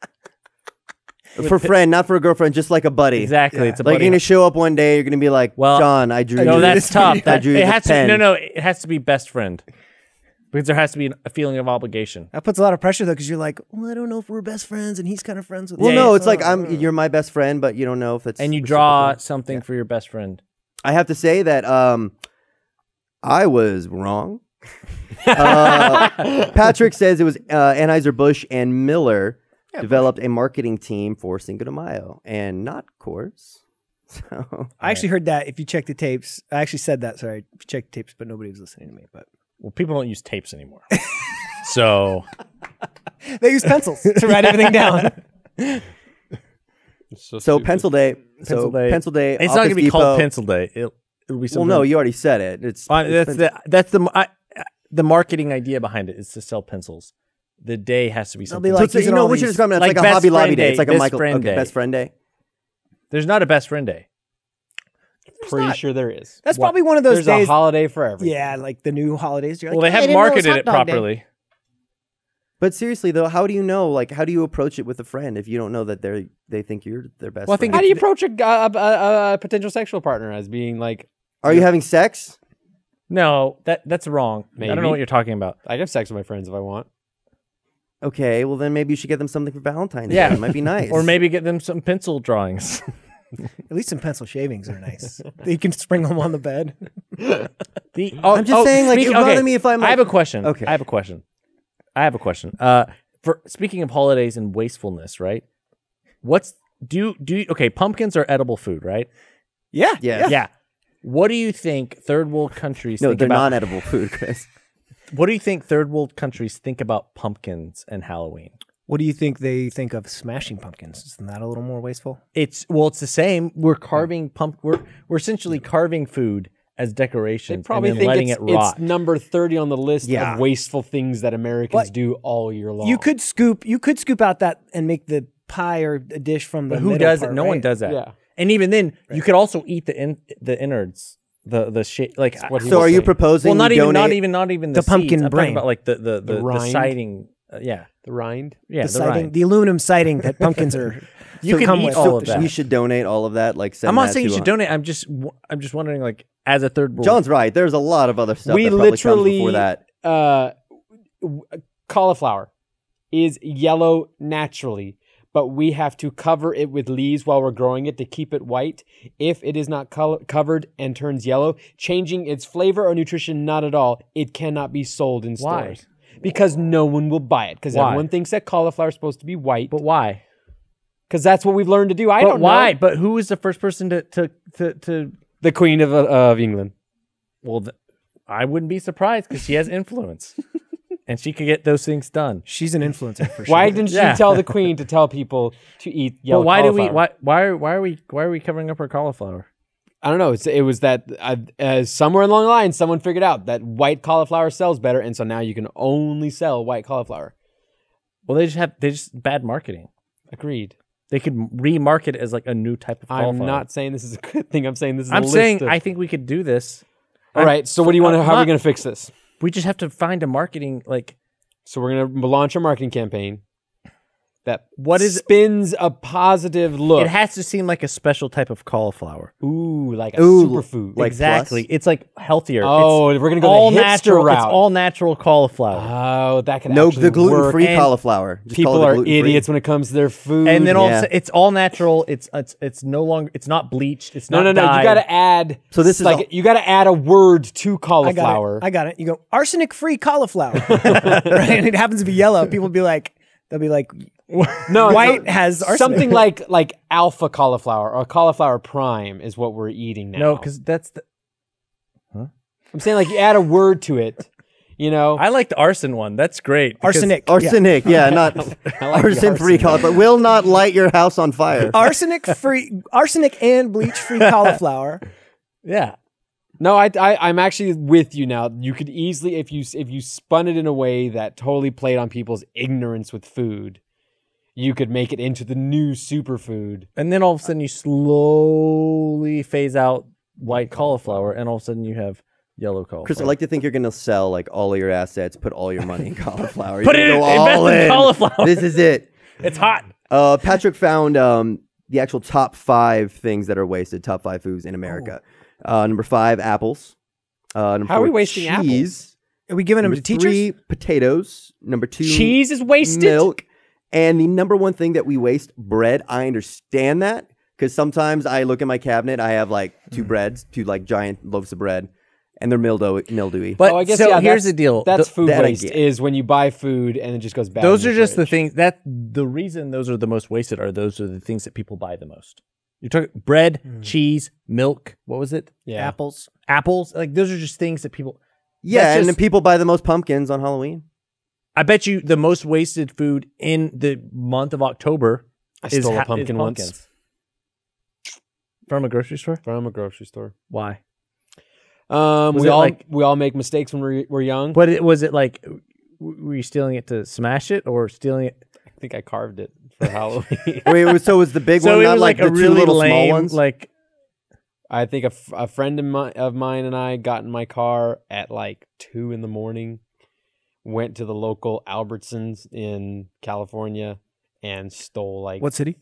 S1: for friend, not for a girlfriend, just like a buddy.
S3: Exactly. It's a
S1: Like
S3: buddy
S1: you're gonna show up one day, you're gonna be like,
S3: Well,
S1: John, I drew.
S3: No,
S1: you
S3: that's
S1: this-
S3: tough.
S1: I
S3: That,
S1: drew you
S3: it
S1: this
S3: has to
S1: pen."
S3: no, no. It has to be best friend because there has to be an- a feeling of obligation.
S4: That puts a lot of pressure though, because you're like, well, I don't know if we're best friends, and he's kind of friends with.
S1: <laughs> Well,
S4: me." uh,
S1: no, it's like
S4: Oh.
S1: I'm. You're my best friend, but you don't know if it's.
S3: And you draw something for your best friend.
S1: I have to say that um, I was
S3: <laughs>
S1: wrong. uh, Patrick says it was uh, Anheuser Busch and Miller developed a marketing team for Cinco de Mayo, and not Coors. <laughs> So
S4: I actually heard that. If you check the tapes, I actually said that. Sorry, if you check the tapes, but nobody was listening to me.
S3: <laughs>
S4: But
S3: Well, people don't use
S1: <laughs>
S3: tapes anymore. so
S4: they use pencils to write everything down.
S1: So
S2: stupid.
S1: pencil day. so
S3: Pencil Day.
S1: pencil day.
S3: It's not
S1: Office
S3: gonna be called
S1: Depot-
S3: pencil day. It'll, it'll be
S1: Well,
S3: something.
S1: no, you already said it. It's,
S3: Uh,
S1: it's pencil-
S3: that's the that's the I, I- the marketing idea behind it is to sell pencils. The day has to be something.
S1: So
S4: be like
S1: it's a-
S4: using
S1: you know
S4: all
S1: what you're
S4: these-
S1: describing. It's
S3: like
S1: like, a
S3: Best
S1: Hobby Lobby
S3: Friend
S1: day.
S3: Day,
S1: It's like a
S3: Best
S1: Michael
S3: Friend
S1: okay,
S3: Day.
S1: best friend day.
S3: There's not a best friend day.
S2: Pretty sure there is.
S4: That's
S2: What-
S4: probably one of
S2: There's
S4: those days.
S2: a holiday for everything.
S4: <laughs> yeah, like the new holidays. You're like,
S3: well, they
S4: "Hey, I
S3: haven't
S4: didn't know was
S3: marketed
S4: hot
S3: it
S4: dog day."
S3: properly.
S1: But seriously though, how do you know? Like, how do you approach it with a friend if you don't know that they're they think you're their best?
S3: Well, I think
S2: How
S1: friend?
S2: do you approach a, a, a, a potential sexual partner as being like,
S1: are you having sex?
S3: No, that that's wrong. I don't
S2: Maybe.
S3: know what you're talking about.
S2: I can have sex with my friends if I want?
S1: Okay, well then maybe you should get them something for Valentine's.
S3: Yeah.
S1: Day. it might
S3: <laughs>
S1: be nice.
S3: Or maybe get them some pencil drawings. <laughs>
S4: At least some pencil shavings are nice. you can spring them on the bed.
S3: The- oh,
S1: I'm just
S3: oh,
S1: saying, like, it
S3: speak-
S1: would bother
S3: okay,
S1: me if I'm. Like,
S3: I have a question.
S1: Okay.
S3: Okay. I have a question. I have a question. Uh, for speaking of holidays and wastefulness, right? What's do do okay? Pumpkins are edible food, right?
S4: Yeah.
S1: Yes.
S3: Yeah. What do you think third world
S1: <laughs>
S3: countries
S1: No,
S3: think
S1: they're
S3: about?
S1: non-edible food,
S3: <laughs>
S1: Chris.
S3: what do you think third world countries think about pumpkins and Halloween?
S4: What do you think they think of smashing pumpkins? Isn't that a little more wasteful?
S3: It's well, it's the same. We're carving pump. We're we're essentially carving food as
S2: They
S3: decoration
S2: probably
S3: and then
S2: think
S3: letting
S2: it's,
S3: it rot.
S2: it's number 30 on the list
S1: Yeah.
S2: of wasteful things that Americans
S4: But
S2: do all year long.
S4: You could scoop. You could scoop out that and make the pie or a dish from the.
S3: But who
S4: middle
S3: does it?
S4: part,
S3: No one
S4: right?
S3: does that.
S2: Yeah.
S3: And even then, you could also eat the in, the innards, the the shape. Like
S2: what he
S1: So
S2: was
S1: are you
S2: saying.
S1: proposing?
S3: well, not
S1: you
S3: even not
S1: donate-
S3: even not even the,
S4: The pumpkin
S3: seeds. I'm
S4: brain.
S3: talking about like the the the, the,
S2: rind.
S3: siding. uh, yeah,
S2: The rind?
S3: yeah,
S4: The,
S3: the,
S4: siding,
S3: rind.
S4: the aluminum siding
S3: <laughs>
S4: that pumpkins are.
S3: You
S4: to
S3: can
S4: come
S1: <laughs>
S3: eat
S4: with.
S3: all
S4: So-
S3: of that.
S1: We should donate all of that. Like, send
S3: I'm not
S1: that
S3: saying you
S1: to
S3: should
S1: a-
S3: donate. I'm just w- I'm just wondering like as a third world.
S1: John's right. There's a lot of other stuff
S2: We
S1: that probably
S2: literally-
S1: comes before that.
S2: uh, w- cauliflower is yellow naturally, but we have to cover it with leaves while we're growing it to keep it white. If it is not col- covered and turns yellow, changing its flavor or nutrition not at all, it cannot be sold in
S3: Why?
S2: stores. Because no one will buy it. Because
S3: Why?
S2: everyone thinks that cauliflower is supposed to be white.
S3: but why?
S2: Because that's what we've learned to do. I
S3: but
S2: don't
S3: why?
S2: know.
S3: But who was the first person to to to, to
S2: The Queen of, uh, of England.
S3: well? Th- I wouldn't be surprised because she has influence,
S2: <laughs>
S3: and she could get those things done.
S4: She's an influencer for sure.
S2: Why didn't
S3: Yeah.
S2: she tell
S3: <laughs>
S2: the Queen to tell people to eat yellow
S3: But why do we
S2: cauliflower?
S3: why why are, why are we why are we covering up our cauliflower?
S2: I don't know. It's, it was that uh, uh, somewhere along the line, someone figured out that white cauliflower sells better, and so now you can only sell white cauliflower.
S3: Well, they just have they just bad marketing.
S2: Agreed.
S3: They could remarket it as like a new type of cauliflower.
S2: I'm not saying this is a good <laughs> thing. I'm saying this is. a
S3: I'm
S2: list
S3: saying
S2: of-
S3: I think we could do this.
S2: All right. So what do you want? to?
S3: I'm
S2: How are we
S3: not-
S2: going to fix this?
S3: We just have to find a marketing like
S2: So we're going to launch a marketing campaign that
S3: What is-
S2: spins a positive look.
S3: it has to seem like a special type of cauliflower.
S2: Ooh, like a
S1: Ooh,
S2: superfood.
S1: like-
S3: exactly.
S1: plus?
S3: It's like healthier.
S2: oh,
S3: it's
S2: we're going to go
S3: all
S2: the hipster
S3: natural.
S2: route.
S3: It's all natural cauliflower.
S2: oh, that could
S1: No,
S2: actually
S1: the gluten
S2: work.
S1: free
S3: and
S1: cauliflower. Just call
S2: People
S1: it the
S2: are
S1: gluten-free.
S2: idiots when it comes to their food.
S3: and then all of a
S1: yeah.
S3: sudden- it's all natural. It's it's it's no longer it's not bleached. It's
S2: No,
S3: not
S2: no, no.
S3: dyed.
S2: You got to add.
S1: So this is
S2: like
S1: a-
S2: you got to add a word to
S4: I got
S2: cauliflower.
S4: it. I got it. You go arsenic free cauliflower, <laughs> right? And it happens to be yellow. People be like, they'll be like,
S2: no,
S4: white
S2: no,
S4: has arsenic.
S2: something like like alpha cauliflower or cauliflower prime is what we're eating now.
S3: no because that's the,
S2: I'm saying like you add a word to it. You know, <laughs>
S3: I like the arson one. That's great. because-
S4: arsenic. yeah.
S1: Arsenic, yeah, not <laughs> arson free cauliflower. Will not light your house on
S4: <laughs>
S1: fire.
S4: arsenic free, arsenic and bleach
S3: <laughs>
S4: free cauliflower.
S3: Yeah.
S2: no, I, I I'm actually with you now. You could easily if you if you spun it in a way that totally played on people's ignorance with food, you could make it into the new superfood.
S3: And then all of a sudden you slowly phase out white cauliflower, and all of a sudden you have yellow cauliflower.
S1: Chris, I like to think you're gonna sell like all of your assets, put all your money in cauliflower.
S3: Put
S1: You're
S3: it in-
S1: gonna go
S3: invest
S1: all
S3: in cauliflower.
S1: This is it.
S3: it's hot.
S1: Uh, Patrick found um, the actual top five things that are wasted. Top five foods in America. Uh, number five, apples. Uh, number
S2: How are
S1: four,
S2: we wasting
S1: cheese.
S2: apples?
S4: Are we giving them
S1: Number
S4: to teachers?
S1: three, potatoes. Number two,
S2: Cheese is wasted.
S1: milk. And the number one thing that we waste, bread. I understand that because sometimes I look in my cabinet, I have like two
S3: Mm.
S1: breads, two like giant loaves of bread, and they're mildew- mildewy.
S3: But
S2: Oh, I guess,
S3: so
S2: yeah,
S3: here's
S2: that's-
S3: the deal.
S2: That's
S3: Th-
S2: food
S1: that I
S2: waste
S1: get.
S2: is when you buy food and it just goes bad.
S3: those
S2: in
S3: are
S2: the
S3: just the
S2: fridge.
S3: things that the reason those are the most wasted are those are the things that people buy the most. You're talking bread,
S1: Hmm.
S3: cheese, milk. What was it?
S2: Yeah.
S3: Apples. Apples. Like those are just things that people.
S1: yeah,
S3: that's
S1: and
S3: just-
S1: people buy the most pumpkins on Halloween.
S3: I bet you the most wasted food in the month of October
S2: I
S3: is
S2: stole a
S3: ha- is
S2: pumpkin once.
S3: pumpkins. From a grocery store?
S2: from a grocery store.
S3: Why?
S2: Um,
S3: Was
S2: we
S3: it
S2: all
S3: like-
S2: we all make mistakes when we're, we're young.
S3: But it, was it like, w- were you stealing it to smash it or stealing it?
S2: I think I carved it
S3: <laughs>
S2: for Halloween.
S1: Wait, it was- so was the big one not like, the two little small ones?
S3: like <laughs>
S2: I think a, f- a friend of, mi- of mine and I got in my car at like two in the morning, went to the local Albertsons in California, and stole like
S4: What city?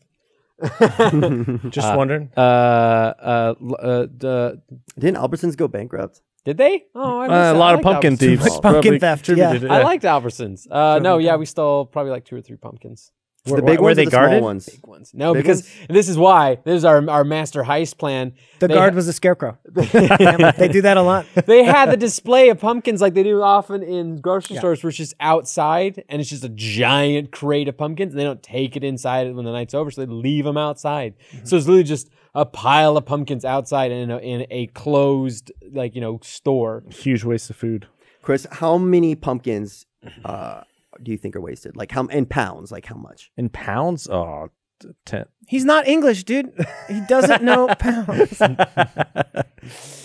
S3: just
S2: Uh,
S3: wondering.
S2: uh uh, l- uh duh.
S1: <laughs> Didn't Albertsons go bankrupt?
S2: did they? Oh, I missed
S3: Uh,
S2: that.
S3: a
S2: I
S3: lot of
S2: liked
S3: pumpkin
S2: Albertsons.
S3: thieves.
S1: <laughs>
S4: Much pumpkin
S3: probably
S4: theft,
S3: contributed
S2: <laughs>
S3: to
S2: I
S3: that.
S2: liked Albertsons. Uh, no,
S4: Pumpkin
S2: yeah,
S4: pie.
S2: we stole probably like two or three pumpkins.
S1: It's
S3: Were-
S1: the big
S3: were
S1: ones
S3: they
S1: or the
S3: guarded?
S1: small ones?
S2: Big ones. No,
S1: Big
S2: because
S1: ones?
S2: and this is why this is our our master heist plan.
S4: The
S2: They
S4: guard
S2: ha-
S4: was a
S3: <laughs>
S4: scarecrow. they do that a lot.
S2: they had the display of pumpkins like they do often in grocery stores, where it's just outside and it's just a giant crate of pumpkins, and they don't take it inside when the night's over, so they leave them outside. So it's literally just a pile of pumpkins outside in a, in a closed like you know store.
S3: Huge waste of food.
S1: Chris, how many pumpkins uh, do you think are wasted? Like how in pounds? Like how much?
S3: In pounds? Oh, t- ten.
S4: He's not English, dude. He
S1: <laughs>
S4: doesn't know pounds.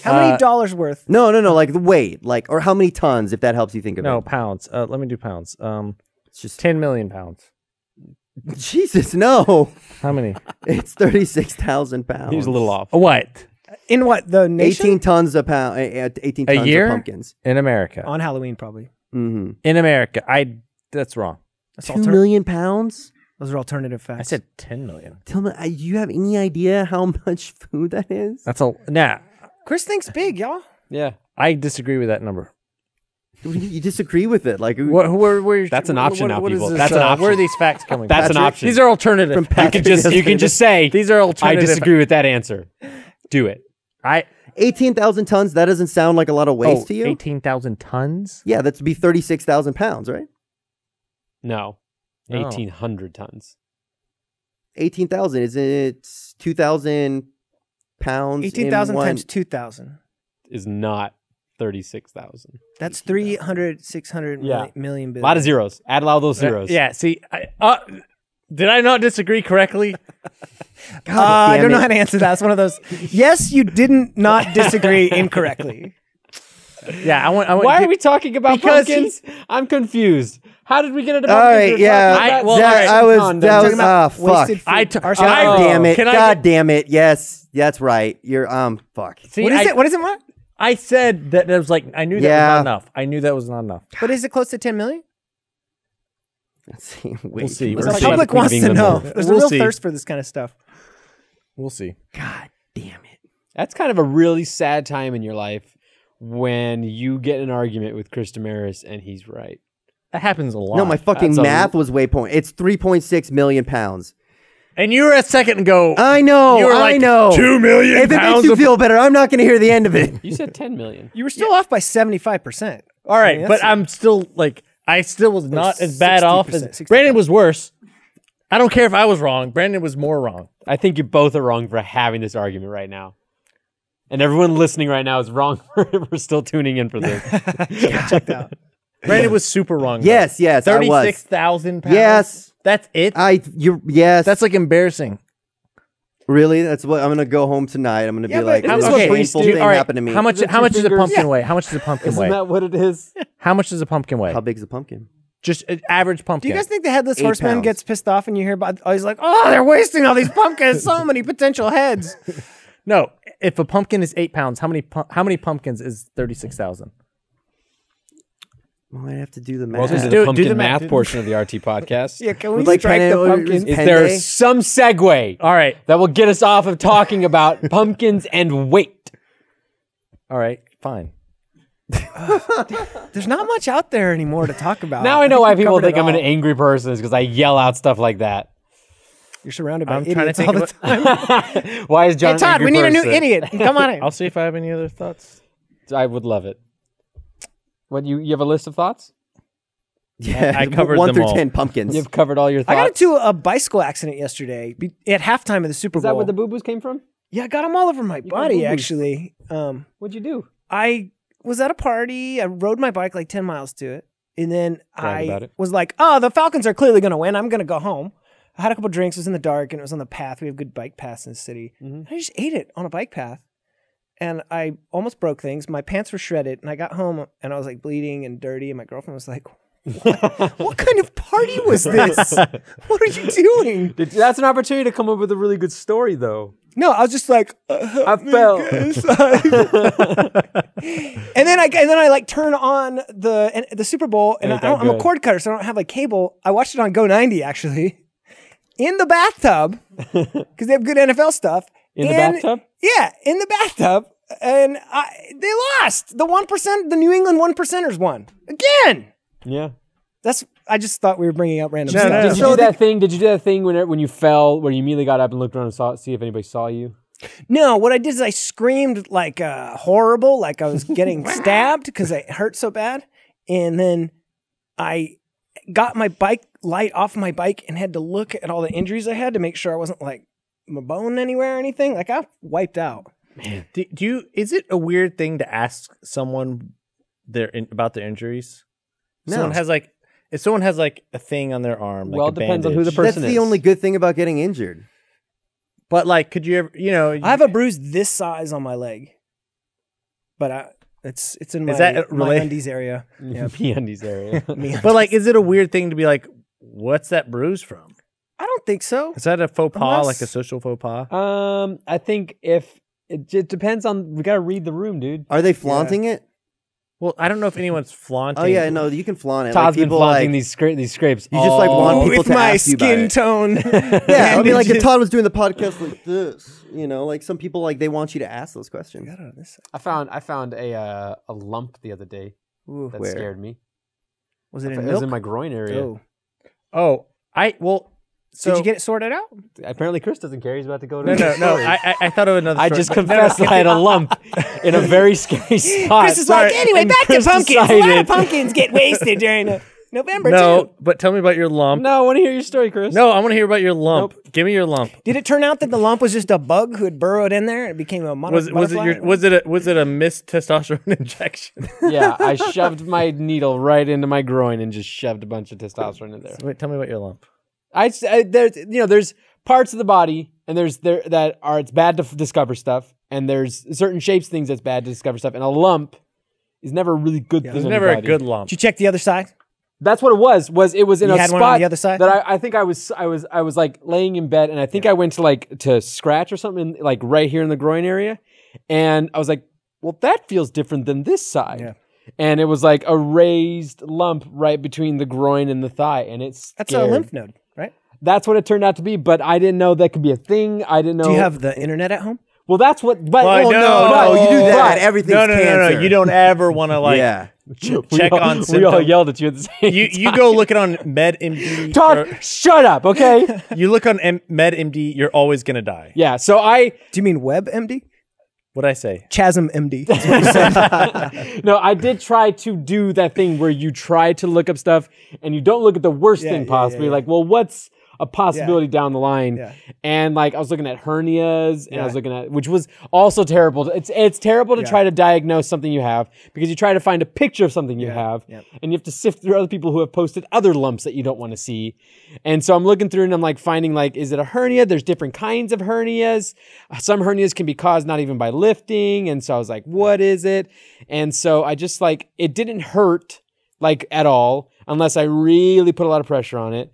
S4: How
S1: Uh,
S4: many dollars worth?
S1: No, no, no. Like the weight, like or how many tons? If that helps you think of
S3: No,
S1: it.
S3: pounds. Uh, let me do pounds. Um,
S1: It's just
S3: 10 million pounds.
S1: Jesus. No,
S3: How
S2: <laughs>
S3: many? Uh,
S1: it's thirty-six thousand pounds.
S2: He was a little off.
S3: what?
S4: In what? The nation?
S1: Eighteen tons of pound. eh, eh, Eighteen
S3: A
S1: tons
S3: year?
S1: of pumpkins.
S3: In America.
S4: On Halloween, probably.
S1: Mm-hmm.
S3: In America. I. That's wrong.
S4: That's
S1: Two
S4: alter-
S1: million pounds.
S4: Those are alternative facts.
S3: I said 10 million.
S1: Tell me, uh, you have any idea how <laughs> much food that is?
S3: That's a. Nah,
S4: Chris thinks big, y'all.
S2: Yeah,
S3: I disagree with that number.
S1: you disagree with it, like
S3: What, where, where,
S2: That's an
S3: what-
S2: option
S3: what-
S2: now,
S3: what is
S2: people.
S3: this,
S2: That's an
S3: uh, Where are
S2: option.
S3: these
S2: <laughs>
S3: facts coming
S2: that's
S3: from?
S2: an option.
S3: These are alternative.
S1: From
S2: you can
S1: Patrick
S2: just you can just say
S3: <laughs> These are
S2: I
S3: alternative.
S2: disagree with that answer. Do it.
S3: I,
S1: eighteen thousand tons. That doesn't sound like a lot of waste
S3: oh,
S1: to you.
S3: 18,000 tons?
S1: Yeah, that's be thirty-six thousand pounds, right?
S2: No,
S3: No.
S2: eighteen hundred tons.
S1: Eighteen thousand. Isn't it two thousand pounds? in
S4: 18,000
S1: one-
S4: times 2,000.
S2: is not 36,000.
S4: That's 300, 600
S2: Yeah.
S4: million- million
S2: A
S4: billion.
S2: lot of zeros. Add all those zeros.
S3: Uh, Yeah, see, I, uh, did I not disagree correctly?
S4: Uh, I
S1: damn
S4: don't know
S1: it.
S4: how to answer that. It's one of those. Yes, you
S1: <laughs>
S4: didn't not disagree incorrectly.
S3: yeah, I want. I want
S2: Why
S3: did-
S2: are we talking about
S3: Because he-
S2: pumpkins? I'm confused. How did we get into
S1: All
S2: pumpkins?
S1: right,
S2: We were
S1: yeah.
S2: talking
S3: I-
S2: about
S3: well,
S2: sex
S3: that-
S2: and
S1: I was-
S2: condoms.
S1: that was-
S4: Talking about
S1: Ah, fuck.
S4: wasted food.
S3: I t-
S4: Our-
S3: I-
S1: God
S3: Oh.
S1: damn it!
S3: Can I
S1: God
S3: get-
S1: damn it! Yes, that's right. You're um fuck. <laughs>
S3: See,
S4: what is
S3: I,
S4: it? What is it? What?
S3: I said that that was like I knew that
S1: Yeah.
S3: was not enough. I knew that was not enough.
S4: But is it close to 10 million?
S1: Let's see. Wait,
S3: We'll see.
S1: let's
S3: We're
S4: The
S3: seeing
S4: public
S2: the Queen of
S4: wants to
S2: England
S4: know.
S2: movie.
S4: There's a
S3: We'll
S4: real
S3: see.
S4: thirst for this kind of stuff.
S3: We'll see.
S1: God damn it!
S2: That's kind of a really sad time in your life when you get in an argument with Chris Damaris and he's right.
S3: That happens a lot.
S1: No, my fucking
S2: That's a-
S1: math was way point. It's three point six million pounds.
S3: and you were a second ago.
S1: I know.
S3: you were
S1: Oh, I
S3: like
S1: know.
S3: two million
S1: if it makes
S3: pounds
S1: you
S3: of.
S1: feel better, I'm not going to hear the end of
S3: <laughs>
S1: it.
S2: You said 10 million.
S4: You were still off by 75%.
S3: all right,
S4: mean,
S3: but
S4: that's-
S3: I'm still like I still was not as bad off as
S4: 60%,
S3: Brandon was worse. I don't care if I was wrong. Brandon was more wrong.
S2: I think you both are wrong for having this argument right now. And everyone listening right now is wrong <laughs> for, for still tuning in for this.
S3: Brandon was super wrong.
S1: Yes, yes, I was.
S3: thirty-six thousand pounds.
S1: Yes.
S3: that's it.
S1: I you yes.
S3: that's like embarrassing.
S1: really that's what I'm going to go home tonight. I'm going to be like,
S2: how-
S1: this
S2: okay,
S1: painful
S2: dude,
S1: thing
S3: all right,
S1: happened to me.
S3: How much?
S2: Is it
S3: How
S2: two
S3: much does a
S2: fingers?
S3: pumpkin weigh? How much does a pumpkin
S2: Isn't
S3: weigh?
S2: that what it is?
S3: How much does a pumpkin weigh?
S1: How big is a pumpkin?
S3: Just an average
S4: Do
S3: pumpkin.
S4: you guys think the headless
S1: Eight
S4: horseman
S1: pounds.
S4: gets pissed off and you hear about? Oh, he's like, oh, they're wasting all these pumpkins. so many potential heads.
S3: no, if a pumpkin is eight pounds, how many pu- how many pumpkins is thirty six thousand?
S1: Well, I have to do the math.
S2: Welcome to
S3: do it-
S2: the
S3: do
S2: pumpkin
S3: the math,
S2: math
S3: dude.
S2: portion of the RT podcast.
S4: Yeah, can we
S1: Like,
S4: strike
S1: kinda-
S4: the pumpkin?
S1: is
S2: Is there
S1: Penne?
S2: some segue
S3: All right,
S2: that will get us off of talking
S4: <laughs>
S2: about pumpkins and weight?
S3: all right, fine.
S4: There's not much out there anymore to talk about.
S2: Now I know why
S4: we've
S2: people
S4: covered
S2: think
S4: it
S2: I'm an
S4: all.
S2: angry person is because I yell out stuff like that. <laughs>
S4: You're surrounded by
S3: I'm trying
S4: idiots
S3: to think.
S4: all the
S3: of
S4: time.
S3: what-
S2: why is John?
S4: Hey, Todd,
S2: an angry
S4: we need a new
S2: person?
S3: <laughs>
S4: idiot. Come on in.
S3: I'll see if I have any other thoughts.
S2: I would love it. What you you have a list of thoughts?
S1: Yeah,
S3: I covered
S1: one
S3: them
S1: through
S3: all.
S1: ten pumpkins.
S2: You've covered all your
S4: I
S2: thoughts.
S4: got into a bicycle accident yesterday be- at halftime of the Super
S2: is that
S4: Bowl.
S2: where the boo boos came from?
S4: yeah, I got them all over my
S2: got
S4: body.
S2: boo-boos.
S4: Actually, um,
S2: What'd you do?
S4: I was at a party. I rode my bike like 10 miles to it. And then
S2: Brag about
S4: I
S2: it.
S4: was like, oh, the Falcons are clearly going to win. I'm going to go home. I had a couple drinks. It was in the dark and it was on the path. We have good bike paths in the city.
S2: Mm-hmm.
S4: I just ate it on a bike path, and I almost broke things. My pants were shredded, and I got home and I was like bleeding and dirty. And my girlfriend was like, "What, what kind of party was
S2: <laughs>
S4: this? What are you doing?"
S2: Did- That's an opportunity to come up with a really good story, though.
S4: No, I was
S2: <laughs>
S4: just like, uh,
S2: I <laughs> felt.
S4: <laughs> and then I and then I like turn on the and the Super Bowl,
S2: And
S4: and,
S2: it
S4: I don't,
S2: got
S4: I'm a
S2: good.
S4: cord cutter, so I don't have like cable. I watched it on Go ninety actually, in
S2: <laughs>
S4: the bathtub because they have good NFL stuff.
S2: In the
S4: And-
S2: bathtub?
S4: Yeah, in the bathtub, and I, they lost. The one percent, the New England one percenters won again.
S2: Yeah.
S4: That's I just thought we were bringing up random
S3: No,
S4: stuff.
S3: no,
S2: Did you do that thing? Did you do that thing when when you fell, where you immediately got up and looked around and saw see if anybody saw you?
S4: No, what I did is I screamed like uh, horrible, like I was getting stabbed because I hurt so bad, and then I got my bike light off my bike and had to look at all the injuries I had to make sure I wasn't like my bone anywhere or anything. Like I wiped out.
S3: Do, do you? Is it a weird thing to ask someone their in, about their injuries?
S1: No.
S3: Someone has like, if someone has like a thing on their arm, like
S2: Well,
S3: a
S2: it depends on who the
S3: bandage.
S1: That's
S2: person is.
S1: the only good thing about getting injured.
S3: But like, could you ever? You know,
S4: I have a bruise this size on my leg, but I it's it's in my,
S3: Is that
S4: my
S3: relate-
S4: undies area.
S2: <laughs>
S4: Yeah.
S2: Meandies area.
S4: Me-
S3: But like, is it a weird thing to be like, what's that bruise from?
S4: I don't think so.
S3: Is that a faux pas,
S4: Unless-
S3: like a social faux pas?
S2: um, I think if it, j- depends on we gotta read the room, dude.
S1: Are they flaunting it?
S3: Well, I don't know if anyone's flaunting.
S1: Oh yeah, no, you can flaunt it.
S2: Todd's
S1: like,
S2: been
S1: people
S2: flaunting
S1: like,
S2: these scra- these scrapes.
S1: You just, like,
S2: all-
S1: want people
S4: With
S1: to
S4: Oh, my
S1: ask you about
S4: skin
S1: it.
S2: <laughs>
S4: tone.
S1: <laughs>
S4: <laughs>
S1: Yeah, I mean, like if
S4: bandages.
S1: Todd was doing the podcast like this, you know, like some people like they want you to ask those questions.
S2: I found I found a uh, a lump the other day
S1: Ooh,
S2: that
S1: where?
S2: scared me.
S4: Was it
S2: It
S4: in
S2: was
S4: milk?
S2: in my groin area.
S4: Oh.
S3: Oh, I well. So
S4: Did you get it sorted out?
S2: Apparently, Chris doesn't care. He's about to go to.
S3: No, no,
S2: <laughs>
S3: no. I, I, I thought of another.
S2: I
S3: story.
S2: just
S3: No, no,
S2: confessed
S3: no.
S2: I had a lump in a very scary spot.
S4: Chris is like,
S2: Sorry.
S4: anyway,
S2: And
S4: back
S2: Chris
S4: to pumpkins. A lot
S2: decided-
S4: of pumpkins get wasted
S2: <laughs>
S4: during uh, November too.
S3: No, but tell me about your lump. No,
S2: Um, No, I want to hear your story, Chris.
S3: I want to hear about your lump. Give me your lump.
S4: Did it turn out that the lump was just a bug who had burrowed in there and it became a mono-
S3: Was it, was it
S4: butterfly?
S3: your was it a was it a missed testosterone
S2: <laughs>
S3: <laughs> injection?
S2: yeah, I shoved my needle right into my groin and just shoved a bunch of testosterone in there.
S3: Wait, tell me about your lump.
S2: I, s- I- there's you know there's parts of the body and there's there that are it's bad to f- discover stuff and there's certain shapes things that's bad to discover stuff and a lump is never a really good thing.
S3: There's
S2: on
S3: never
S2: your
S3: a
S2: body.
S3: good lump.
S4: Did you check the other side?
S2: That's what it was. Was it was in
S4: You
S2: a
S4: had
S2: spot
S4: one on the other side?
S2: that I, I think I was I was I was like laying in bed and I think I went to like to scratch or something like right here in the groin area, and I was like, well, that feels different than this side.
S4: Yeah.
S2: And it was like a raised lump right between the groin and the thigh, and it's
S4: That's a lymph node, right?
S2: That's what it turned out to be, but I didn't know that could be a thing. I didn't know.
S4: Do you have the internet at home?
S2: Well, that's what. But
S3: Well,
S2: oh,
S3: no,
S1: Oh,
S2: no,
S1: you do
S2: but-
S1: that. Everything's
S3: No, no, no,
S1: cancer.
S3: no, You don't ever want to
S2: <laughs>
S3: like.
S1: yeah.
S2: We
S3: check
S2: all-
S3: on
S2: We all
S3: symptom.
S2: yelled at you at the same.
S3: You you go look it on MedMD.
S2: <laughs> Todd, shut up,
S3: <laughs>
S2: okay?
S3: or- You look on M- MedMD. You're always gonna die.
S2: yeah. So I
S4: Do you mean WebMD?
S3: What I say?
S4: Chasm
S2: <laughs>
S4: MD.
S2: no, I did try to do that thing where you try to look up stuff and you don't look at the worst
S4: Yeah,
S2: thing
S4: yeah,
S2: possibly.
S4: yeah,
S2: Like, well, what's a possibility down the line?
S4: Yeah.
S2: And like, I was looking at hernias and I was looking at, which was also terrible. to- It's it's terrible to try to diagnose something you have because you try to find a picture of something you have and you have to sift through other people who have posted other lumps that you don't want to see. And so I'm looking through and I'm like finding like, is it a hernia? There's different kinds of hernias. Some hernias can be caused not even by lifting. And so I was like, what is it? And so I just like, it didn't hurt like at all unless I really put a lot of pressure on it.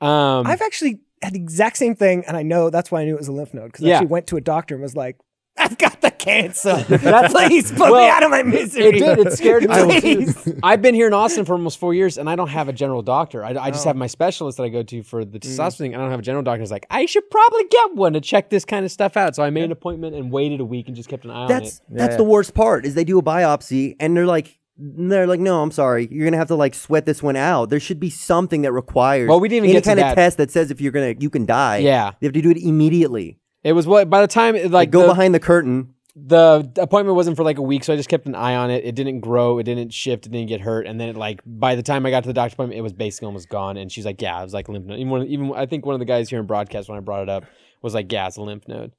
S2: Um,
S4: I've actually had the exact same thing, and I know that's why I knew it was a lymph node because I
S2: Yeah.
S4: actually went to a doctor and was like, "I've got the
S2: <laughs>
S4: cancer. <laughs> Please put me
S2: well,
S4: out of my misery."
S2: It did.
S1: <laughs>
S2: It scared me.
S4: Please.
S2: <laughs> I've been here in Austin for almost four years, and I don't have a general doctor. I, I just
S1: Oh.
S2: have my specialist that I go to for
S1: Mm.
S2: the testosterone thing. I don't have a general doctor. It's like I should probably get one to check this kind of stuff out. So I made an appointment and waited a week and just kept an eye
S1: That's
S2: on
S1: that's the worst part is they do a biopsy and they're like they're like, no, I'm sorry, you're gonna have to like sweat this one out. There should be something that requires
S2: Well, we didn't even
S1: any
S2: get to
S1: kind
S2: that.
S1: of test that says if you're gonna you can die.
S2: Yeah.
S1: you have to do it immediately.
S2: it. It was what by the time it,
S1: Like
S2: like
S1: go
S2: the,
S1: behind the curtain.
S2: the appointment wasn't for like a week, so I just kept an eye on it. It didn't grow, it didn't shift, it didn't get hurt, and then it, like by the time I got to the doctor's appointment, it was basically almost gone. And she's like, "Yeah, it was like lymph node." Even, one- even I think one of the guys here in broadcast when I brought it up was like gas a lymph node.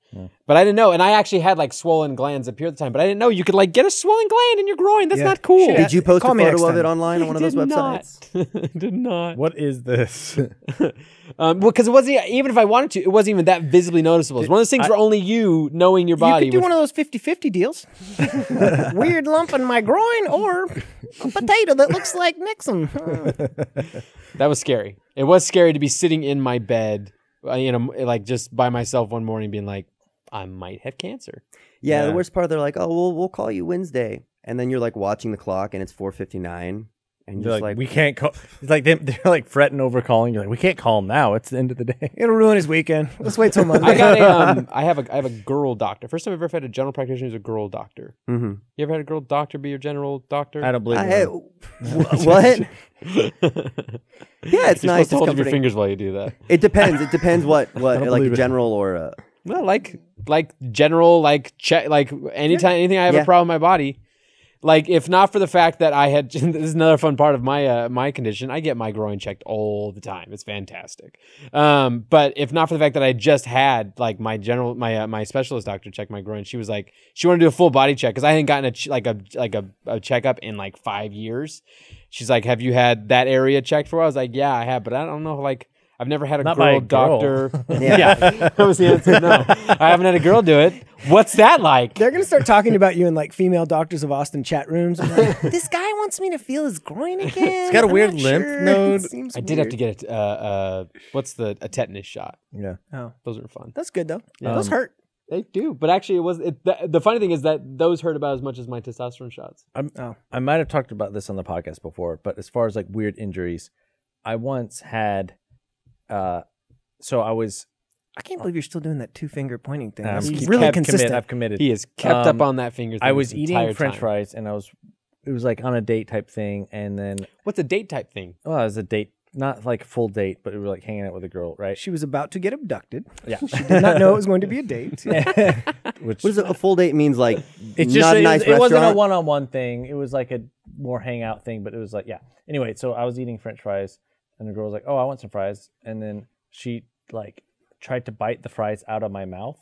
S2: But I didn't know, and I actually had like swollen glands up here at the time. But I didn't know you could like get a swollen gland in your groin. That's
S4: Yeah.
S2: not cool.
S4: Shit,
S1: Did you post
S4: Call
S1: a
S4: me next
S1: photo of
S4: time.
S1: it online on one of those
S2: Did
S1: websites?
S2: <laughs> Not. did not.
S3: What is this?
S2: <laughs> Um, well, because it wasn't even if I wanted to, it wasn't even that visibly noticeable. It's one of those things where only you knowing your
S5: You
S2: body.
S5: could do
S2: would-
S5: one of those 50-50
S3: <laughs>
S5: deals. Weird lump in my groin or a potato that looks like Nixon.
S4: Uh,
S2: that was scary. It was scary to be sitting in my bed, uh, you know, like just by myself one morning, being like, I might have cancer.
S1: Yeah,
S3: Yeah.
S1: the worst part, they're like, "Oh, we'll we'll call you Wednesday," and then you're like watching the clock, and it's four fifty nine, and you're
S3: They're
S1: just
S3: like,
S1: like,
S3: we can't call. It's like they, they're like fretting over calling. You're like, we can't call him now. It's the end of the day.
S4: It'll ruin his weekend. Let's wait till Monday.
S2: I got a,
S1: <laughs>
S2: um, I have a, I have a girl doctor. First time I've ever had a general practitioner who's a girl doctor.
S1: Mhm.
S2: You ever had a girl doctor be your general doctor?
S3: <laughs> I don't believe
S1: I, <laughs>
S3: it.
S1: wh- what? yeah, it's
S2: You're
S1: nice.
S2: supposed
S1: It's
S2: to hold up your
S1: comforting.
S2: fingers while you do that.
S1: It depends. It depends what what like
S3: believe
S1: a
S3: it.
S1: general or a
S2: No, like like general, like check, like anytime anything I have
S1: Yeah.
S2: a problem with my body. Like if not for the fact that I had <laughs> this is another fun part of my uh, my condition, I get my groin checked all the time. It's fantastic. Um, but if not for the fact that I just had like my general my uh, my specialist doctor check my groin, she was like she wanted to do a full body check because I hadn't gotten a ch- like a like a, a checkup in like five years. She's like, "Have you had that area checked for?" I was like, "Yeah, I have, but I don't know like." I've never had a
S3: Not by
S2: girl
S3: a girl.
S2: doctor.
S4: <laughs>
S2: yeah, that was the answer. No, I haven't had a girl do it. What's that like?
S4: They're gonna start talking about you in like female doctors of Austin chat rooms.
S3: <laughs>
S5: this guy wants me to feel his groin again.
S3: It's got a
S5: I'm
S3: weird
S5: not
S3: lymph
S5: sure.
S3: node.
S5: It seems
S2: I did have to get a, uh, uh, what's the a tetanus shot.
S3: Yeah.
S2: Those are fun. Um,
S4: That's good though.
S5: Those hurt.
S2: They do, but actually, it was it, the, the funny thing is that those hurt about as much as my testosterone shots.
S3: I'm,
S4: Oh.
S3: I might have talked about this on the podcast before, but as far as like weird injuries, I once had. uh So I was.
S4: I can't believe you're still doing that two finger pointing thing.
S3: um,
S4: That's
S3: keep-
S4: really
S3: I've commit-
S4: consistent.
S3: I've committed.
S2: He is kept
S3: Um,
S2: up on that finger.
S3: I
S2: thing
S3: was
S2: this
S3: eating
S2: entire
S3: French
S2: time.
S3: fries, and I was. It was like on a date type thing, and then
S2: What's a date type
S4: <laughs>
S2: thing?
S3: well, it was a date, not like a full date, but we were like hanging out with a girl, right?
S4: she was about to get abducted.
S3: Yeah.
S4: She did not know it was going to be a date.
S3: Which
S1: what is it? A full date means like
S3: It's just
S1: not
S3: it,
S1: a nice
S3: was, it wasn't a
S1: restaurant.
S3: one on one thing. It was like a more hangout thing, but it was like yeah. Anyway, so I was eating French fries, and the girl was like, "Oh, I want some fries," and then she like tried to bite the fries out of my mouth.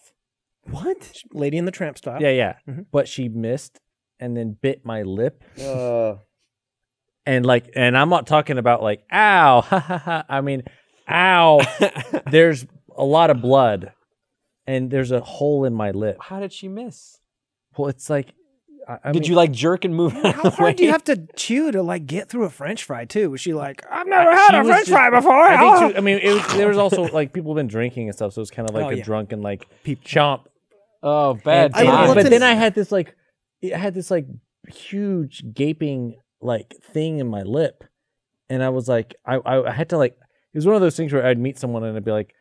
S4: <laughs> what? Lady in the Tramp style.
S3: Yeah, yeah.
S1: Mm-hmm.
S4: Mhm.
S3: But she missed, and then bit my lip,
S1: Uh,
S3: and like, and I'm not talking about like, ow, <laughs> ha ha ha. I mean, ow. <laughs> there's a lot of blood, and there's a hole in my lip.
S2: How did she miss?
S3: Well, it's like, I, I
S2: did
S3: mean,
S2: you like jerk and move? out of <laughs>
S4: How
S2: the
S4: hard do
S2: way?
S4: you have to chew to like get through a French fry too? Was she like, I've never had
S3: She
S4: a
S3: was
S4: French
S3: just-
S4: fry before?
S3: I
S4: Oh.
S3: think she, I mean, it was, there was also like people have been drinking and stuff, so it's kind of like
S4: Oh,
S3: a
S4: yeah.
S3: drunken like chomp.
S2: Oh, bad
S1: I
S2: times.
S1: want
S3: but
S1: to-
S3: then I had this like, I had this like huge gaping like thing in my lip, and I was like, I I, I had to like, it was one of those things where I'd meet someone and I'd be like,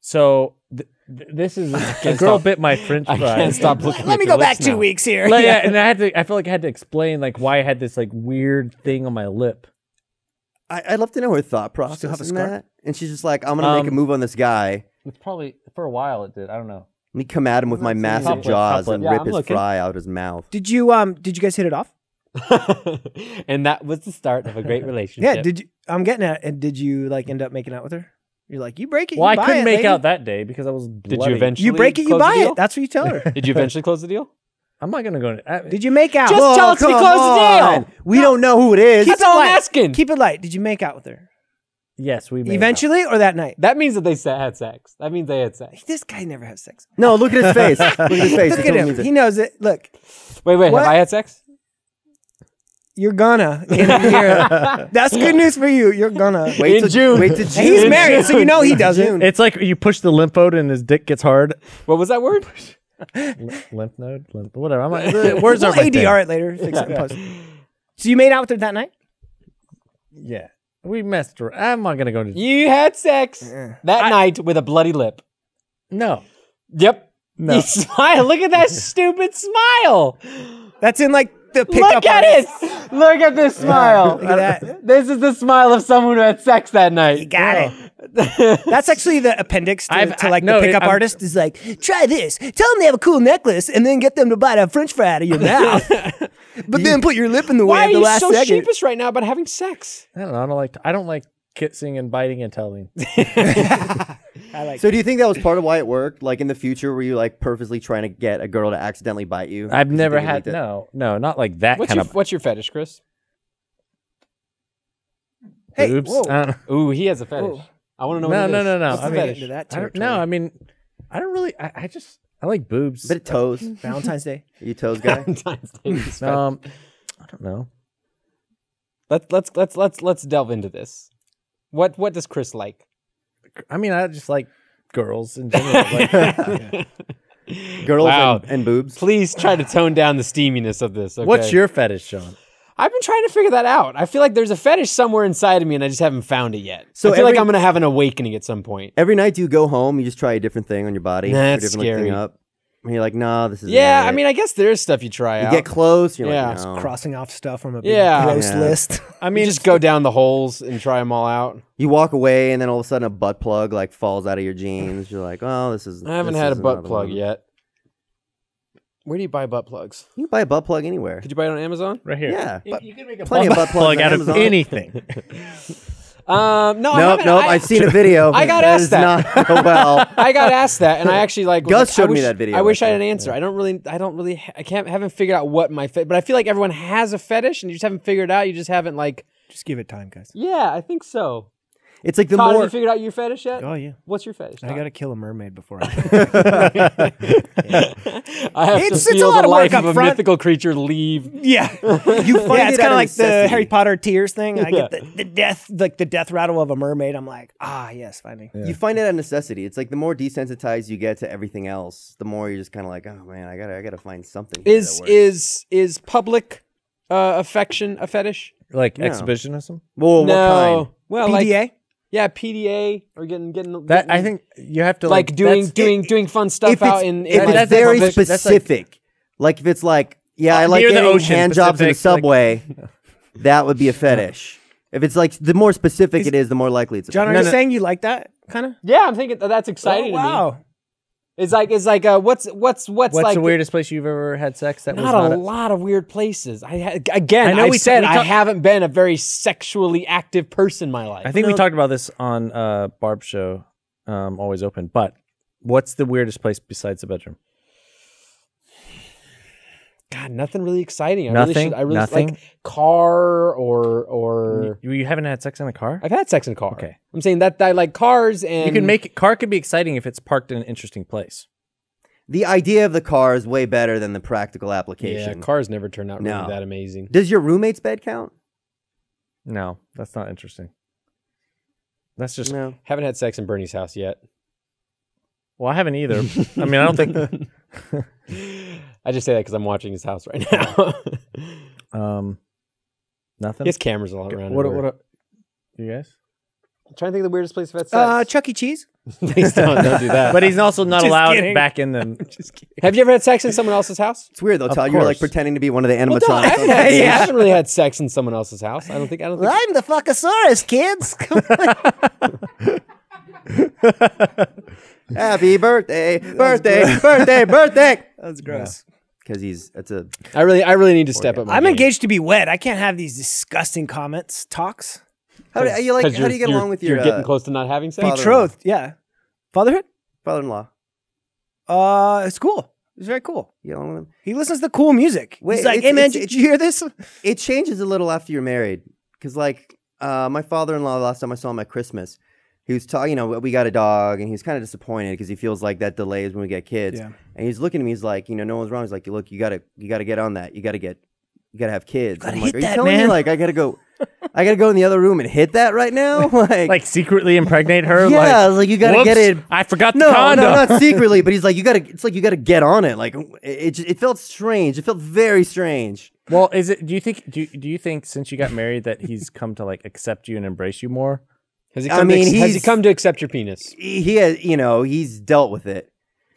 S3: so th- th- this <laughs> is a
S2: can't
S3: girl
S2: stop.
S3: bit my French
S2: I
S3: fries.
S4: Oh."
S3: <laughs>
S2: can't stop looking.
S5: Let
S2: at
S5: me
S2: your
S5: go back
S2: lips
S5: two
S2: now.
S5: weeks here.
S3: Like, yeah, and I had to. I felt like I had to explain like why I had this like weird thing on my lip.
S1: I, I'd love to know her thought
S4: Still have
S1: process
S4: a
S1: in
S4: scar?
S1: that. And she's just like, "I'm gonna make
S3: Um,
S1: a move on this guy.
S3: It's probably for a while it did. I don't know.
S1: Let me come at him with my massive
S3: Top lip,
S1: jaws
S3: top lip.
S1: and
S2: Yeah,
S1: rip
S2: I'm
S1: his
S2: looking.
S1: fry out of his mouth."
S4: Did you um did you guys hit it off?
S2: <laughs> and that was the start of a great relationship.
S4: <laughs> Yeah, did you I'm getting at and did you like end up making out with her? You're like, you break it,
S3: Well, I
S4: you buy
S3: couldn't
S4: it,
S3: make
S4: lady."
S3: out that day because I was.
S2: Did
S3: bloody.
S2: you eventually?
S4: You break it, you
S2: close the
S4: buy
S2: deal?
S4: it. That's what you tell
S2: <laughs>
S4: her.
S2: Did you eventually close the deal?
S3: I'm not gonna go. In, I,
S4: did you make out?
S2: Just
S1: Oh,
S2: tell us if you
S1: come
S2: close the
S1: on.
S2: deal.
S1: We don't know who it is.
S2: That's all I'm
S4: light.
S2: asking.
S4: Keep it light. Did you make out with her?
S3: yes, we made
S4: Eventually or that night?
S2: That means that they sa- had sex. That means they had sex.
S4: This guy never has sex.
S1: No, look at his face. Look at his face.
S4: Look
S1: He
S4: at
S1: totally
S4: him.
S1: means it.
S4: He knows it. Look,
S2: Wait, wait.
S4: What?
S2: Have I had sex?
S4: you're gonna in a year. <laughs> That's good news for you. You're gonna.
S1: Wait
S2: In
S1: till
S2: June.
S1: Wait till
S4: And
S1: June. <laughs>
S4: he's married, so you know he
S3: out.
S4: doesn't.
S3: It's like you push the lymph node and his dick gets hard.
S2: What was that word?
S3: Ly- lymph node, lymph, whatever. I'm
S4: uh, <laughs>
S3: like, the words are
S4: We'll ADR it later. Fix it in post. So you made out with her that night?
S3: Yeah, we messed. Around. I'm not gonna go into.
S2: You had sex that night with a bloody lip.
S3: No,
S2: Yep.
S3: No.
S2: You smile. Look at that stupid smile.
S4: That's in like the pickup.
S2: Look at
S4: artist.
S2: it. Look at this smile.
S4: Look at that.
S2: This is the smile of someone who had sex that night. You
S4: got it. That's actually the appendix to,
S3: I've-
S4: to like
S3: I- no,
S4: the pickup
S3: it- I'm-
S4: artist is like, try this. Tell them they have a cool necklace, and then get them to bite a French fry out of your <laughs> mouth. but then put your lip in the way
S2: <laughs> Why
S4: at
S2: are
S4: the
S2: you
S4: last
S2: so
S4: second.
S2: sheepish right now about having sex?
S3: I don't know. I don't like. I don't like kissing and biting and telling.
S4: I like Like,
S1: So do you think that was part of why it worked? Like in the future, were you like purposely trying to get a girl to accidentally bite you?
S6: I've
S1: 'Cause you
S6: never
S1: think it
S6: had
S1: leaked it?
S6: no, no, not like that
S2: What's
S6: kind
S2: your
S6: of
S2: What's your fetish, Chris?
S4: hey,
S6: boobs.
S4: whoa.
S6: I don't-
S2: Ooh, he has a fetish.
S4: Whoa.
S2: I want to know.
S6: No,
S2: what it
S6: no,
S2: is.
S6: no, no.
S2: What's
S6: I
S2: the
S6: mean,
S2: fetish?
S4: into that
S6: I don't
S4: territory.
S6: know. I mean, I don't really. I, I just I like boobs.
S1: Bit of toes. Are
S4: Valentine's Day.
S1: you toes
S2: <laughs>
S1: guy?
S2: Valentine's Day
S3: <laughs>
S2: is fetish.
S6: um, I don't know.
S2: Let's let's let's let's let's delve into this. What what does Chris like?
S6: I mean, I just like
S3: girls in general. Like,
S2: <laughs>
S1: Girls
S2: Wow.
S1: and, and boobs.
S2: Please try to tone down the steaminess of this.
S6: <laughs>
S2: Okay?
S6: What's your fetish, John?
S2: I've been trying to figure that out. I feel like there's a fetish somewhere inside of me, and I just haven't found it yet. So
S1: So
S2: I feel like
S1: every-
S2: I'm gonna have an awakening at some point.
S1: Every night you go home, you just try a different thing on your body.
S2: Nah,
S1: or
S2: it's
S1: different, like,
S2: scary.
S1: Thing up. And you're like, nah, this is
S2: Yeah, I mean, I guess there's stuff you try
S1: you
S2: out.
S1: get close. You're
S2: Yeah.
S1: like, no.
S4: Crossing off stuff from a big
S2: Yeah.
S4: gross
S1: Oh. Yeah.
S4: list. <laughs>
S2: I mean, just go down the holes and try them all out.
S1: You walk away, and then all of a sudden, a butt plug like falls out of your jeans. You're like, oh, this is.
S2: I haven't
S1: this
S2: had a
S1: is
S2: butt
S1: another
S2: plug
S1: one.
S2: yet. Where do you buy butt plugs?
S1: You can buy a butt plug anywhere.
S2: Could you buy it on Amazon?
S3: right here.
S1: Yeah, but
S2: you can make a
S1: plenty of butt plugs
S3: Plug
S1: on
S3: out of
S1: Amazon.
S3: anything.
S2: Um, no, I
S1: Nope,
S2: haven't-
S1: nope.
S2: I,
S1: I've seen a video.
S2: I got
S1: does
S2: asked that.
S1: Not <laughs> go well.
S2: I got asked that, and I actually like was
S1: Gus
S2: like, I
S1: showed me
S2: wish-
S1: that video,
S2: I wish I had an
S1: actually.
S2: answer. I don't really, I don't really, I can't haven't figured out what my fe- but I feel like everyone has a fetish, and you just haven't figured it out. You just haven't like.
S4: Just give it time, guys.
S2: Yeah, I think so.
S1: It's like the
S2: Todd, have
S1: more
S2: you figured out your fetish yet?
S4: Oh yeah,
S2: What's your fetish?
S4: I
S2: Todd?
S4: gotta kill a mermaid before. I <laughs>
S2: I have
S4: It's-
S2: to
S4: it's a
S2: feel
S4: lot
S2: the
S4: of work
S2: life
S4: up
S2: of a
S4: front.
S2: mythical creature leave.
S4: yeah,
S1: <laughs> you find
S4: yeah. It's
S1: it out of
S4: kind of like the
S1: necessity.
S4: Harry Potter tears thing. I get
S2: Yeah.
S4: the, the death, like the death rattle of a mermaid. I'm like, ah, yes, finally.
S1: You find it out of necessity. It's like the more desensitized you get to everything else, the more you're just kind of like, oh man, I gotta, I gotta find something. here
S2: Is
S1: that works."
S2: is is public uh, affection a fetish?
S6: <laughs> Like
S1: No.
S6: exhibitionism?
S1: well,
S2: no.
S1: what kind?
S2: Well, like
S4: PDA.
S2: yeah, PDA or getting getting
S6: That
S2: getting-
S6: I think you have to
S2: like,
S6: like,
S2: doing
S6: that's-
S2: doing doing fun stuff
S1: if
S2: out
S1: it's,
S2: in, in
S1: if
S2: like,
S1: it's
S6: that's
S1: very
S6: conviction- that's like-
S1: specific, like, if it's like, yeah, I like
S3: near the
S1: getting
S3: ocean,
S1: hand jobs in the
S3: Pacific,
S1: subway, that would be a fetish. If it's like the more specific it is, the more likely it's. A
S4: John, are
S1: fetish.
S4: you saying you like that kind of?
S2: yeah, I'm thinking that- that's exciting. To me.
S4: wow.
S2: It's like it's like uh, what's what's what's,
S6: Oh, What's
S2: like
S6: the weirdest place you've ever had sex? That was
S2: not,
S6: not
S2: a, lot of weird places. I ha- again, I,
S3: I know we t-
S2: said
S3: we
S2: I
S3: talk-
S2: haven't been a very sexually active person in my life.
S6: I think we talked about this on uh, Barb's show, um, Always Open. But what's the weirdest place besides the bedroom?
S2: God, nothing really exciting. I really
S6: Nothing?
S2: should, I really
S6: Nothing?
S2: like car or or
S6: You, you haven't had sex in a car?
S2: I've had sex in a car.
S6: Okay.
S2: I'm saying that I like cars and
S6: You can make it, car could be exciting if it's parked in an interesting place.
S1: the idea of the car is way better than the practical
S2: yeah,
S1: application.
S2: cars never turn out really
S1: No.
S2: that amazing.
S1: Does your roommate's bed count?
S6: No, that's not interesting. That's just
S1: No.
S2: Haven't had sex in Bernie's house yet.
S6: well, I haven't
S2: <laughs>
S6: either. I mean, I don't think.
S2: I just say that because I'm watching his house right
S6: <laughs>
S2: now. <laughs>
S6: Um, nothing.
S2: he has cameras all around.
S6: what?
S2: everywhere.
S6: What? You guys?
S2: I'm trying to think of the weirdest place I've had sex.
S4: Uh, Chuck E. Cheese.
S1: <laughs>
S2: Please don't, don't do that.
S6: But he's also not
S4: Just
S6: allowed
S4: kidding.
S6: back in the.
S2: have you ever had sex in someone else's house?
S1: It's weird though,
S6: Of
S1: Todd. You're like
S6: course.
S1: pretending to be one of the
S2: Well, no, I
S1: animatronics. <laughs>
S2: haven't, <laughs> had, I haven't really had sex in someone else's house. I don't think. I don't think.
S5: I'm the Fuckasaurus,
S1: <laughs>
S5: kids. Come on.
S1: Happy birthday, birthday, birthday, birthday.
S4: That's gross.
S1: Because he's that's a
S2: I really, I really need to step up. My
S4: I'm
S2: game.
S4: engaged to be wed. I can't have these disgusting comments, talks.
S1: how do you like?
S2: 'Cause
S1: How
S2: you're-
S1: do you get
S2: you're-
S1: along with your
S2: You're getting
S1: uh,
S2: close to not having sex.
S1: father-
S4: Betrothed. Yeah. Fatherhood.
S1: father-in-law?
S4: Uh, it's cool. It's very cool.
S1: You get along with him?
S4: He listens to cool music.
S1: Wait,
S4: He's like,
S1: it's-
S4: hey man,
S1: it's-
S4: did
S1: it's-
S4: you hear this?
S1: It changes a little after you're married. Because like uh, my father-in-law, last time I saw him at Christmas, he was talking. You know, we got a dog, and he was kind of disappointed because he feels like that delays when we get kids.
S4: Yeah.
S1: And he's looking at me. He's like, you know, no one's wrong. He's like, look, you gotta, you gotta get on that. You gotta get, you gotta have kids.
S4: Gotta
S1: I'm like,
S4: hit
S1: are you
S4: that,
S1: telling me
S4: man."
S1: like I gotta go, I gotta go in the other room and hit that right now? <laughs> Like,
S6: like secretly impregnate her.
S1: yeah, I
S6: like,
S1: was like you gotta
S6: whoops,
S1: get it.
S6: I forgot the
S1: No,
S6: condom.
S1: no,
S6: <laughs>
S1: not secretly, but he's like, you gotta. It's like you gotta get on it. Like it, it, ju- it felt strange. It felt very strange.
S6: Well, is it? Do you think? Do do you think since you got married that he's come to like accept you and embrace you more?
S2: Has he
S1: I
S2: come
S1: mean,
S2: to, ex- has he
S1: he's-
S2: come to accept
S1: <laughs>
S2: your penis?
S1: He, he has, you know, he's dealt with it.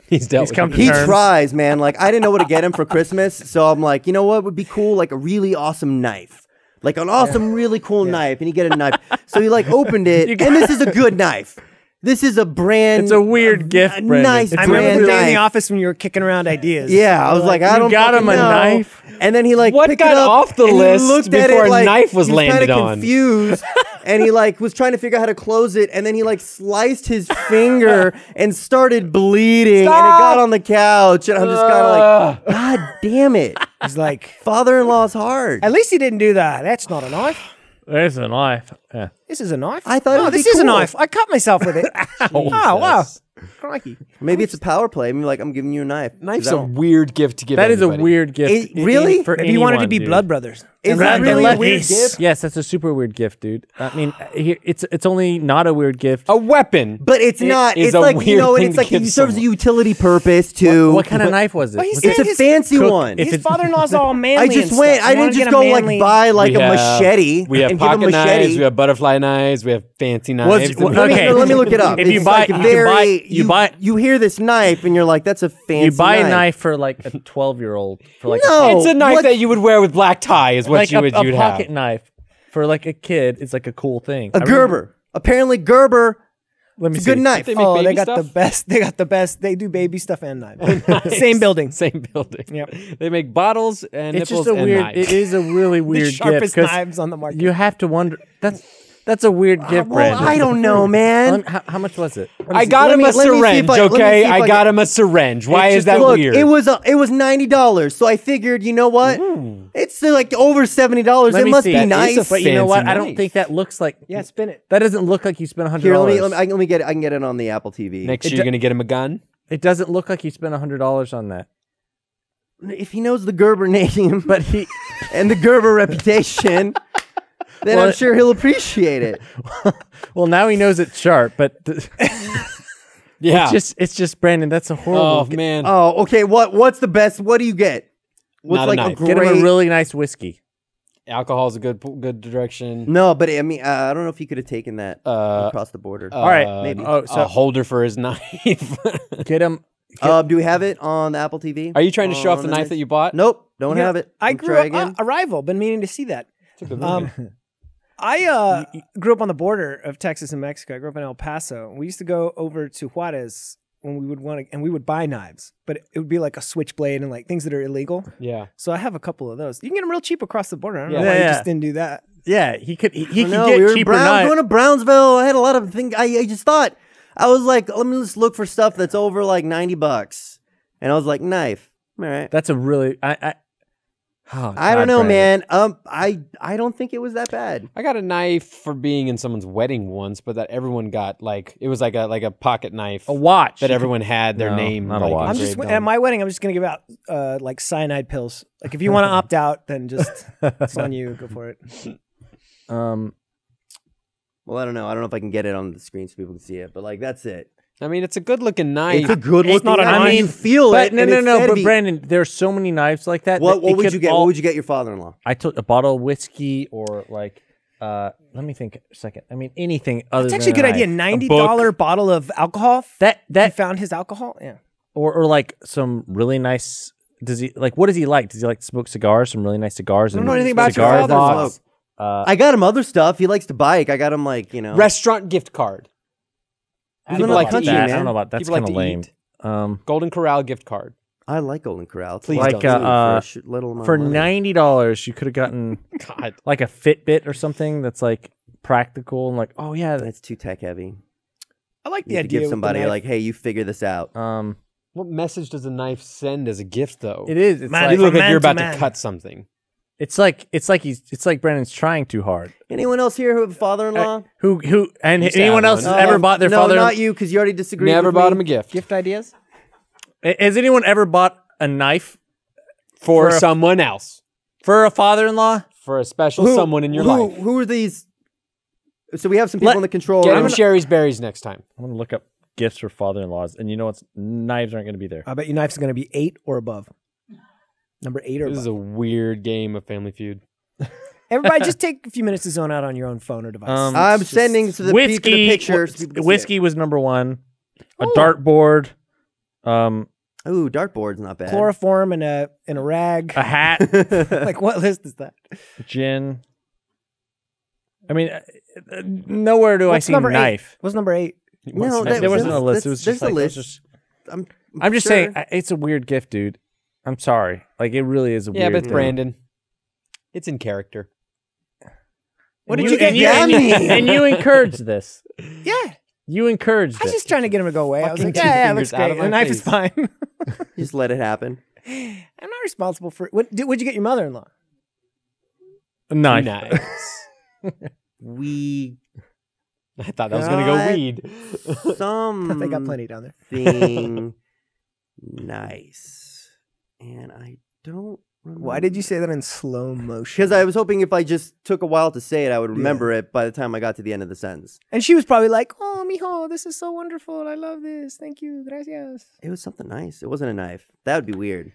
S2: He's dealt.
S6: He's
S2: with
S6: come
S2: it.
S6: to
S1: He
S6: Terms.
S1: tries, man. Like I didn't know what to get him for Christmas, so I'm like, you know what would be cool? Like a really awesome knife. Like an awesome, really cool knife, and you get a knife. so he like
S6: <laughs>
S1: opened it, and this is a good knife. This is a brand.
S6: It's a weird gift,
S1: a
S6: Brendan.
S1: nice
S6: It's
S4: I
S6: a
S1: brand
S4: remember the day in the
S1: knife.
S4: office when you were kicking around ideas.
S1: Yeah, I was like, I
S6: You
S1: don't
S6: got him
S1: fucking
S6: a
S1: know.
S6: knife?
S1: And then he like
S2: What
S1: picked
S2: got
S1: it up,
S2: off the
S1: and he
S2: list
S1: looked at
S2: before
S1: it
S2: a
S1: like,
S2: knife was
S1: he was kinda
S2: landed on?
S1: Confused, and he like was trying to figure out how to close it, and then he like sliced his
S2: <laughs>
S1: finger and started bleeding, and it got on the couch, and I'm just kind of like, God damn it!
S4: He's like,
S1: Father-in-law's hard.
S4: at least he didn't do that. That's not a knife.
S3: There's a knife. Yeah.
S4: This is a knife.
S1: I thought it
S4: Oh,
S1: would be
S4: this is a
S1: cool.
S4: knife. I cut
S1: <laughs>
S4: myself with it. oh wow! Crikey.
S1: Maybe it's a power play. I mean, like I'm giving you a knife. 'Cause
S2: Knife's
S1: I
S2: a
S1: don't-
S2: weird gift to give.
S3: That is a
S2: anybody.
S3: weird gift.
S1: It-
S3: i-
S1: really?
S3: for
S4: Maybe he wanted
S3: anyone,
S4: to be
S3: dude.
S4: blood brothers.
S1: Is
S4: Unless-
S1: that really a
S4: unless-
S1: weird
S4: Yes.
S1: gift?
S3: Yes, that's a super weird gift, dude. I mean, uh, here- it's it's only not a weird gift.
S2: A weapon.
S1: But it's not.
S2: is
S1: It's
S2: a
S1: like you
S2: weird
S1: know, and
S2: thing
S1: it's
S2: to
S1: like it
S2: give
S1: serves a
S2: someone.
S1: utility purpose too.
S3: what kind of knife was it?
S4: Well, he
S3: Was
S4: said
S1: It's a
S4: his-
S1: fancy
S3: cook-
S1: one.
S3: if
S4: His
S3: it's-
S4: father-in-law's all
S1: <laughs>
S4: manly.
S1: I just
S4: and
S1: went.
S4: stuff.
S1: I
S4: You wanna
S1: didn't
S4: get
S1: just
S4: a
S1: go like
S4: manly-
S1: buy like
S2: We
S1: a
S2: have-
S1: machete.
S2: We have
S1: and
S2: pocket
S1: give him a machete.
S2: knives. We have butterfly knives. We have fancy
S3: Was-
S2: knives.
S3: well,
S2: and
S1: let me,
S3: okay.
S1: no, let me look it up.
S3: If you
S1: It's
S3: buy-
S1: like
S3: you can
S1: very,
S3: buy- you buy-
S1: you hear this knife and you're like, that's a fancy.
S3: you buy
S1: knife.
S3: a knife for like
S1: <laughs>
S3: a twelve year old for like a,
S1: No,
S2: it's a knife
S1: Oh, what-
S2: that you would wear with black tie. Is what
S3: like
S2: you
S3: a,
S2: would
S3: a
S2: you'd
S3: pocket
S2: have.
S3: knife for like a kid. It's like a cool thing.
S1: a
S3: I
S1: Gerber.
S3: remember-
S1: Apparently, Gerber.
S3: Let me
S1: It's a
S3: see.
S1: good knife.
S2: They make
S4: Oh, they
S2: baby
S4: got the
S2: stuff?
S4: best. They got the best. They do baby stuff
S1: <laughs>
S4: and knives. Same
S2: <laughs>
S4: building.
S2: Same building.
S4: Yep.
S2: <laughs> They make bottles and
S3: It's
S2: nipples
S3: just a
S2: and
S3: weird.
S2: knives.
S3: It is
S1: <laughs>
S3: a really weird
S4: the
S3: gift
S4: sharpest
S3: 'cause
S4: knives on the market.
S3: you have to wonder. That's that's a weird gift,
S1: Uh, Well,
S3: Brandon.
S1: I don't know,
S3: Um,
S1: man.
S3: how, how much was it?
S2: I got
S1: Let
S2: him
S1: me-
S2: a
S1: let me see if I-
S2: syringe,
S1: let me see
S2: okay?
S1: if
S2: I
S1: I
S2: got
S1: can-
S2: him a syringe. Why
S3: It's
S2: is
S3: just-
S2: that
S1: Look,
S2: weird?
S1: it was a, it was ninety dollars, so I figured, you know what? It's uh, like over seventy dollars.
S3: Let
S1: It
S3: me
S1: must
S3: see.
S1: be
S3: That
S2: is a
S1: nice.
S3: But you know
S2: Fancy
S3: what? I don't
S2: knife.
S3: think that looks like.
S4: yeah, spin it.
S3: That doesn't look like you spent hundred
S1: Here, let me, let
S3: dollars.
S1: me I- let me get it. I can get it on the Apple TV.
S2: Next year,
S3: do-
S2: you're gonna get him a gun.
S3: It doesn't look like you spent hundred dollars on that.
S1: If he knows the Gerber <laughs> name,
S3: But he,
S1: and the Gerber reputation, then
S3: Well,
S1: I'm sure he'll appreciate it.
S3: well, now he knows it's sharp. But <laughs> th-
S2: Yeah.
S3: just it's just Brandon. That's a horrible.
S2: oh man.
S1: Oh, okay. What what's the best? What do you get? What's
S2: Not a
S1: like
S2: knife.
S1: a
S3: Get him
S1: great-
S3: a really nice whiskey.
S2: Alcohol is a good good direction.
S1: No, but I mean, uh, I don't know if he could have taken that
S2: Uh,
S1: across the border.
S2: All
S3: right,
S1: maybe.
S3: oh, so-
S2: a holder for his <laughs> knife.
S3: Get him.
S1: Uh, do we have it on the Apple TV?
S2: Are you trying to show off
S1: On
S2: the knife
S1: next-
S2: that you bought?
S1: Nope, don't
S4: Yeah,
S1: have it.
S4: I
S1: We'll
S4: grew
S1: try
S4: up
S1: again.
S4: uh, Arrival. Been meaning to see that.
S3: <laughs>
S4: Um, I uh, grew up on the border of Texas and Mexico. I grew up in El Paso. We used to go over to Juarez when we would want to, and we would buy knives, but it would be like a switchblade and like things that are illegal.
S2: <laughs> Yeah.
S4: So I have a couple of those. You can get them real cheap across the border. I don't know
S2: Yeah.
S4: why you
S3: Yeah.
S4: just didn't do that.
S3: Yeah, he could. He, he
S1: I
S3: could
S1: know,
S3: get
S1: we were in
S3: cheaper
S1: Brown,
S3: knife.
S1: going to Brownsville. I had a lot of things. I, I just thought I was like, let me just look for stuff that's over like ninety bucks, and I was like, knife. All right.
S3: That's a really. I. I, Oh,
S1: I
S3: God,
S1: don't know,
S3: Brandon.
S1: man. Um, I I don't think it was that bad.
S2: I got a knife for being in someone's wedding once, but that everyone got like it was like a like a pocket knife
S3: A watch.
S2: that everyone had their
S3: No,
S2: name.
S3: not a
S2: like,
S3: watch.
S4: I'm just
S2: engraved
S4: at
S2: on.
S4: my wedding. I'm just gonna give out uh, like cyanide pills. Like if you want to opt out, then
S3: <laughs>
S4: just it's on you. Go for it.
S1: <laughs>
S3: Um.
S1: Well, I don't know. I don't know if I can get it on the screen so people can see it, but like that's it.
S2: I mean, it's a good looking knife.
S1: It's a good
S4: It's
S1: looking.
S4: not a
S1: knife.
S4: knife.
S1: You feel
S3: But
S1: it.
S3: no,
S1: and
S3: no,
S1: it's
S3: no.
S1: said to
S3: But
S1: be-
S3: Brandon, there are so many knives like that.
S1: what
S3: that
S1: what
S3: it
S1: would
S3: could
S1: you get?
S3: all-
S1: What would you get your father-in-law?
S3: I took a bottle of whiskey or like. Uh, let me think a second. I mean, anything other.
S4: It's actually a
S3: than
S4: good idea.
S3: knife.
S4: Ninety dollar bottle of alcohol.
S3: That
S4: He
S3: that
S4: found his alcohol. Yeah.
S3: or or like some really nice. Does he like? What does he like? Does he like to smoke cigars? Some really nice cigars. I
S2: don't know anything about your
S3: cigar
S2: father.
S3: box.
S1: I got him other stuff. He likes to bike. I got him like you know.
S2: Restaurant gift card.
S3: I
S1: People
S3: don't know
S1: like
S3: about
S1: to eat,
S3: uh, that. I
S1: man.
S3: don't know about that's
S2: People like
S3: kind of
S2: to
S3: lame.
S2: eat.
S3: Um,
S2: Golden Corral gift card.
S1: I like Golden Corral. It's
S2: Please
S1: like
S2: don't.
S1: food for
S3: Uh,
S1: a shit little amount
S3: for
S1: of money.
S3: ninety dollars, you could have gotten <laughs>
S2: God.
S3: like a Fitbit or something that's like practical and like, oh yeah. that-
S1: That's too tech heavy.
S4: I like the
S1: You have to
S4: idea.
S1: give
S4: with the
S1: somebody
S4: knife.
S1: like, hey, you figure this out.
S3: Um,
S2: What message does a knife send as a gift, though?
S3: it is. It's
S4: Man,
S2: You
S3: like
S2: look
S4: From
S2: like you're
S4: man to
S2: about to
S4: man.
S2: cut something.
S3: it's like it's like he's it's like Brandon's trying too hard.
S1: Anyone else here who have a father-in-law? Um,
S3: Who who and
S2: Used to
S3: anyone
S2: have
S3: else
S2: one.
S3: has ever bought their
S1: no,
S3: father?
S1: not you, because you already disagreed.
S2: Never
S1: with
S2: bought
S1: me.
S2: him a gift.
S4: gift ideas.
S3: Has anyone ever bought a knife
S2: for,
S3: for a-
S2: someone else,
S3: for a father-in-law?
S2: for a special someone in your
S1: who,
S2: life.
S1: Who are these? So we have some people
S3: Let-
S1: in the control
S2: Get
S1: room.
S2: him Sherry's berries next time.
S3: I'm gonna look up gifts for father-in-laws, and you know what's knives aren't gonna be
S1: Uh,
S3: there.
S4: I bet your knife's going to be eight or above. Number eight or
S2: This is
S4: above.
S2: a weird game of Family Feud.
S4: Everybody, just take a <laughs> few minutes to zone out on your own phone or device.
S3: Um,
S1: I'm
S4: It's just-
S1: sending to the, pe- to the
S3: whiskey,
S1: pictures.
S3: wh- whiskey was number one. A dartboard, um,
S1: Ooh, dartboard's not bad. <laughs>
S4: chloroform and a in a <laughs> rag.
S3: a hat,
S4: like what list is that?
S3: gin. I mean, uh, uh, nowhere do I see knife.
S4: Eight? What's number eight?
S2: Oh,
S1: No,
S3: There
S1: that-
S3: wasn't a
S1: that's-
S3: list.
S1: that's-
S3: It was just
S1: there's a
S3: like- it was
S1: list.
S3: just-
S1: I'm,
S3: I'm just
S1: sure.
S3: saying, I- it's a weird gift, dude. I'm sorry. Like, it really is a <laughs>
S2: Yeah,
S3: weird
S2: but it's
S3: thing.
S2: Brandon. It's in character.
S4: What
S6: And
S4: did you get
S6: and and
S4: that mean?
S6: and you encouraged this.
S4: <laughs> Yeah, I
S6: You encouraged
S4: was
S6: it.
S4: just trying to get him to go away. I was
S2: Fucking
S4: like,
S2: two
S4: yeah, yeah, it
S2: fingers
S4: looks
S2: out
S4: great.
S2: of my
S4: The knife is
S2: face.
S4: fine. I'm
S1: Just let it happen.
S4: <sighs> not responsible for it. What, did, what'd you get your mother-in-law?
S6: Knife.
S2: <laughs> Nice.
S1: We
S2: <laughs> I thought that was gonna go
S1: God.
S2: weed. <laughs>
S1: some
S4: they got plenty down there.
S1: thing nice, and I don't. Remember.
S4: Why did you say that in slow motion?
S1: Because I was hoping if I just took a while to say it, I would remember it by the time I got to the end of the sentence.
S4: and she was probably like, "Oh, mijo, this is so wonderful. I love this. Thank you, gracias."
S1: It was something nice. It wasn't a knife. That would be weird.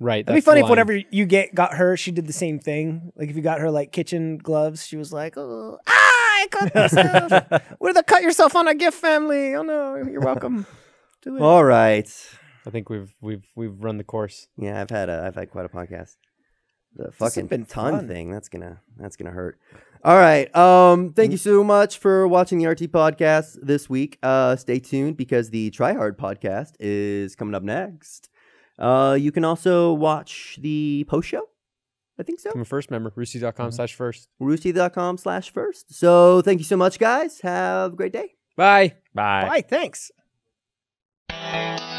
S2: Right.
S4: That'd be
S2: that's the
S4: funny if
S2: line.
S4: whatever you get got her, she did the same thing. Like if you got her like kitchen gloves, she was like, "Oh, ah, I
S2: <laughs>
S4: cut myself.
S3: <laughs>
S4: Where the cut yourself on a gift family? Oh no, you're welcome. Do it."
S1: All right.
S2: I think we've we've we've run the course.
S1: Yeah, I've had a, I've had quite a podcast. The fucking
S4: been
S1: ton
S4: fun.
S1: thing. That's gonna that's gonna hurt. All right. Um. Thank
S4: Mm-hmm.
S1: you so much for watching the RT podcast this week. Uh. Stay tuned because the Try Hard podcast is coming up next. Uh. You can also watch the post show. I think so.
S4: Mm-hmm.
S2: I'm a first member. Roosie.com slash first.
S1: Roosty.com slash first. So thank you so much, guys. Have a great day.
S2: Bye.
S6: Bye.
S4: Bye. Thanks.
S7: Thank